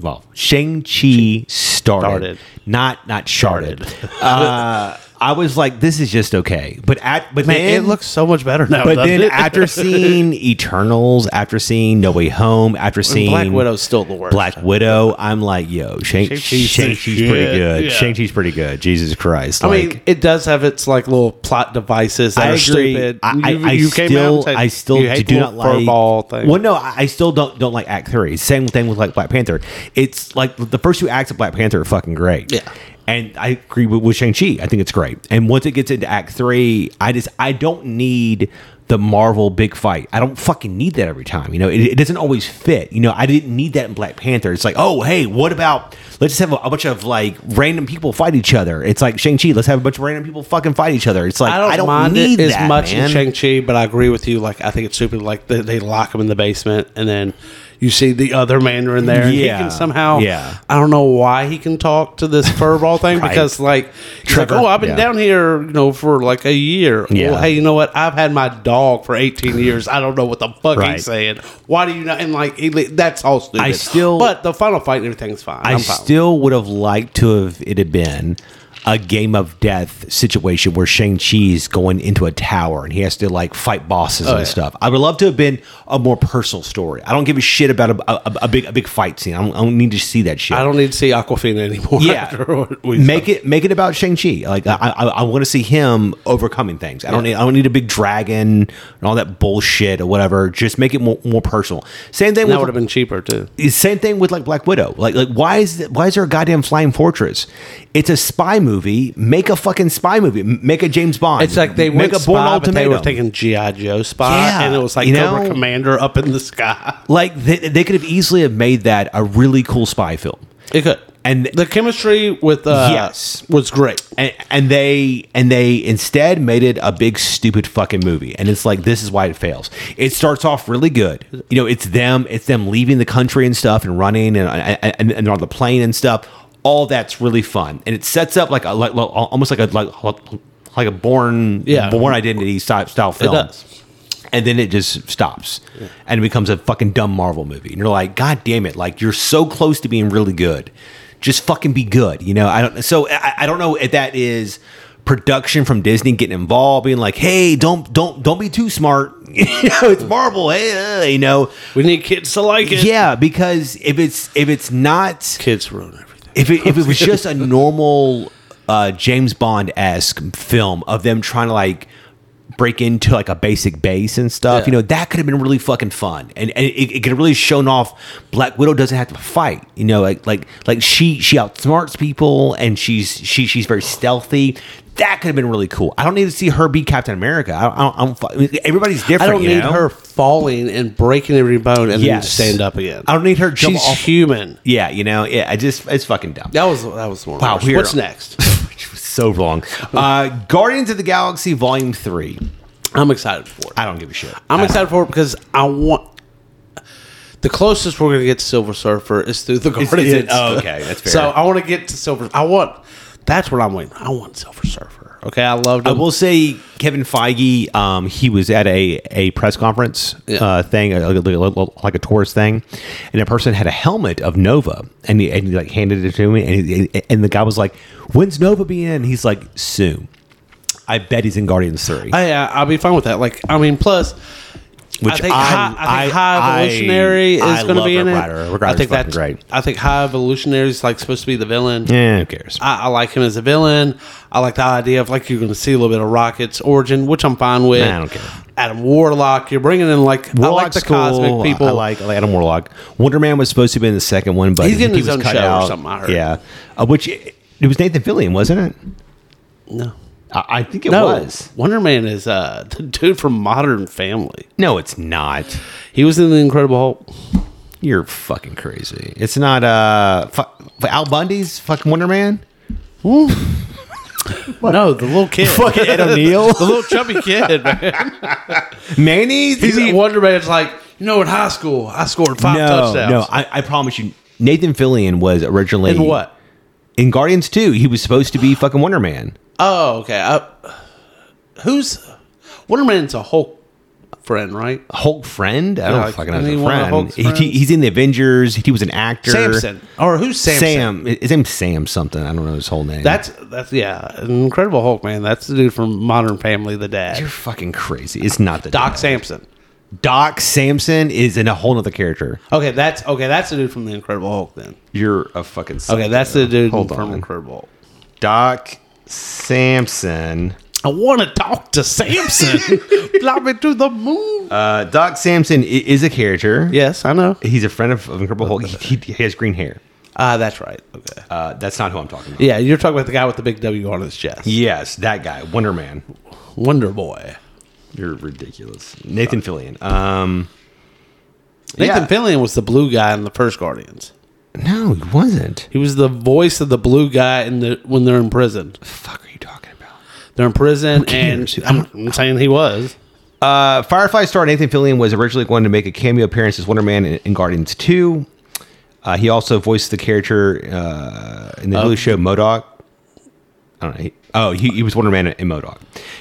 Speaker 1: well, Shang Chi started,
Speaker 2: Started.
Speaker 1: not not charted. uh, I was like, this is just okay, but at but
Speaker 2: Man,
Speaker 1: then
Speaker 2: it looks so much better now.
Speaker 1: But
Speaker 2: doesn't
Speaker 1: then
Speaker 2: it?
Speaker 1: after seeing Eternals, after seeing No Way Home, after seeing
Speaker 2: Black Widow's still the worst.
Speaker 1: Black Widow, I'm like, yo, Shang
Speaker 2: Shang-Chi's
Speaker 1: Shang
Speaker 2: the
Speaker 1: Chi's pretty
Speaker 2: shit.
Speaker 1: good.
Speaker 2: Yeah.
Speaker 1: Shang Chi's pretty good. Jesus Christ!
Speaker 2: I
Speaker 1: like,
Speaker 2: mean, it does have its like little plot devices that
Speaker 1: I
Speaker 2: are
Speaker 1: agree.
Speaker 2: stupid.
Speaker 1: I, I, I
Speaker 2: came out
Speaker 1: still,
Speaker 2: and said
Speaker 1: I still
Speaker 2: you hate
Speaker 1: do
Speaker 2: the
Speaker 1: not
Speaker 2: little
Speaker 1: like.
Speaker 2: furball thing.
Speaker 1: Well, no, I, I still don't don't like Act Three. Same thing with like Black Panther. It's like the first two acts of Black Panther are fucking great.
Speaker 2: Yeah.
Speaker 1: And I agree with, with Shang Chi. I think it's great. And once it gets into Act Three, I just I don't need the Marvel big fight. I don't fucking need that every time. You know, it, it doesn't always fit. You know, I didn't need that in Black Panther. It's like, oh hey, what about let's just have a, a bunch of like random people fight each other. It's like Shang Chi. Let's have a bunch of random people fucking fight each other. It's like
Speaker 2: I don't,
Speaker 1: I don't
Speaker 2: mind
Speaker 1: need
Speaker 2: it
Speaker 1: that,
Speaker 2: as much
Speaker 1: man.
Speaker 2: in Shang Chi, but I agree with you. Like, I think it's stupid. Like they, they lock him in the basement, and then you see the other Mandarin there. and he
Speaker 1: Yeah.
Speaker 2: can somehow.
Speaker 1: Yeah.
Speaker 2: I don't know why he can talk to this furball thing
Speaker 1: Right.
Speaker 2: because like, he's like,
Speaker 1: Trevor,
Speaker 2: oh, I've been
Speaker 1: yeah.
Speaker 2: down here, you know, for like a year.
Speaker 1: Yeah.
Speaker 2: Well, hey, you know what? I've had my dog for eighteen years. I don't know what the fuck
Speaker 1: Right.
Speaker 2: he's saying. Why do you not? And like, he, li- that's all stupid.
Speaker 1: I still-
Speaker 2: but the final fight and everything's fine.
Speaker 1: I
Speaker 2: I'm fine.
Speaker 1: still would have liked to have it had been a game of death situation where Shang Chi's going into a tower and he has to like fight bosses and
Speaker 2: Oh, yeah.
Speaker 1: stuff. I would love to have been a more personal story. I don't give a shit about a, a, a big a big fight scene. I don't, I don't need to see that shit.
Speaker 2: I don't need to see Aquafina anymore.
Speaker 1: yeah,
Speaker 2: after what we
Speaker 1: make it make it about Shang Chi. Like I, I, I want to see him overcoming things. I don't need I don't need a big dragon and all that bullshit or whatever. Just make it more, more personal. Same thing
Speaker 2: That
Speaker 1: with
Speaker 2: would have been cheaper too.
Speaker 1: It's Same thing with like Black Widow. Like, like why is th- why is there a goddamn flying fortress? It's a spy movie. Make a fucking spy movie. M- Make a James Bond.
Speaker 2: It's like they
Speaker 1: make
Speaker 2: went
Speaker 1: a
Speaker 2: spy, but they were
Speaker 1: Ultimatum.
Speaker 2: taking GI Joe spy,
Speaker 1: Yeah,
Speaker 2: and it was like
Speaker 1: you
Speaker 2: Cobra
Speaker 1: know?
Speaker 2: Commander up in the sky.
Speaker 1: like they, they could have easily have made that a really cool spy film.
Speaker 2: It could,
Speaker 1: And-
Speaker 2: the chemistry with uh,
Speaker 1: Yes.
Speaker 2: was great.
Speaker 1: And, and they and they instead made it a big stupid fucking movie and it's like this is why it fails it starts off really good you know it's them it's them leaving the country and stuff and running and and, and, and on the plane and stuff all that's really fun and it sets up like a like, like- almost like a like like a born
Speaker 2: Yeah.
Speaker 1: born identity style, style film
Speaker 2: does.
Speaker 1: and then it just stops and it becomes a fucking dumb Marvel movie. And you're like, God damn it! Like you're so close to being really good, just fucking be good. You know, I don't. So I, I don't know if that is production from Disney getting involved, being like, Hey, don't don't don't be too smart. you know, it's Marvel. Hey, uh, you know,
Speaker 2: We need kids to like it.
Speaker 1: yeah, because if it's if it's not
Speaker 2: kids ruin everything.
Speaker 1: If it, if it was just a normal uh, James Bond esque film of them trying to like break into like a basic base and stuff,
Speaker 2: Yeah.
Speaker 1: you know, that could have been really fucking fun, and, and it, it could have really shown off. Black Widow doesn't have to fight, you know, like like like she she outsmarts people and she's she she's very stealthy. That could have been really cool. I don't need to see her be Captain America. I don't. I don't, I don't fu- I mean, everybody's different.
Speaker 2: I don't
Speaker 1: you
Speaker 2: need
Speaker 1: know?
Speaker 2: her falling and breaking every bone and then
Speaker 1: Yes.
Speaker 2: stand up again.
Speaker 1: I don't need her jump
Speaker 2: She's
Speaker 1: off-
Speaker 2: human.
Speaker 1: Yeah, you know, yeah. I just it's fucking dumb.
Speaker 2: That was that was one. of the
Speaker 1: Wow,
Speaker 2: worst.
Speaker 1: we're-
Speaker 2: What's next?
Speaker 1: so wrong. Uh, Guardians of the Galaxy Volume Three.
Speaker 2: I'm excited for it.
Speaker 1: I don't give a shit.
Speaker 2: I'm
Speaker 1: I-
Speaker 2: excited for it because I want the closest we're gonna get to Silver Surfer is through the
Speaker 1: It's-
Speaker 2: Guardians.
Speaker 1: it's- oh, okay, that's fair.
Speaker 2: So I want to get to Silver. I want. That's what I'm waiting. I want Silver Surfer. Okay, I loved.
Speaker 1: I
Speaker 2: Him.
Speaker 1: will say Kevin Feige. Um, he was at a a press conference
Speaker 2: Yeah.
Speaker 1: uh, thing, uh, like, like- like a tourist thing, and a person had a helmet of Nova, and he, and he like handed it to me, and he, and the guy was like, "When's Nova being?" in?" He's like, "Soon." I bet he's in Guardians Three.
Speaker 2: I, I, I'll be fine with that. Like, I mean, plus.
Speaker 1: Which
Speaker 2: I think,
Speaker 1: I-
Speaker 2: high, I
Speaker 1: I-
Speaker 2: think high evolutionary
Speaker 1: I- I
Speaker 2: is going to
Speaker 1: love
Speaker 2: be in
Speaker 1: Red
Speaker 2: it.
Speaker 1: Rider. Red
Speaker 2: I
Speaker 1: Rider's fucking
Speaker 2: think that's
Speaker 1: great.
Speaker 2: I think high evolutionary is like supposed to be the villain.
Speaker 1: yeah, who cares?
Speaker 2: I, I like him as a villain. I like the idea of like you're going to see a little bit of Rocket's origin, which I'm fine with.
Speaker 1: Nah, I don't care.
Speaker 2: Adam Warlock, you're bringing in like I like
Speaker 1: Warlock's
Speaker 2: the
Speaker 1: cool.
Speaker 2: cosmic people.
Speaker 1: I like, I like Adam Warlock. Wonder Man was supposed to be in the second one, but
Speaker 2: He's
Speaker 1: I think
Speaker 2: getting
Speaker 1: he
Speaker 2: his
Speaker 1: was
Speaker 2: own
Speaker 1: cut
Speaker 2: show or
Speaker 1: out.
Speaker 2: something, I heard.
Speaker 1: Yeah, Uh, which it, it was Nathan Fillion, wasn't it?
Speaker 2: no,
Speaker 1: I, I think it
Speaker 2: no.
Speaker 1: was.
Speaker 2: Wonder Man is uh, the dude from Modern Family.
Speaker 1: No, it's not.
Speaker 2: He was in the Incredible Hulk.
Speaker 1: You're fucking crazy. It's not uh fu- Al Bundy's fucking Wonder Man.
Speaker 2: No, the little kid,
Speaker 1: Fucking Ed O'Neill?
Speaker 2: the little chubby kid. Man.
Speaker 1: Manny's.
Speaker 2: He's
Speaker 1: He-
Speaker 2: in Wonder Man's like you know in high school I scored five
Speaker 1: no,
Speaker 2: touchdowns.
Speaker 1: no. I, I promise you, Nathan Fillion was originally
Speaker 2: in what?
Speaker 1: in Guardians Two. He was supposed to be fucking Wonder Man.
Speaker 2: Oh, okay. I, who's Wonder Man's a Hulk friend, right?
Speaker 1: Hulk friend? I don't
Speaker 2: like,
Speaker 1: fucking know. if
Speaker 2: isn't
Speaker 1: he's
Speaker 2: he
Speaker 1: a
Speaker 2: one of
Speaker 1: friend.
Speaker 2: Hulk's
Speaker 1: He- he-
Speaker 2: friends?
Speaker 1: he's in the Avengers. He was an actor.
Speaker 2: Samson. Or who's Samson?
Speaker 1: Sam. His name's Sam something. I don't know his whole name.
Speaker 2: That's that's yeah, an incredible Hulk man. That's the dude from Modern Family, the
Speaker 1: you're
Speaker 2: dad,
Speaker 1: fucking crazy. It's not the
Speaker 2: Doc Sampson.
Speaker 1: Doc Samson is in a whole other character.
Speaker 2: Okay, that's okay. That's the dude from the Incredible Hulk. Then
Speaker 1: You're a fucking
Speaker 2: okay, that's the dude
Speaker 1: Hold
Speaker 2: from
Speaker 1: on.
Speaker 2: Incredible. Hulk.
Speaker 1: Doc Samson.
Speaker 2: I want to talk to Samson. Fly me to the moon.
Speaker 1: Uh, Doc Samson i- is a character.
Speaker 2: yes, I know.
Speaker 1: He's a friend of, of Incredible Hulk. He, he has green hair.
Speaker 2: Ah, that's right. Okay.
Speaker 1: Uh, that's not who I'm talking about.
Speaker 2: Yeah, you're talking about the guy with the big W on his chest,
Speaker 1: Yes, that guy, Wonder Man.
Speaker 2: Wonder Boy.
Speaker 1: You're ridiculous. Uh, Nathan Fillion. Um,
Speaker 2: Nathan
Speaker 1: Yeah.
Speaker 2: Fillion was the blue guy in the first Guardians.
Speaker 1: no, he wasn't.
Speaker 2: He was the voice of the blue guy in the when they're in prison.
Speaker 1: fuck are you talking about?
Speaker 2: They're in prison, and
Speaker 1: cares?
Speaker 2: I'm, I'm saying he was.
Speaker 1: Uh, Firefly star Nathan Fillion was originally going to make a cameo appearance as Wonder Man in, in Guardians 2. Uh, he also voiced the character uh, in the Hulu show Modoc. I don't know. He, oh, he, he was Wonder Man in Modoc.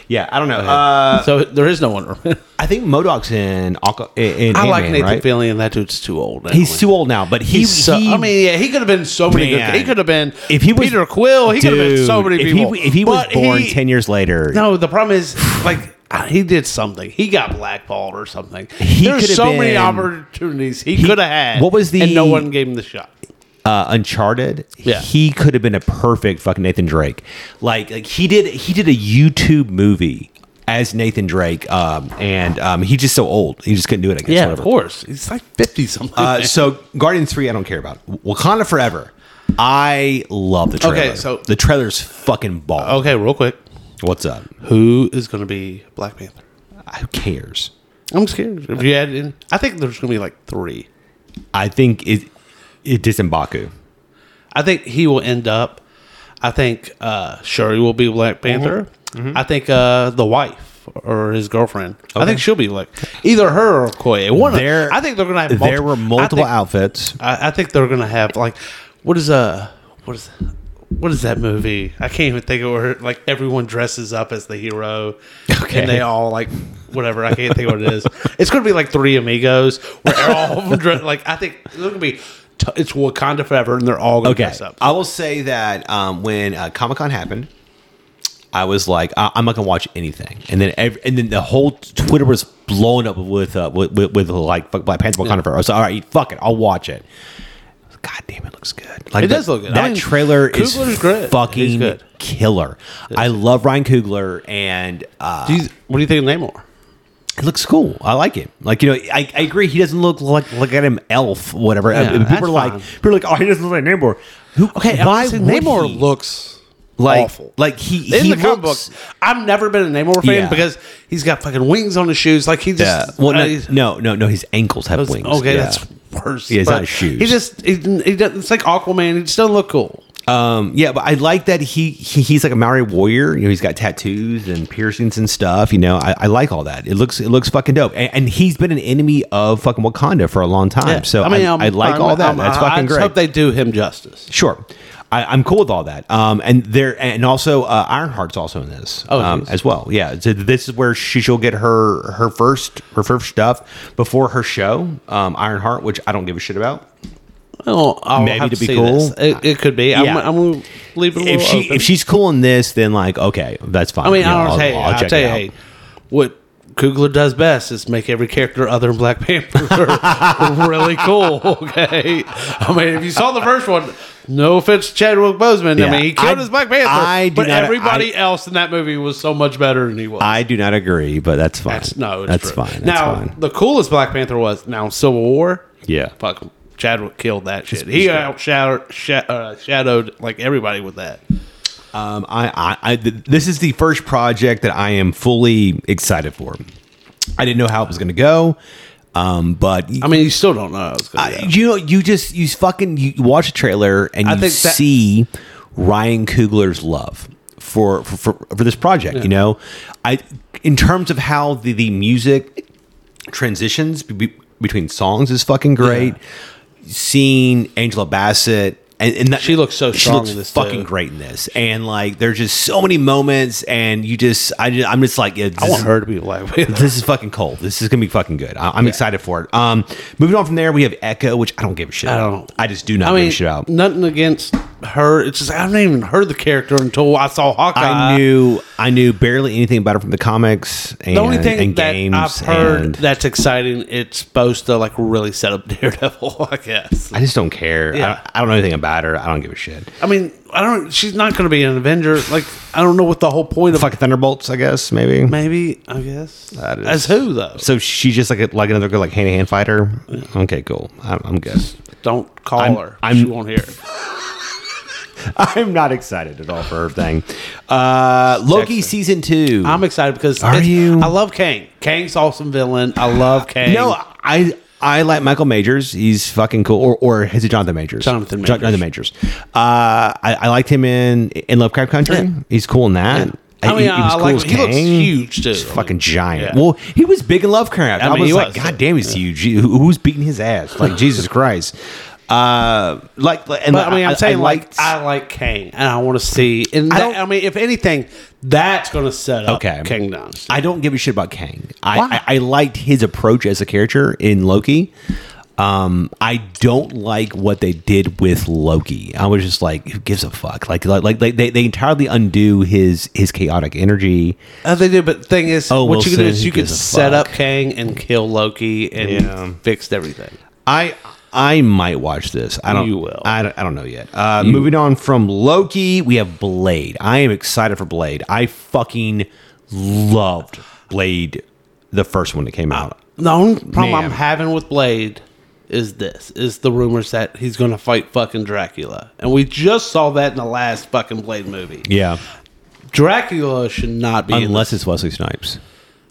Speaker 1: Yeah, I don't know. Uh,
Speaker 2: so there is no Wonder Man.
Speaker 1: I think Modoc's in. Aqua- in, in
Speaker 2: I like
Speaker 1: Ant-Man,
Speaker 2: Nathan
Speaker 1: right?
Speaker 2: Fillion. That dude's too old.
Speaker 1: He's too old now, but he,
Speaker 2: He's so,
Speaker 1: he-
Speaker 2: I mean, yeah, he could have been so many.
Speaker 1: Man.
Speaker 2: Good, he could have been
Speaker 1: if he was
Speaker 2: Peter Quill. He could have been so
Speaker 1: Dude,
Speaker 2: many
Speaker 1: if
Speaker 2: people.
Speaker 1: He, if he was
Speaker 2: But
Speaker 1: born
Speaker 2: he-
Speaker 1: ten years later,
Speaker 2: no, the problem is like he did something. He got blackballed or something.
Speaker 1: He could
Speaker 2: There's
Speaker 1: have
Speaker 2: so many
Speaker 1: been-
Speaker 2: opportunities he, could have had.
Speaker 1: what was the-
Speaker 2: and no one gave him the shot.
Speaker 1: uh, Uncharted,
Speaker 2: Yeah.
Speaker 1: he could have been a perfect fucking Nathan Drake. Like, like he did, he did a YouTube movie as Nathan Drake, um, and um, he's just so old, he just couldn't do it. I guess,
Speaker 2: Yeah,
Speaker 1: whatever.
Speaker 2: of course. He's like fifty something.
Speaker 1: Uh, so Guardians Three, I don't care about Wakanda Forever. I love the trailer.
Speaker 2: Okay, so- Oh.
Speaker 1: the trailer's fucking ball.
Speaker 2: okay, real quick,
Speaker 1: What's up?
Speaker 2: who is going to be Black Panther?
Speaker 1: Who cares?
Speaker 2: I'm scared. If you had, in, I think there's going to be like three.
Speaker 1: I think it it is in Baku.
Speaker 2: I think he will end up. I think uh, Shuri will be
Speaker 1: Mm-hmm.
Speaker 2: Black Panther. I think uh, the wife or his girlfriend. I think she'll be like either her or Koye. One. of-
Speaker 1: There-
Speaker 2: I think they're going to have.
Speaker 1: there
Speaker 2: multi-
Speaker 1: were multiple
Speaker 2: I think,
Speaker 1: outfits.
Speaker 2: I, I think they're going to have like what is uh what is what is that movie? I can't even think of where like everyone dresses up as the hero.
Speaker 1: Okay.
Speaker 2: And they all like whatever. I can't think what it is. It's going to be like Three Amigos where they're all of them dress, like I think it's going to be. T- it's Wakanda forever, and they're all going to
Speaker 1: Okay.
Speaker 2: dress up.
Speaker 1: I will say that um, when uh, Comic Con happened, I was like, I- I'm not gonna watch anything, and then ev- and then the whole Twitter was blowing up with uh, with, with, with like fuck Black Panther Wakanda Forever. I was like, all right, fuck it, I'll watch it. God damn, it looks good. Like
Speaker 2: It
Speaker 1: that-
Speaker 2: does look good. I
Speaker 1: That
Speaker 2: mean,
Speaker 1: trailer is
Speaker 2: Coogler's good. He's
Speaker 1: fucking
Speaker 2: good.
Speaker 1: killer. I love Ryan Coogler, and uh,
Speaker 2: Do you, what do you think of Namor?
Speaker 1: it looks cool. I like it. Like you know, I, I agree. He doesn't look like look at him elf whatever. Uh,
Speaker 2: Yeah,
Speaker 1: people
Speaker 2: that's
Speaker 1: are like
Speaker 2: fine.
Speaker 1: people are like oh he doesn't look like Namor. Who, okay, why would
Speaker 2: Namor
Speaker 1: he?
Speaker 2: looks
Speaker 1: like
Speaker 2: awful.
Speaker 1: like he
Speaker 2: in
Speaker 1: he
Speaker 2: the comic
Speaker 1: looks-
Speaker 2: books, I've never been a Namor fan
Speaker 1: Yeah.
Speaker 2: because he's got fucking wings on his shoes. Like he
Speaker 1: Yeah.
Speaker 2: just
Speaker 1: Well, no,
Speaker 2: uh, he's-
Speaker 1: no, no, no. His ankles have wings.
Speaker 2: Okay,
Speaker 1: Yeah.
Speaker 2: that's worse.
Speaker 1: Yeah, it's
Speaker 2: but
Speaker 1: not his shoes.
Speaker 2: He just he, he doesn't. It's like Aquaman. He just doesn't look cool.
Speaker 1: Um, yeah, but I like that he, he he's like a Maori warrior. You know, he's got tattoos and piercings and stuff. You know, I, I like all that. It looks it looks fucking dope. And, and he's been an enemy of fucking Wakanda for a long time. So I
Speaker 2: I'm
Speaker 1: I, like
Speaker 2: fine
Speaker 1: all
Speaker 2: with-
Speaker 1: that.
Speaker 2: I'm-
Speaker 1: That's
Speaker 2: I-
Speaker 1: fucking
Speaker 2: I just
Speaker 1: great.
Speaker 2: hope they do him justice.
Speaker 1: Sure. I, I'm cool with all that. Um, and there, and also uh, Ironheart's also in this
Speaker 2: Oh,
Speaker 1: um,
Speaker 2: geez.
Speaker 1: as well. Yeah, so this is where she, she'll get her her first her first stuff before her show, um, Ironheart, which I don't give a shit about.
Speaker 2: Oh, I'll
Speaker 1: Maybe
Speaker 2: have
Speaker 1: to
Speaker 2: to
Speaker 1: be
Speaker 2: see
Speaker 1: cool.
Speaker 2: this. It, it could be.
Speaker 1: Yeah.
Speaker 2: I'm, I'm gonna leave it a little
Speaker 1: If she
Speaker 2: open.
Speaker 1: if she's cool in this, then like okay, that's fine.
Speaker 2: I mean,
Speaker 1: You know,
Speaker 2: I'll, tell you,
Speaker 1: I'll
Speaker 2: I'll,
Speaker 1: check
Speaker 2: tell
Speaker 1: it
Speaker 2: you,
Speaker 1: out.
Speaker 2: hey, what Kugler does best is make every character other than Black Panther really cool. Okay, I mean, if you saw the first one, no offense to Chadwick Boseman, I
Speaker 1: Yeah,
Speaker 2: mean, he killed
Speaker 1: I-
Speaker 2: his Black Panther,
Speaker 1: I do
Speaker 2: but
Speaker 1: not-
Speaker 2: everybody
Speaker 1: I-
Speaker 2: else in that movie was so much better than he was.
Speaker 1: I do not agree, but that's fine.
Speaker 2: That's no, it's
Speaker 1: that's
Speaker 2: true.
Speaker 1: fine. That's
Speaker 2: now
Speaker 1: fine.
Speaker 2: the coolest Black Panther was now Civil War.
Speaker 1: Yeah.
Speaker 2: fuck Chadwick killed that shit. He outshadowed sha- uh, shadowed like everybody with that.
Speaker 1: Um, I, I, I, th- this is the first project that I am fully excited for. I didn't know how it was going to go, um, but
Speaker 2: I mean, you still don't know. how it's gonna
Speaker 1: I-
Speaker 2: go.
Speaker 1: you know, you just you fucking you watch a trailer and
Speaker 2: I
Speaker 1: you
Speaker 2: think that-
Speaker 1: see Ryan Coogler's love for for for, for this project. You know, I in terms of how the the music transitions be, be- between songs is fucking great. Seeing Angela Bassett. And, and that,
Speaker 2: She looks so
Speaker 1: she
Speaker 2: strong
Speaker 1: looks
Speaker 2: in this,
Speaker 1: fucking
Speaker 2: too.
Speaker 1: great in this, and like there's just so many moments, and you just I just, I'm just like yeah,
Speaker 2: I
Speaker 1: this
Speaker 2: want
Speaker 1: is-
Speaker 2: her to be Black Panther.
Speaker 1: this is fucking cold. This is gonna be fucking good. I, am excited for it. Um, moving on from there, we have Echo, which I don't give a shit.
Speaker 2: I
Speaker 1: about.
Speaker 2: don't-
Speaker 1: I just do not
Speaker 2: I
Speaker 1: give
Speaker 2: mean,
Speaker 1: a shit about.
Speaker 2: nothing against her. It's just I haven't even heard the character until I saw Hawkeye.
Speaker 1: I knew I knew barely anything about it from the comics and,
Speaker 2: the only thing
Speaker 1: and
Speaker 2: that
Speaker 1: games.
Speaker 2: I've heard
Speaker 1: and
Speaker 2: that's exciting. It's supposed to like really set up Daredevil. I guess.
Speaker 1: I just don't care.
Speaker 2: Yeah.
Speaker 1: I, I don't know anything about her. I don't give a shit.
Speaker 2: I mean, I don't. She's not going to be an Avenger. Like I don't know what the whole point of.
Speaker 1: Fucking Thunderbolts, I guess maybe.
Speaker 2: Maybe I guess
Speaker 1: That is-
Speaker 2: as who though.
Speaker 1: So she's just like a, like another good like hand to hand fighter. Okay, cool. I'm, I'm good.
Speaker 2: Don't call
Speaker 1: I'm-
Speaker 2: her.
Speaker 1: I'm-
Speaker 2: she won't hear. it.
Speaker 1: I'm not excited at all for her thing. Uh, Loki
Speaker 2: Dexter.
Speaker 1: season two.
Speaker 2: I'm excited because
Speaker 1: Are
Speaker 2: it's-
Speaker 1: you?
Speaker 2: I love Kang. Kang's awesome villain. I love Kang.
Speaker 1: No, I I like Michael Majors. He's fucking cool. Or or is it Jonathan Majors?
Speaker 2: Jonathan Majors.
Speaker 1: Jo- Jonathan Majors. Uh, I, I liked him in in Lovecraft Country. He's cool in that.
Speaker 2: I mean, I like.
Speaker 1: as
Speaker 2: He looks
Speaker 1: Kang.
Speaker 2: huge too.
Speaker 1: He's fucking giant.
Speaker 2: Yeah.
Speaker 1: Well, he was big in Lovecraft. I,
Speaker 2: I mean,
Speaker 1: was
Speaker 2: he
Speaker 1: like,
Speaker 2: was.
Speaker 1: God damn, he's huge. Who- Who's beating his ass? Like Jesus Christ. Uh, like, like- and
Speaker 2: But I mean, I'm saying like
Speaker 1: liked-
Speaker 2: I like Kang, and I want to see. And
Speaker 1: I
Speaker 2: I,
Speaker 1: don't-
Speaker 2: I mean, if anything, that's going to set up
Speaker 1: Okay.
Speaker 2: Kang Dynasty.
Speaker 1: I don't give a shit about Kang.
Speaker 2: Why?
Speaker 1: I, I, I liked his approach as a character in Loki. Um, I don't like what they did with Loki. I was just like, who gives a fuck? Like, like, like they, they entirely undo his his chaotic energy.
Speaker 2: Oh, they do. But the thing is,
Speaker 1: Oh,
Speaker 2: what
Speaker 1: Wilson,
Speaker 2: you can do is
Speaker 1: who
Speaker 2: you can
Speaker 1: gives a
Speaker 2: set
Speaker 1: fuck?
Speaker 2: up Kang and kill Loki and
Speaker 1: Yeah.
Speaker 2: fixed everything.
Speaker 1: I I might watch this. I don't.
Speaker 2: You will.
Speaker 1: I don't, I don't know yet. Uh, Moving on from Loki, we have Blade. I am excited for Blade. I fucking loved Blade, the first one that came out.
Speaker 2: The only problem
Speaker 1: Man.
Speaker 2: I'm having with Blade is this: is the rumors that he's going to fight fucking Dracula, and we just saw that in the last fucking Blade movie.
Speaker 1: Yeah,
Speaker 2: Dracula should not be in
Speaker 1: unless it's Wesley Snipes.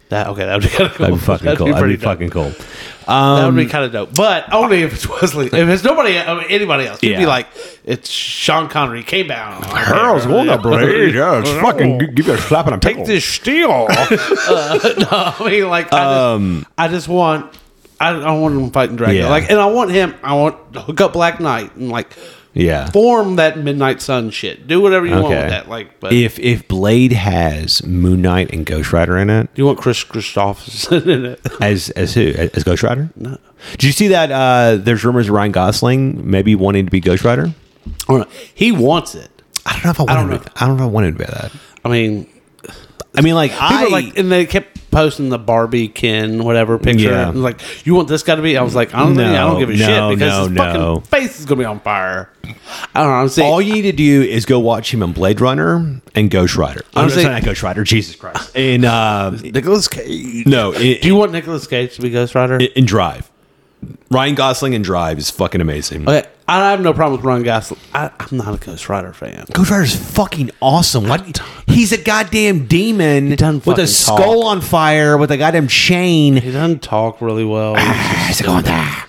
Speaker 2: that. Okay, that'd be kind of cool.
Speaker 1: That'd be fucking
Speaker 2: That'd
Speaker 1: cool.
Speaker 2: Be
Speaker 1: That'd be
Speaker 2: pretty dope.
Speaker 1: fucking cool.
Speaker 2: that
Speaker 1: Um,
Speaker 2: would be kind of dope, but only if it's Wesley. If it's nobody, I mean, anybody else, you'd
Speaker 1: Yeah.
Speaker 2: be like, it's Sean Connery came down.
Speaker 1: Girls want a blade. Yeah, it's fucking gi- give you a slap and a pickle.
Speaker 2: Take this steel. Uh, no, I mean, like, I, just, I just want, I, I want him fighting Dracula,
Speaker 1: Um, Yeah.
Speaker 2: like, and I want him, I want to hook up Black Knight and like,
Speaker 1: Yeah.
Speaker 2: form that Midnight Sun shit. Do whatever you want
Speaker 1: Okay.
Speaker 2: with that, like, but
Speaker 1: If if Blade has Moon Knight and Ghost Rider in it,
Speaker 2: you want Chris Christopherson in it?
Speaker 1: as as who? As as Ghost Rider? No. Did you see that? Uh, there's rumors of Ryan Gosling maybe wanting to be Ghost Rider.
Speaker 2: Or not. he wants it.
Speaker 1: I don't know if I
Speaker 2: don't
Speaker 1: wanted. I don't,
Speaker 2: know.
Speaker 1: I don't know if I wanted to be that.
Speaker 2: I mean,
Speaker 1: I mean, like
Speaker 2: people
Speaker 1: I
Speaker 2: like, and they kept posting the Barbie Ken whatever picture.
Speaker 1: Yeah.
Speaker 2: and Like you want this guy to be? I was like, honestly, I
Speaker 1: No,
Speaker 2: don't give a
Speaker 1: no,
Speaker 2: shit
Speaker 1: no,
Speaker 2: because his fucking
Speaker 1: no.
Speaker 2: face is gonna be on fire. I don't know. I'm saying
Speaker 1: All you need to do is go watch him in Blade Runner and Ghost Rider. I'm
Speaker 2: Honestly-
Speaker 1: sorry, not Ghost Rider. Jesus Christ. In uh,
Speaker 2: Nicholas Cage.
Speaker 1: no, in,
Speaker 2: Do you want Nicholas Cage to be Ghost Rider?
Speaker 1: in Drive. Ryan Gosling in Drive is fucking amazing.
Speaker 2: okay, I have no problem with Ron Gosling. I, I'm not a Ghost Rider fan.
Speaker 1: Ghost Rider's fucking awesome. What? He's a goddamn demon
Speaker 2: doesn't
Speaker 1: with a
Speaker 2: fucking
Speaker 1: skull
Speaker 2: talk.
Speaker 1: on fire with a goddamn chain. Ah,
Speaker 2: He doesn't talk really well.
Speaker 1: How's it going there?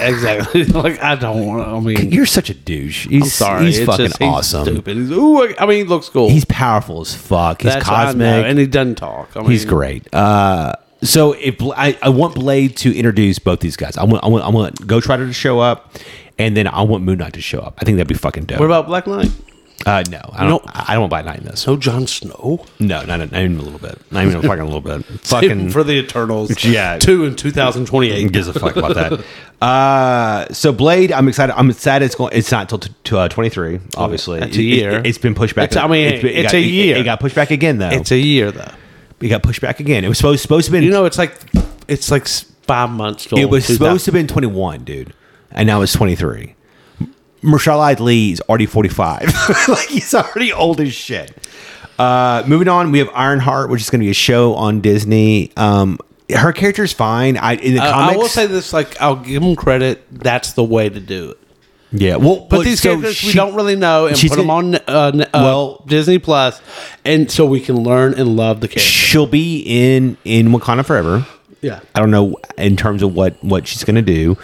Speaker 2: exactly. like I don't want. I mean,
Speaker 1: You're such a douche. He's,
Speaker 2: I'm sorry.
Speaker 1: He's
Speaker 2: It's
Speaker 1: fucking
Speaker 2: just-
Speaker 1: awesome.
Speaker 2: Stupid. He's, ooh, I- I mean, he looks cool.
Speaker 1: He's powerful as fuck. He's
Speaker 2: That's what I
Speaker 1: cosmic.
Speaker 2: know, and he doesn't talk. I mean,
Speaker 1: He's great. Uh, so if Bla- I, I want Blade to introduce both these guys, I want I want I want Ghost Rider to show up, and then I want Moon Knight to show up. I think that'd be fucking dope.
Speaker 2: What about Black Knight?
Speaker 1: uh, no, I don't. I don't want Black Knight in this.
Speaker 2: No, Jon Snow.
Speaker 1: No, not, not even a little bit. Not even a fucking little bit. Fucking
Speaker 2: for the Eternals.
Speaker 1: Yeah.
Speaker 2: two in 2028.
Speaker 1: gives a fuck about that. Uh, so Blade, I'm excited. I'm excited. It's going. It's not till t- to, uh, 23. Obviously,
Speaker 2: That's a year.
Speaker 1: It, has been pushed back.
Speaker 2: It's- I mean,
Speaker 1: been-
Speaker 2: it's
Speaker 1: got,
Speaker 2: a
Speaker 1: it-
Speaker 2: year.
Speaker 1: It, got pushed back again though.
Speaker 2: It's a year though.
Speaker 1: it got pushed back again. It was supposed supposed to be.
Speaker 2: You know, it's like it's like s- five months. till
Speaker 1: It was
Speaker 2: 2000.
Speaker 1: supposed to have been 21, dude. And now it's 23. M- Mahershala Ali is already 45. like, he's already old as shit. Uh, moving on, we have Ironheart, which is going to be a show on Disney. Um, her character's fine. I in the
Speaker 2: Uh,
Speaker 1: comics,
Speaker 2: I will say this: like, I'll give him credit. That's the way to do it.
Speaker 1: yeah. Well,
Speaker 2: But these characters we don't really know, and
Speaker 1: she's
Speaker 2: put them on uh, n- uh,
Speaker 1: Well-
Speaker 2: Disney Plus, and so we can learn and love the character.
Speaker 1: She'll be in in Wakanda forever.
Speaker 2: Yeah,
Speaker 1: I don't know in terms of what what she's going to do,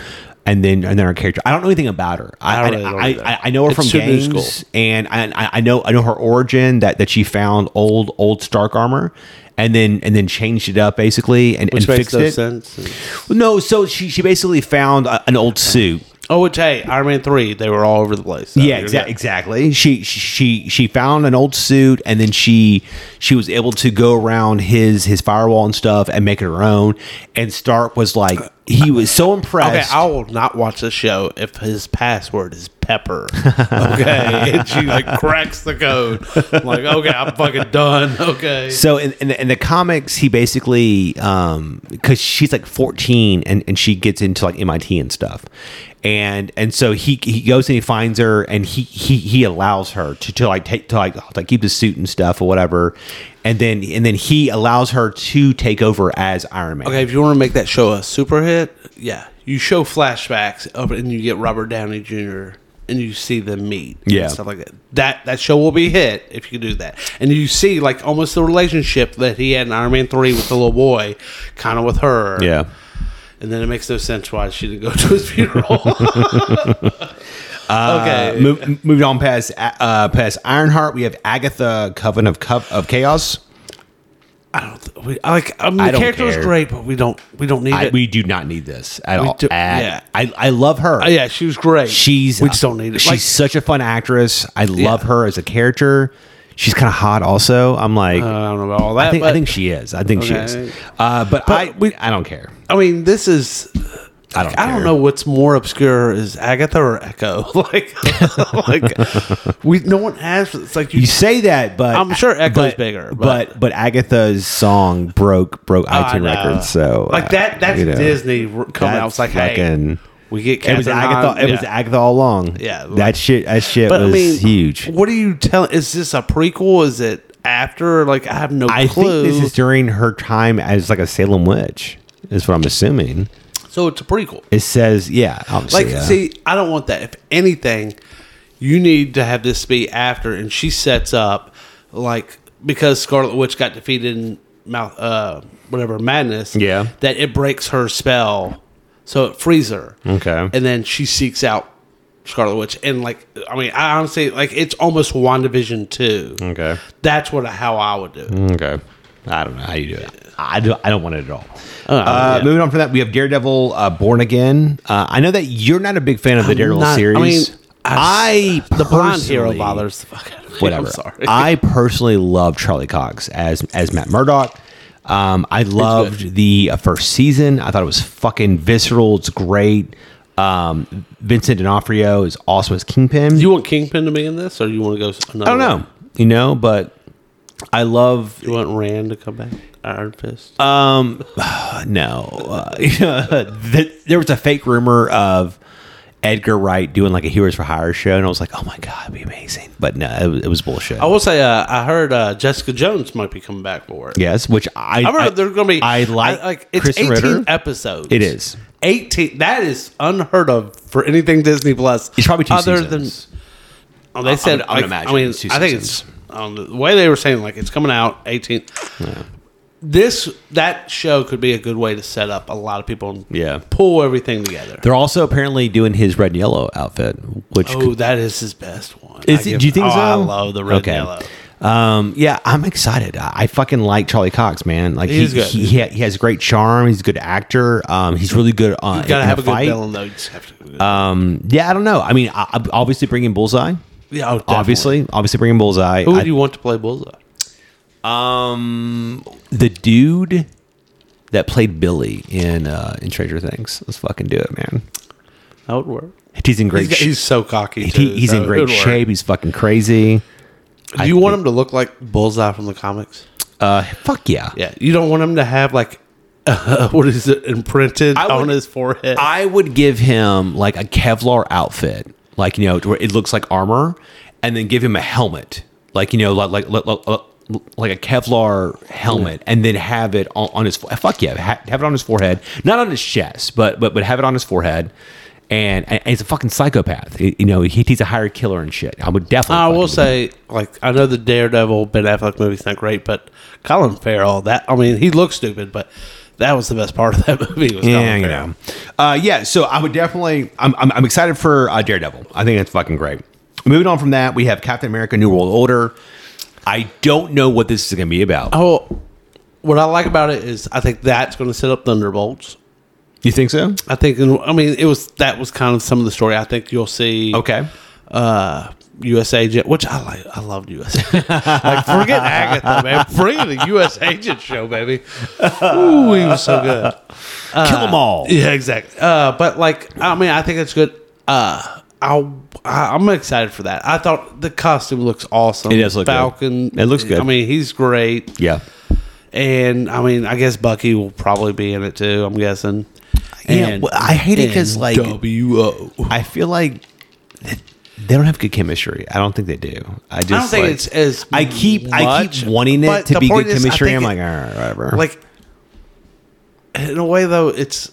Speaker 1: and then and then her character. I don't know anything about her. I
Speaker 2: I
Speaker 1: I,
Speaker 2: really don't
Speaker 1: I,
Speaker 2: either.
Speaker 1: I, I know her
Speaker 2: It's
Speaker 1: from
Speaker 2: too new
Speaker 1: games,
Speaker 2: school.
Speaker 1: and I, I I know I know her origin that that she found old old Stark armor. And then and then changed it up basically and, and
Speaker 2: which makes
Speaker 1: fixed
Speaker 2: no
Speaker 1: it.
Speaker 2: sense.
Speaker 1: No, so she, she basically found a, an old suit.
Speaker 2: Oh, which hey, Iron Man three, they were all over the place. So
Speaker 1: yeah,
Speaker 2: you're
Speaker 1: exa-
Speaker 2: good.
Speaker 1: exactly. She she she found an old suit, and then she she was able to go around his his firewall and stuff and make it her own. And Stark was like, he was so
Speaker 2: Okay,
Speaker 1: impressed.
Speaker 2: I will not watch the show if his password is Pepper. Okay, and she like cracks the code. I'm like, okay, I'm fucking done. Okay,
Speaker 1: So in, in, the, in the comics, he basically um because she's like fourteen and, and she gets into like MIT and stuff, and and so he he goes and he finds her and he he he allows her to, to like take to like like keep the suit and stuff or whatever, and then and then he allows her to take over as Iron Man.
Speaker 2: okay. If you want to make that show a super hit, yeah, you show flashbacks of, and you get Robert Downey Jr. and you see them meet, and
Speaker 1: Yeah.
Speaker 2: stuff like that. That that show will be hit if you do that, and you see like almost the relationship that he had in Iron Man three with the little boy, kind of with her,
Speaker 1: Yeah.
Speaker 2: And then it makes no sense why she didn't go to his funeral. okay.
Speaker 1: Uh, mo- moved on past uh, past Ironheart, we have Agatha Coven of Co- of Chaos.
Speaker 2: I don't. Th- we, I like. I mean,
Speaker 1: I
Speaker 2: the
Speaker 1: don't
Speaker 2: character was
Speaker 1: care.
Speaker 2: great, but we don't. We don't need
Speaker 1: I,
Speaker 2: it.
Speaker 1: we do not need this at all.
Speaker 2: do-
Speaker 1: At-
Speaker 2: yeah.
Speaker 1: I I love her.
Speaker 2: Uh, yeah, she was great.
Speaker 1: She's
Speaker 2: We just don't need it.
Speaker 1: She's
Speaker 2: Like-
Speaker 1: such a fun actress. I love her as a character. She's kind of hot, also. I'm like,
Speaker 2: I don't know about all that.
Speaker 1: I think
Speaker 2: Uh, but,
Speaker 1: I think she is. I think
Speaker 2: Okay.
Speaker 1: she is. Uh, but, I
Speaker 2: we-
Speaker 1: I don't care.
Speaker 2: I mean, this is.
Speaker 1: I don't.
Speaker 2: I don't
Speaker 1: care.
Speaker 2: know what's more obscure is Agatha or Echo. like, like we no one has. It's like you.
Speaker 1: You say that, but
Speaker 2: I'm sure Echo's
Speaker 1: but-
Speaker 2: bigger,
Speaker 1: But,
Speaker 2: but-
Speaker 1: but Agatha's song broke broke
Speaker 2: I
Speaker 1: iTunes
Speaker 2: know.
Speaker 1: records. So uh,
Speaker 2: like that. That's
Speaker 1: you know,
Speaker 2: Disney r- coming out. It's like, hey,
Speaker 1: fucking-
Speaker 2: we get.
Speaker 1: It was
Speaker 2: Catherine
Speaker 1: Agatha.
Speaker 2: Hahn.
Speaker 1: It was
Speaker 2: Yeah.
Speaker 1: Agatha all along.
Speaker 2: Yeah.
Speaker 1: that shit. That shit
Speaker 2: But
Speaker 1: was
Speaker 2: I mean,
Speaker 1: huge.
Speaker 2: What are you telling? Is this a prequel? Is it after? Like, I have no
Speaker 1: I
Speaker 2: clue.
Speaker 1: think this is during her time as like a Salem witch. Is what I'm assuming.
Speaker 2: so it's a prequel.
Speaker 1: It says, yeah, obviously.
Speaker 2: Like,
Speaker 1: yeah.
Speaker 2: see, I don't want that. If anything, you need to have this be after, and she sets up like because Scarlet Witch got defeated in Mouth, uh, whatever madness.
Speaker 1: Yeah.
Speaker 2: that it breaks her spell, so it frees her.
Speaker 1: Okay.
Speaker 2: and then she seeks out Scarlet Witch, and like, I mean, I honestly like it's almost Wandavision too.
Speaker 1: okay.
Speaker 2: That's what how I would do. it.
Speaker 1: Okay. I don't know how you do it. I do. I don't want it at all. Uh,
Speaker 2: yeah.
Speaker 1: Moving on from that, we have Daredevil: uh, Born Again. Uh, I know that you're not a big fan of the Daredevil
Speaker 2: Not-
Speaker 1: series.
Speaker 2: I mean, I, the blonde hero
Speaker 1: personally-
Speaker 2: bothers the fuck out of me.
Speaker 1: Whatever.
Speaker 2: I'm sorry.
Speaker 1: I personally love Charlie Cox as as Matt Murdock. Um, I loved the uh, first season. I thought it was fucking visceral. It's great. Um, Vincent D'Onofrio is awesome as Kingpin.
Speaker 2: do you want Kingpin to be in this, or do you want to go? s- Another
Speaker 1: I don't know, you know, but I love
Speaker 2: You want Rand to come back? Iron Fist.
Speaker 1: Um, no. Uh, the, there was a fake rumor of Edgar Wright doing like a Heroes for Hire show, and I was like, oh my god, it'd be amazing. But no, it, was- it was bullshit.
Speaker 2: I will say, uh, I heard uh, Jessica Jones might be coming back for it.
Speaker 1: yes, which I
Speaker 2: I remember there's going to be.
Speaker 1: I like,
Speaker 2: it's
Speaker 1: Chris
Speaker 2: 18
Speaker 1: Ritter.
Speaker 2: episodes.
Speaker 1: It is.
Speaker 2: 18. That is unheard of for anything Disney Plus.
Speaker 1: It's probably two
Speaker 2: other
Speaker 1: seasons.
Speaker 2: than. Oh, they said.
Speaker 1: I would
Speaker 2: like,
Speaker 1: imagine
Speaker 2: I mean,
Speaker 1: it's two
Speaker 2: I think it's um, the way they were saying. Like it's coming out 18. This that show could be a good way to set up a lot of people. And
Speaker 1: Yeah.
Speaker 2: pull everything together.
Speaker 1: They're also apparently doing his red and yellow outfit, which
Speaker 2: Oh, that is his best one.
Speaker 1: Is
Speaker 2: I
Speaker 1: it-
Speaker 2: give-
Speaker 1: do you think
Speaker 2: oh,
Speaker 1: so?
Speaker 2: I love the red
Speaker 1: Okay.
Speaker 2: and yellow.
Speaker 1: Um, yeah, I'm excited. I, I fucking like Charlie Cox, man. Like
Speaker 2: He's
Speaker 1: he,
Speaker 2: good.
Speaker 1: he, he, he has great charm. He's a good actor. Um, he's really good on
Speaker 2: Gotta
Speaker 1: in
Speaker 2: have a good
Speaker 1: fight.
Speaker 2: villain though. You just have to. have a good-
Speaker 1: Um, yeah, I don't know. I mean, I, I- obviously bringing Bullseye.
Speaker 2: yeah, oh, definitely.
Speaker 1: Obviously, obviously bringing Bullseye.
Speaker 2: Who
Speaker 1: I-
Speaker 2: would you want to play Bullseye?
Speaker 1: Um, the dude that played Billy in uh, in Stranger Things. Let's fucking do it, man.
Speaker 2: That would work.
Speaker 1: He's in
Speaker 2: He's,
Speaker 1: great.
Speaker 2: got-
Speaker 1: sh-
Speaker 2: he's so cocky. too,
Speaker 1: he- he's
Speaker 2: so
Speaker 1: in
Speaker 2: it
Speaker 1: great
Speaker 2: would work.
Speaker 1: shape. He's fucking crazy.
Speaker 2: Do you want him to look like Bullseye from the comics?
Speaker 1: Uh, fuck yeah.
Speaker 2: Yeah, you don't want him to have like what is it imprinted
Speaker 1: I
Speaker 2: on
Speaker 1: would-
Speaker 2: his forehead.
Speaker 1: I would give him like a Kevlar outfit, like you know, to where it looks like armor, and then give him a helmet, like you know, like like like, like, like a Kevlar helmet, and then have it on, on his fo- fuck yeah, ha- have it on his forehead, not on his chest, but but but have it on his forehead. And, and he's a fucking psychopath. You know, he, he's a hired killer and shit. I would definitely.
Speaker 2: I will
Speaker 1: fucking-
Speaker 2: say, like, I know the Daredevil Ben Affleck movie's not great, but Colin Farrell, that I mean, he looks stupid, but that was the best part of that movie. Was
Speaker 1: Yeah,
Speaker 2: Colin
Speaker 1: you
Speaker 2: Farrell.
Speaker 1: know. Uh, yeah, so I would definitely. I'm, I'm, I'm excited for uh, Daredevil. I think that's fucking great. Moving on from that, we have Captain America: New World Order. I don't know what this is going to be about.
Speaker 2: Oh, what I like about it is I think that's going to set up Thunderbolts.
Speaker 1: You think so?
Speaker 2: I think, I mean, it was that was kind of some of the story. I think you'll see.
Speaker 1: Okay.
Speaker 2: uh, U.S. agent, which I like. I loved U.S. agent. like forget Agatha, man. Bring the U.S. agent show, baby. Ooh, he was so good.
Speaker 1: Kill them all.
Speaker 2: Yeah, exactly. Uh, but like, I mean, I think it's good. Uh, I'll, I- I'm excited for that. I thought the costume looks awesome.
Speaker 1: It does look good.
Speaker 2: Falcon.
Speaker 1: It looks good.
Speaker 2: I mean, he's great,
Speaker 1: Yeah.
Speaker 2: and I mean, I guess Bucky will probably be in it too. I'm guessing.
Speaker 1: yeah. well, I hate it because
Speaker 2: and
Speaker 1: like
Speaker 2: W.O.
Speaker 1: I feel like they don't have good chemistry. I don't think they do. I just
Speaker 2: I don't think
Speaker 1: like-
Speaker 2: it's as
Speaker 1: I keep I
Speaker 2: much,
Speaker 1: keep wanting it
Speaker 2: but
Speaker 1: to
Speaker 2: the
Speaker 1: be
Speaker 2: point
Speaker 1: good
Speaker 2: is, I
Speaker 1: chemistry.
Speaker 2: think
Speaker 1: I'm
Speaker 2: it-
Speaker 1: like, uh, all right, whatever.
Speaker 2: like in a way though it's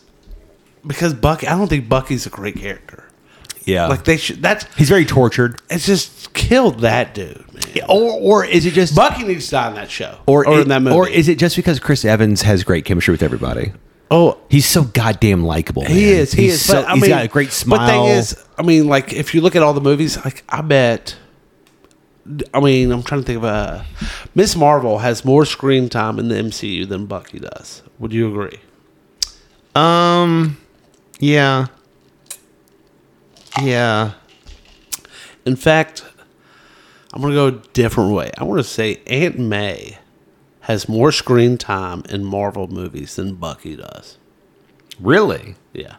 Speaker 2: because bucky i don't think bucky's a great character
Speaker 1: yeah,
Speaker 2: like they should that's
Speaker 1: he's very tortured.
Speaker 2: it's just killed that dude man.
Speaker 1: Or or is it just
Speaker 2: bucky needs to die in that show
Speaker 1: or, it-
Speaker 2: in that movie
Speaker 1: or is it just because Chris Evans has great chemistry with everybody?
Speaker 2: oh
Speaker 1: He's so goddamn likable.
Speaker 2: he
Speaker 1: man.
Speaker 2: is he
Speaker 1: He's
Speaker 2: is
Speaker 1: So,
Speaker 2: but, I
Speaker 1: he's
Speaker 2: mean,
Speaker 1: got a great smile.
Speaker 2: but thing is i mean like if you look at all the movies like i bet I mean, I'm trying to think of a. Miss Marvel has more screen time in the MCU than Bucky does. Would you agree?
Speaker 1: um, yeah, yeah.
Speaker 2: In fact, I'm going to go a different way. I want to say Aunt May has more screen time in Marvel movies than Bucky does.
Speaker 1: Really,
Speaker 2: Yeah.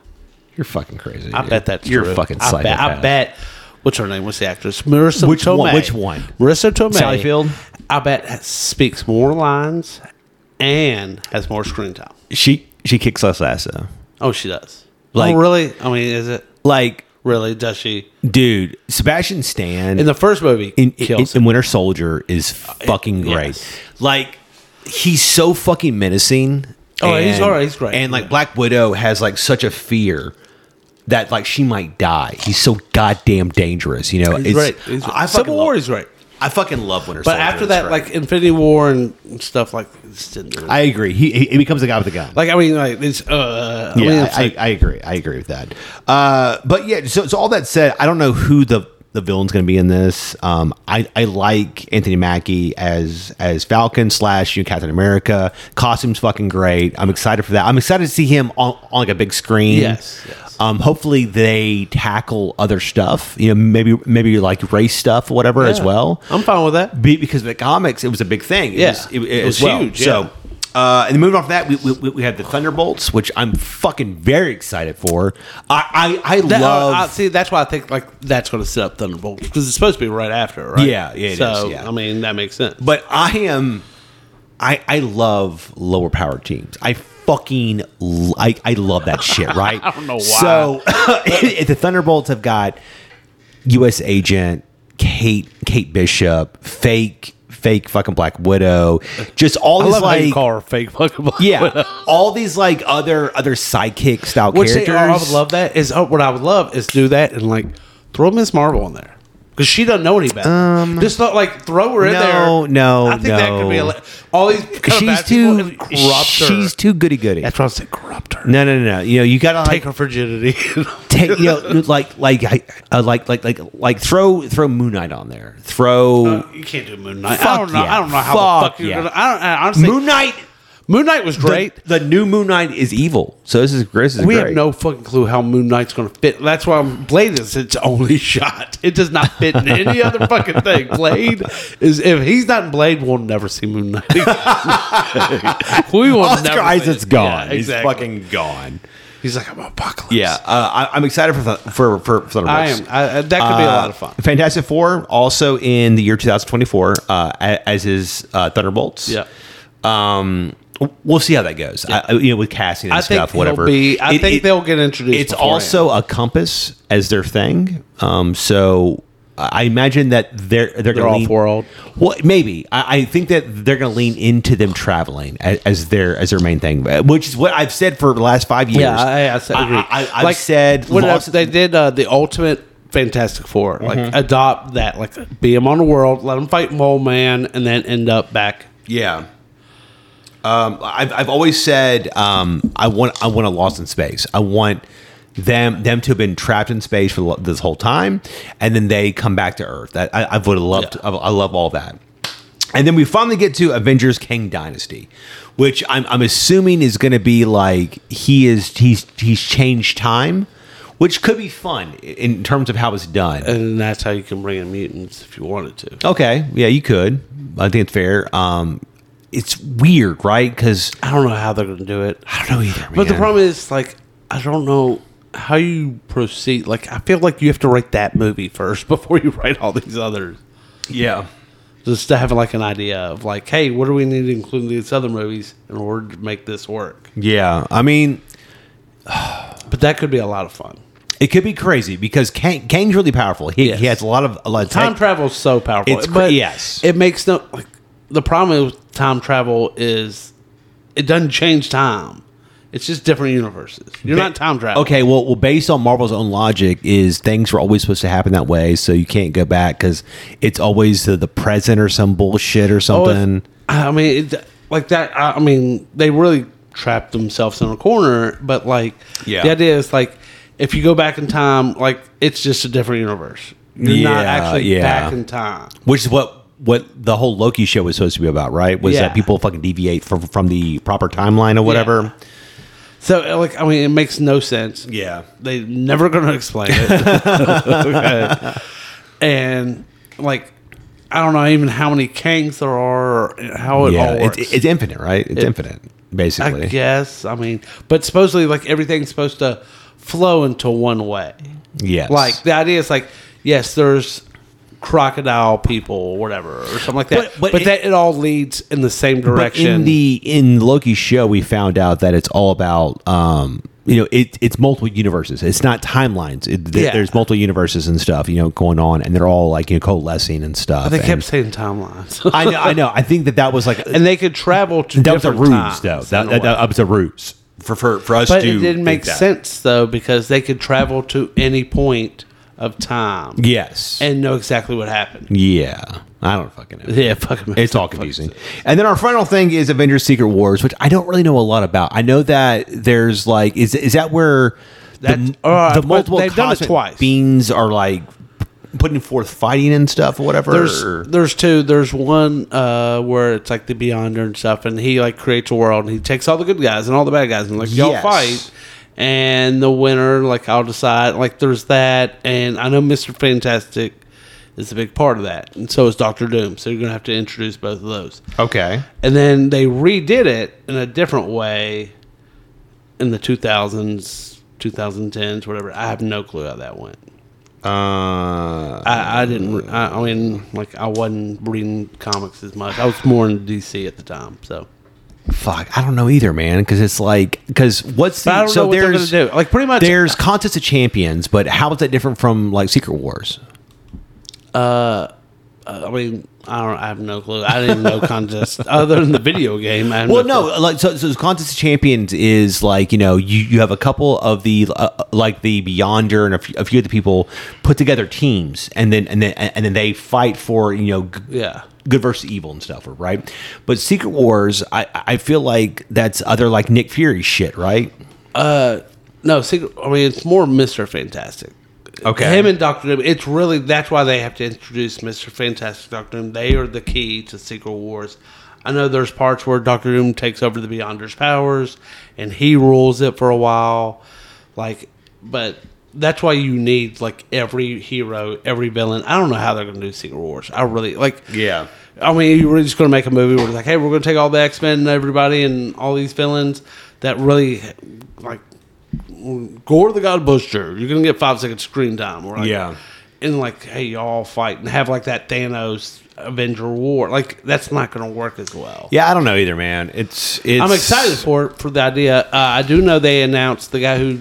Speaker 1: you're fucking crazy.
Speaker 2: I
Speaker 1: dude.
Speaker 2: bet that's
Speaker 1: you're
Speaker 2: true.
Speaker 1: fucking
Speaker 2: I bet,
Speaker 1: psychopath.
Speaker 2: I bet. What's her name? What's the actress? Marissa
Speaker 1: Which
Speaker 2: Tomei.
Speaker 1: one- which one?
Speaker 2: Marissa Tomei.
Speaker 1: Sally Field?
Speaker 2: I bet has- speaks more lines and has more screen time.
Speaker 1: she she kicks us ass though.
Speaker 2: Oh, she does.
Speaker 1: Like-
Speaker 2: oh, really? I mean, is it
Speaker 1: Like,
Speaker 2: really? Does she?
Speaker 1: dude, Sebastian Stan
Speaker 2: In the first movie,
Speaker 1: in, in,
Speaker 2: kills
Speaker 1: in Winter Soldier is fucking great.
Speaker 2: yes.
Speaker 1: Like he's so fucking menacing.
Speaker 2: Oh, he's alright, he's great.
Speaker 1: And like
Speaker 2: Yeah.
Speaker 1: Black Widow has like such a fear that like she might die. He's so goddamn dangerous. You know,
Speaker 2: He's great. He's
Speaker 1: I
Speaker 2: great.
Speaker 1: fucking
Speaker 2: Civil War
Speaker 1: love-
Speaker 2: is great.
Speaker 1: I fucking love Winter
Speaker 2: But
Speaker 1: Soldier.
Speaker 2: after
Speaker 1: It's
Speaker 2: that,
Speaker 1: great.
Speaker 2: like Infinity War and stuff like this didn't really
Speaker 1: I agree. He, he he becomes the guy with the gun.
Speaker 2: Like I mean, like it's uh, I
Speaker 1: yeah,
Speaker 2: mean, it's
Speaker 1: I,
Speaker 2: like-
Speaker 1: I, I agree. I agree with that. Uh, but yeah, so, so all that said, I don't know who the the villain's going to be in this. Um, I, I like Anthony Mackie as as Falcon slash you know, Captain America. Costume's fucking great. I'm excited for that. I'm excited to see him on, on like a big screen.
Speaker 2: Yes, yes.
Speaker 1: Um, hopefully they tackle other stuff. You know, maybe maybe like race stuff, or whatever, as
Speaker 2: yeah.
Speaker 1: well
Speaker 2: I'm fine with that.
Speaker 1: be, because the comics it was a big thing. It
Speaker 2: Yeah.
Speaker 1: was, it,
Speaker 2: It
Speaker 1: as
Speaker 2: was
Speaker 1: well.
Speaker 2: huge,
Speaker 1: So Uh, and then moving off that, we, we, we have the Thunderbolts, which I'm fucking very excited for. I I, I
Speaker 2: That-
Speaker 1: love.
Speaker 2: uh, uh, see, that's why I think like that's going to set up Thunderbolt because it's supposed to be right after, right?
Speaker 1: Yeah, yeah, it
Speaker 2: so
Speaker 1: is, yeah.
Speaker 2: I mean that makes sense.
Speaker 1: but I am. I I love lower power teams. I fucking l- I, I love that shit. Right. I
Speaker 2: don't know why.
Speaker 1: So the Thunderbolts have got U.S. agent Kate Kate Bishop, fake fake fucking Black Widow, just all
Speaker 2: I
Speaker 1: this
Speaker 2: love how you
Speaker 1: like
Speaker 2: call her fake Pokemon.
Speaker 1: yeah, all these like other other sidekick style
Speaker 2: Which
Speaker 1: characters.
Speaker 2: they, I would love that is oh, what I would love is do that and like throw Miss Marvel in there because she doesn't know any better. Just not, like throw her in
Speaker 1: Um, no,
Speaker 2: there.
Speaker 1: no,
Speaker 2: I think that could be a,
Speaker 1: no.
Speaker 2: li- all these. Kind of
Speaker 1: she's
Speaker 2: bad people
Speaker 1: too
Speaker 2: and corrupt. her.
Speaker 1: she's too goody goody.
Speaker 2: That's what I said. Corrupt her.
Speaker 1: No, no, no, no. You know, you gotta like
Speaker 2: Take her virginity.
Speaker 1: take you know like like I- uh, like like like like throw throw Moon Knight on there. Throw
Speaker 2: you can't do Moon Knight.
Speaker 1: Fuck
Speaker 2: I don't know.
Speaker 1: yeah.
Speaker 2: I don't know how the
Speaker 1: Fuck
Speaker 2: fuck you're
Speaker 1: yeah.
Speaker 2: gonna. I don't. I honestly,
Speaker 1: Moon Knight.
Speaker 2: Moon Knight was great.
Speaker 1: The, the new Moon Knight is evil. So this is this is
Speaker 2: we
Speaker 1: great.
Speaker 2: have no fucking clue how Moon Knight's going to fit. That's why I'm, Blade is its only shot. It does not fit in any other fucking thing. Blade is if he's not in Blade, we'll never see Moon Knight. we will
Speaker 1: Oscar
Speaker 2: never. see
Speaker 1: Isaac's
Speaker 2: it.
Speaker 1: gone.
Speaker 2: Yeah, exactly.
Speaker 1: He's fucking gone.
Speaker 2: He's like I'm apocalypse.
Speaker 1: Yeah, uh, I, I'm excited for th- for for, for Thunderbolts.
Speaker 2: I am. I, I- that could be a
Speaker 1: Uh,
Speaker 2: lot of fun.
Speaker 1: Fantastic Four also in the year 2024, uh, a- as is uh, Thunderbolts.
Speaker 2: Yeah.
Speaker 1: Um, we'll see how that goes. I, you know, with casting and
Speaker 2: I think
Speaker 1: stuff, whatever.
Speaker 2: it'll Be, I
Speaker 1: It-
Speaker 2: think
Speaker 1: it-
Speaker 2: they'll get introduced.
Speaker 1: It's
Speaker 2: beforehand.
Speaker 1: also a compass as their thing. Um, so I imagine that they're they're,
Speaker 2: They're
Speaker 1: gonna lean,
Speaker 2: off-world.
Speaker 1: Well, maybe I, I think that they're going to lean into them traveling as, as their as their main thing, which is what I've said for the last five years.
Speaker 2: Yeah, I, I, I said- agree.
Speaker 1: I, have said
Speaker 2: what
Speaker 1: lost-
Speaker 2: else? They did uh, the ultimate Fantastic 4 Like adopt that. Like be him on the world, let him fight Mole Man, and then end up back.
Speaker 1: Yeah. Um, I've, I've always said um, I want I want a Lost in Space. I want them them to have been trapped in space for lo- this whole time, and then they come back to Earth. That I, I would have loved. I, I love all that. And then we finally get to Avengers King Dynasty, which I'm, I'm assuming is going to be like he is he's he's changed time, which could be fun in terms of how it's done.
Speaker 2: And that's how you can bring in mutants if you wanted to.
Speaker 1: Okay, yeah, you could. I think it's fair. Um, it's weird, right? Because
Speaker 2: I don't know how they're going to do it.
Speaker 1: I don't know either.
Speaker 2: But the
Speaker 1: man.
Speaker 2: problem is, like, I don't know how you proceed. Like, I feel like you have to write that movie first before you write all these others.
Speaker 1: yeah,
Speaker 2: Just to have like an idea of like, hey, what do we need to include in these other movies in order to make this work?
Speaker 1: yeah. I mean,
Speaker 2: But that could be a lot of fun.
Speaker 1: it could be crazy because Kang, Kang's really powerful. He,
Speaker 2: Yes.
Speaker 1: he has a lot of a lot of
Speaker 2: time
Speaker 1: tech-
Speaker 2: travel is so powerful.
Speaker 1: It's cr-
Speaker 2: but
Speaker 1: yes.
Speaker 2: it makes no. Like, the problem with time travel is it doesn't change time. It's just different universes. You're not time travel.
Speaker 1: Okay, well, well, based on Marvel's own logic, is things were always supposed to happen that way, so you can't go back because it's always the, the present or some bullshit or
Speaker 2: Oh, if-
Speaker 1: something.
Speaker 2: I mean, it, like that. I, I mean, they really trapped themselves in a corner. But like,
Speaker 1: Yeah.
Speaker 2: the idea is like, if you go back in time, like it's just a different universe. You're not
Speaker 1: Yeah,
Speaker 2: actually
Speaker 1: yeah.
Speaker 2: back in time.
Speaker 1: which is what what the whole Loki show was supposed to be about, right? Was
Speaker 2: Yeah.
Speaker 1: that people fucking deviate from from the proper timeline or whatever?
Speaker 2: So like, I mean, it makes no sense.
Speaker 1: yeah.
Speaker 2: They never gonna explain it. Okay. And like I don't know even how many Kangs there are or how it all
Speaker 1: yeah,
Speaker 2: works.
Speaker 1: it's, it's infinite, right? It's infinite, basically.
Speaker 2: I guess. I mean but supposedly like everything's supposed to flow into one way.
Speaker 1: Yes.
Speaker 2: Like the idea is like, yes, there's crocodile people or whatever or something like that.
Speaker 1: But-
Speaker 2: But,
Speaker 1: but it-
Speaker 2: that it all leads in the same
Speaker 1: But
Speaker 2: direction.
Speaker 1: in the in Loki's show, we found out that it's all about um, you know it, it's multiple universes. It's not timelines. It, th-
Speaker 2: Yeah.
Speaker 1: There's multiple universes and stuff you know going on, and they're all like you know coalescing and stuff.
Speaker 2: they
Speaker 1: and-
Speaker 2: kept saying timelines.
Speaker 1: I know. I know. I think that that was like
Speaker 2: and they could travel to
Speaker 1: that was a
Speaker 2: different
Speaker 1: ruse
Speaker 2: times
Speaker 1: though.
Speaker 2: in
Speaker 1: That,
Speaker 2: a
Speaker 1: that,
Speaker 2: way.
Speaker 1: that was a ruse for for, for us
Speaker 2: But
Speaker 1: to
Speaker 2: it didn't
Speaker 1: think
Speaker 2: make
Speaker 1: that.
Speaker 2: sense though because they could travel to any point of time
Speaker 1: Yes.
Speaker 2: and know exactly what happened.
Speaker 1: yeah. I don't fucking know.
Speaker 2: Yeah, fucking.
Speaker 1: It's all confusing. And then our final thing is Avengers Secret Wars, which I don't really know a lot about. I know that there's like is is that where
Speaker 2: That's-
Speaker 1: the,
Speaker 2: uh,
Speaker 1: the
Speaker 2: but
Speaker 1: multiple
Speaker 2: they've done it
Speaker 1: cosmic
Speaker 2: twice.
Speaker 1: beings are like putting forth fighting and stuff or whatever.
Speaker 2: There's
Speaker 1: Or-
Speaker 2: there's two. There's one uh, where it's like the Beyonder and stuff, and he like creates a world and he takes all the good guys and all the bad guys and like y'all
Speaker 1: Yes.
Speaker 2: fight, and the winner like I'll decide. Like there's that, and I know Mister Fantastic is a big part of that, and so is Doctor Doom. So you're going to have to introduce both of those.
Speaker 1: Okay.
Speaker 2: And then they redid it in a different way in the 2000s, 2010s, whatever. I have no clue how that went.
Speaker 1: Uh,
Speaker 2: I, I didn't. re- I, I mean, like I wasn't reading comics as much. I was more in DC at the time. So,
Speaker 1: fuck, I don't know either, man. Because it's like, because what's
Speaker 2: but I
Speaker 1: the,
Speaker 2: don't
Speaker 1: so
Speaker 2: know what they're
Speaker 1: there's
Speaker 2: gonna do. Like pretty much,
Speaker 1: there's contest of champions, but how is that different from like Secret Wars?
Speaker 2: uh, I mean, I don't. I have no clue. I didn't know contest other than the video game. I had
Speaker 1: Well,
Speaker 2: clue.
Speaker 1: no, like so, so contest of champions is like you know you, you have a couple of the uh, like the Beyonder and a few, a few of the people put together teams and then and then and then they fight for you know g-
Speaker 2: Yeah.
Speaker 1: good versus evil and stuff right. But Secret Wars, I I feel like that's other like Nick Fury shit, right?
Speaker 2: No, secret. I mean, it's more Mister Fantastic.
Speaker 1: Okay.
Speaker 2: him and Doctor Doom. It's really that's why they have to introduce Mister Fantastic, Doctor Doom. They are the key to Secret Wars. I know there's parts where Doctor Doom takes over the Beyonder's powers, and he rules it for a while. Like, but that's why you need like every hero, every villain. I don't know how they're going to do Secret Wars. I really like.
Speaker 1: Yeah.
Speaker 2: I mean, you were just going to make a movie where it's like, hey, we're going to take all the X Men and everybody and all these villains that really, like, Gore the God Butcher. You're going to get five seconds screen time. Or like,
Speaker 1: Yeah.
Speaker 2: And like, hey, y'all fight and have like that Thanos Avenger War. Like, that's not going to work as well.
Speaker 1: Yeah, I don't know either, man. It's it's
Speaker 2: I'm excited for it, for the idea. Uh, I do know they announced the guy who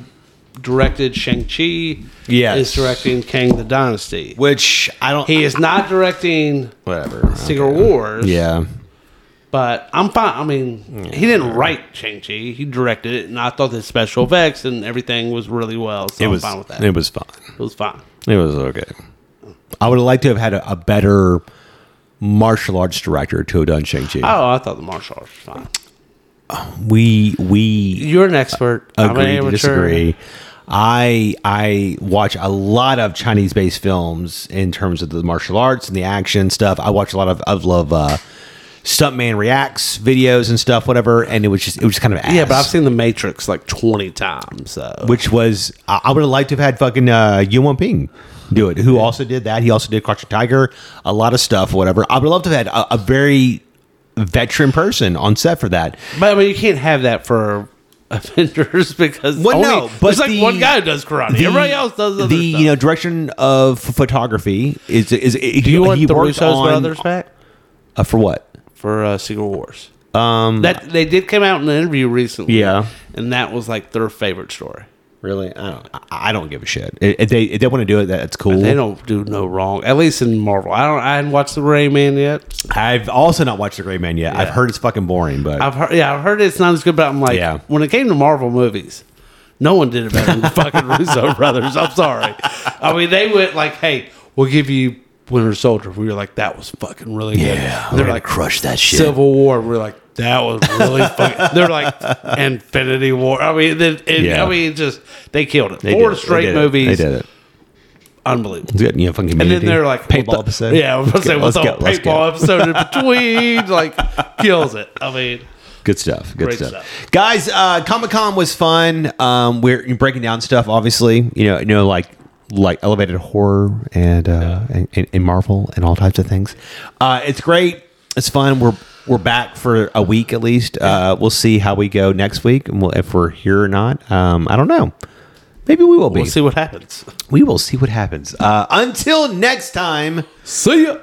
Speaker 2: directed Shang Chi
Speaker 1: Yes.
Speaker 2: is directing Kang the Dynasty.
Speaker 1: which I don't.
Speaker 2: He is not directing
Speaker 1: whatever.
Speaker 2: Secret Wars.
Speaker 1: Yeah.
Speaker 2: But I'm fine. I mean, he didn't write Shang Chi; he directed it, and I thought the special effects and everything was really well. So
Speaker 1: It
Speaker 2: I'm
Speaker 1: was
Speaker 2: fine with that.
Speaker 1: it
Speaker 2: It,
Speaker 1: was fun.
Speaker 2: was fine.
Speaker 1: It was okay. I would have liked to have had a, a better martial arts director to have done Shang Chi.
Speaker 2: Oh, I thought the martial arts was fine.
Speaker 1: we we
Speaker 2: You're an expert. I'm an
Speaker 1: agree to
Speaker 2: amateur.
Speaker 1: disagree. I I watch a lot of Chinese based films in terms of the martial arts and the action stuff. I watch a lot of I love uh, stuntman reacts videos and stuff, whatever. And it was just it was just kind of ass.
Speaker 2: Yeah, but I've seen The Matrix like 20 times. So
Speaker 1: which was I, I would have liked to have had fucking uh, Yu Wan Ping do it, who also did that. He also did Crouching Tiger, a lot of stuff, whatever. I would love to have had a, a very veteran person on set for that.
Speaker 2: but I mean, you can't have that for Avengers because
Speaker 1: Well,
Speaker 2: only,
Speaker 1: no, but
Speaker 2: it's like
Speaker 1: the-
Speaker 2: one guy who does karate. Everybody else does other
Speaker 1: the uh,
Speaker 2: stuff.
Speaker 1: you know direction of photography is is. Do
Speaker 2: Do you want the Russo's brothers back
Speaker 1: uh, for what?
Speaker 2: for uh, Secret Wars? Um, that they did come out in an interview recently.
Speaker 1: Yeah.
Speaker 2: and that was like their favorite story.
Speaker 1: Really, I don't. I- I don't give a shit. If they if they want to do it, that's cool.
Speaker 2: They don't do no wrong. At least in Marvel. I don't. I haven't watched the Rayman yet.
Speaker 1: I've also not watched The Gray Man yet. I've heard it's fucking boring, but
Speaker 2: I've heard. Yeah, I've heard it's not as good. But I'm like,
Speaker 1: Yeah.
Speaker 2: when it came to Marvel movies, no one did it better than the fucking Russo brothers. I'm sorry. I mean, they went like, hey, we'll give you Winter Soldier. We were like, that was fucking really good. And They're like,
Speaker 1: crush that shit.
Speaker 2: Civil War. We were like, that was really fucking. They're like, Infinity War. I mean, then and,
Speaker 1: Yeah.
Speaker 2: I mean, just they killed it.
Speaker 1: They did
Speaker 2: Four
Speaker 1: it. They
Speaker 2: straight
Speaker 1: did it.
Speaker 2: movies.
Speaker 1: They did it.
Speaker 2: it. Unbelievable.
Speaker 1: It's good. You know, fucking
Speaker 2: And then
Speaker 1: community.
Speaker 2: they're like
Speaker 1: paintball
Speaker 2: what the-
Speaker 1: episode.
Speaker 2: Yeah, I was gonna say what's
Speaker 1: Let's
Speaker 2: the
Speaker 1: go, let's go.
Speaker 2: paintball episode in between? Like kills it. I mean,
Speaker 1: Good stuff. Good
Speaker 2: Great
Speaker 1: stuff.
Speaker 2: stuff.
Speaker 1: guys. Uh, Comic Con was fun. Um, we're you're breaking down stuff. Obviously, you know, you know, like like elevated horror and uh, and, and, and Marvel and all types of things. Uh, it's great. It's fun. We're we're back for a week at least. Uh, we'll see how we go next week, and we'll, if we're here or not. Um, I don't know. Maybe we will be.
Speaker 2: we'll see what happens.
Speaker 1: We will see what happens. Uh, until next time.
Speaker 2: See ya.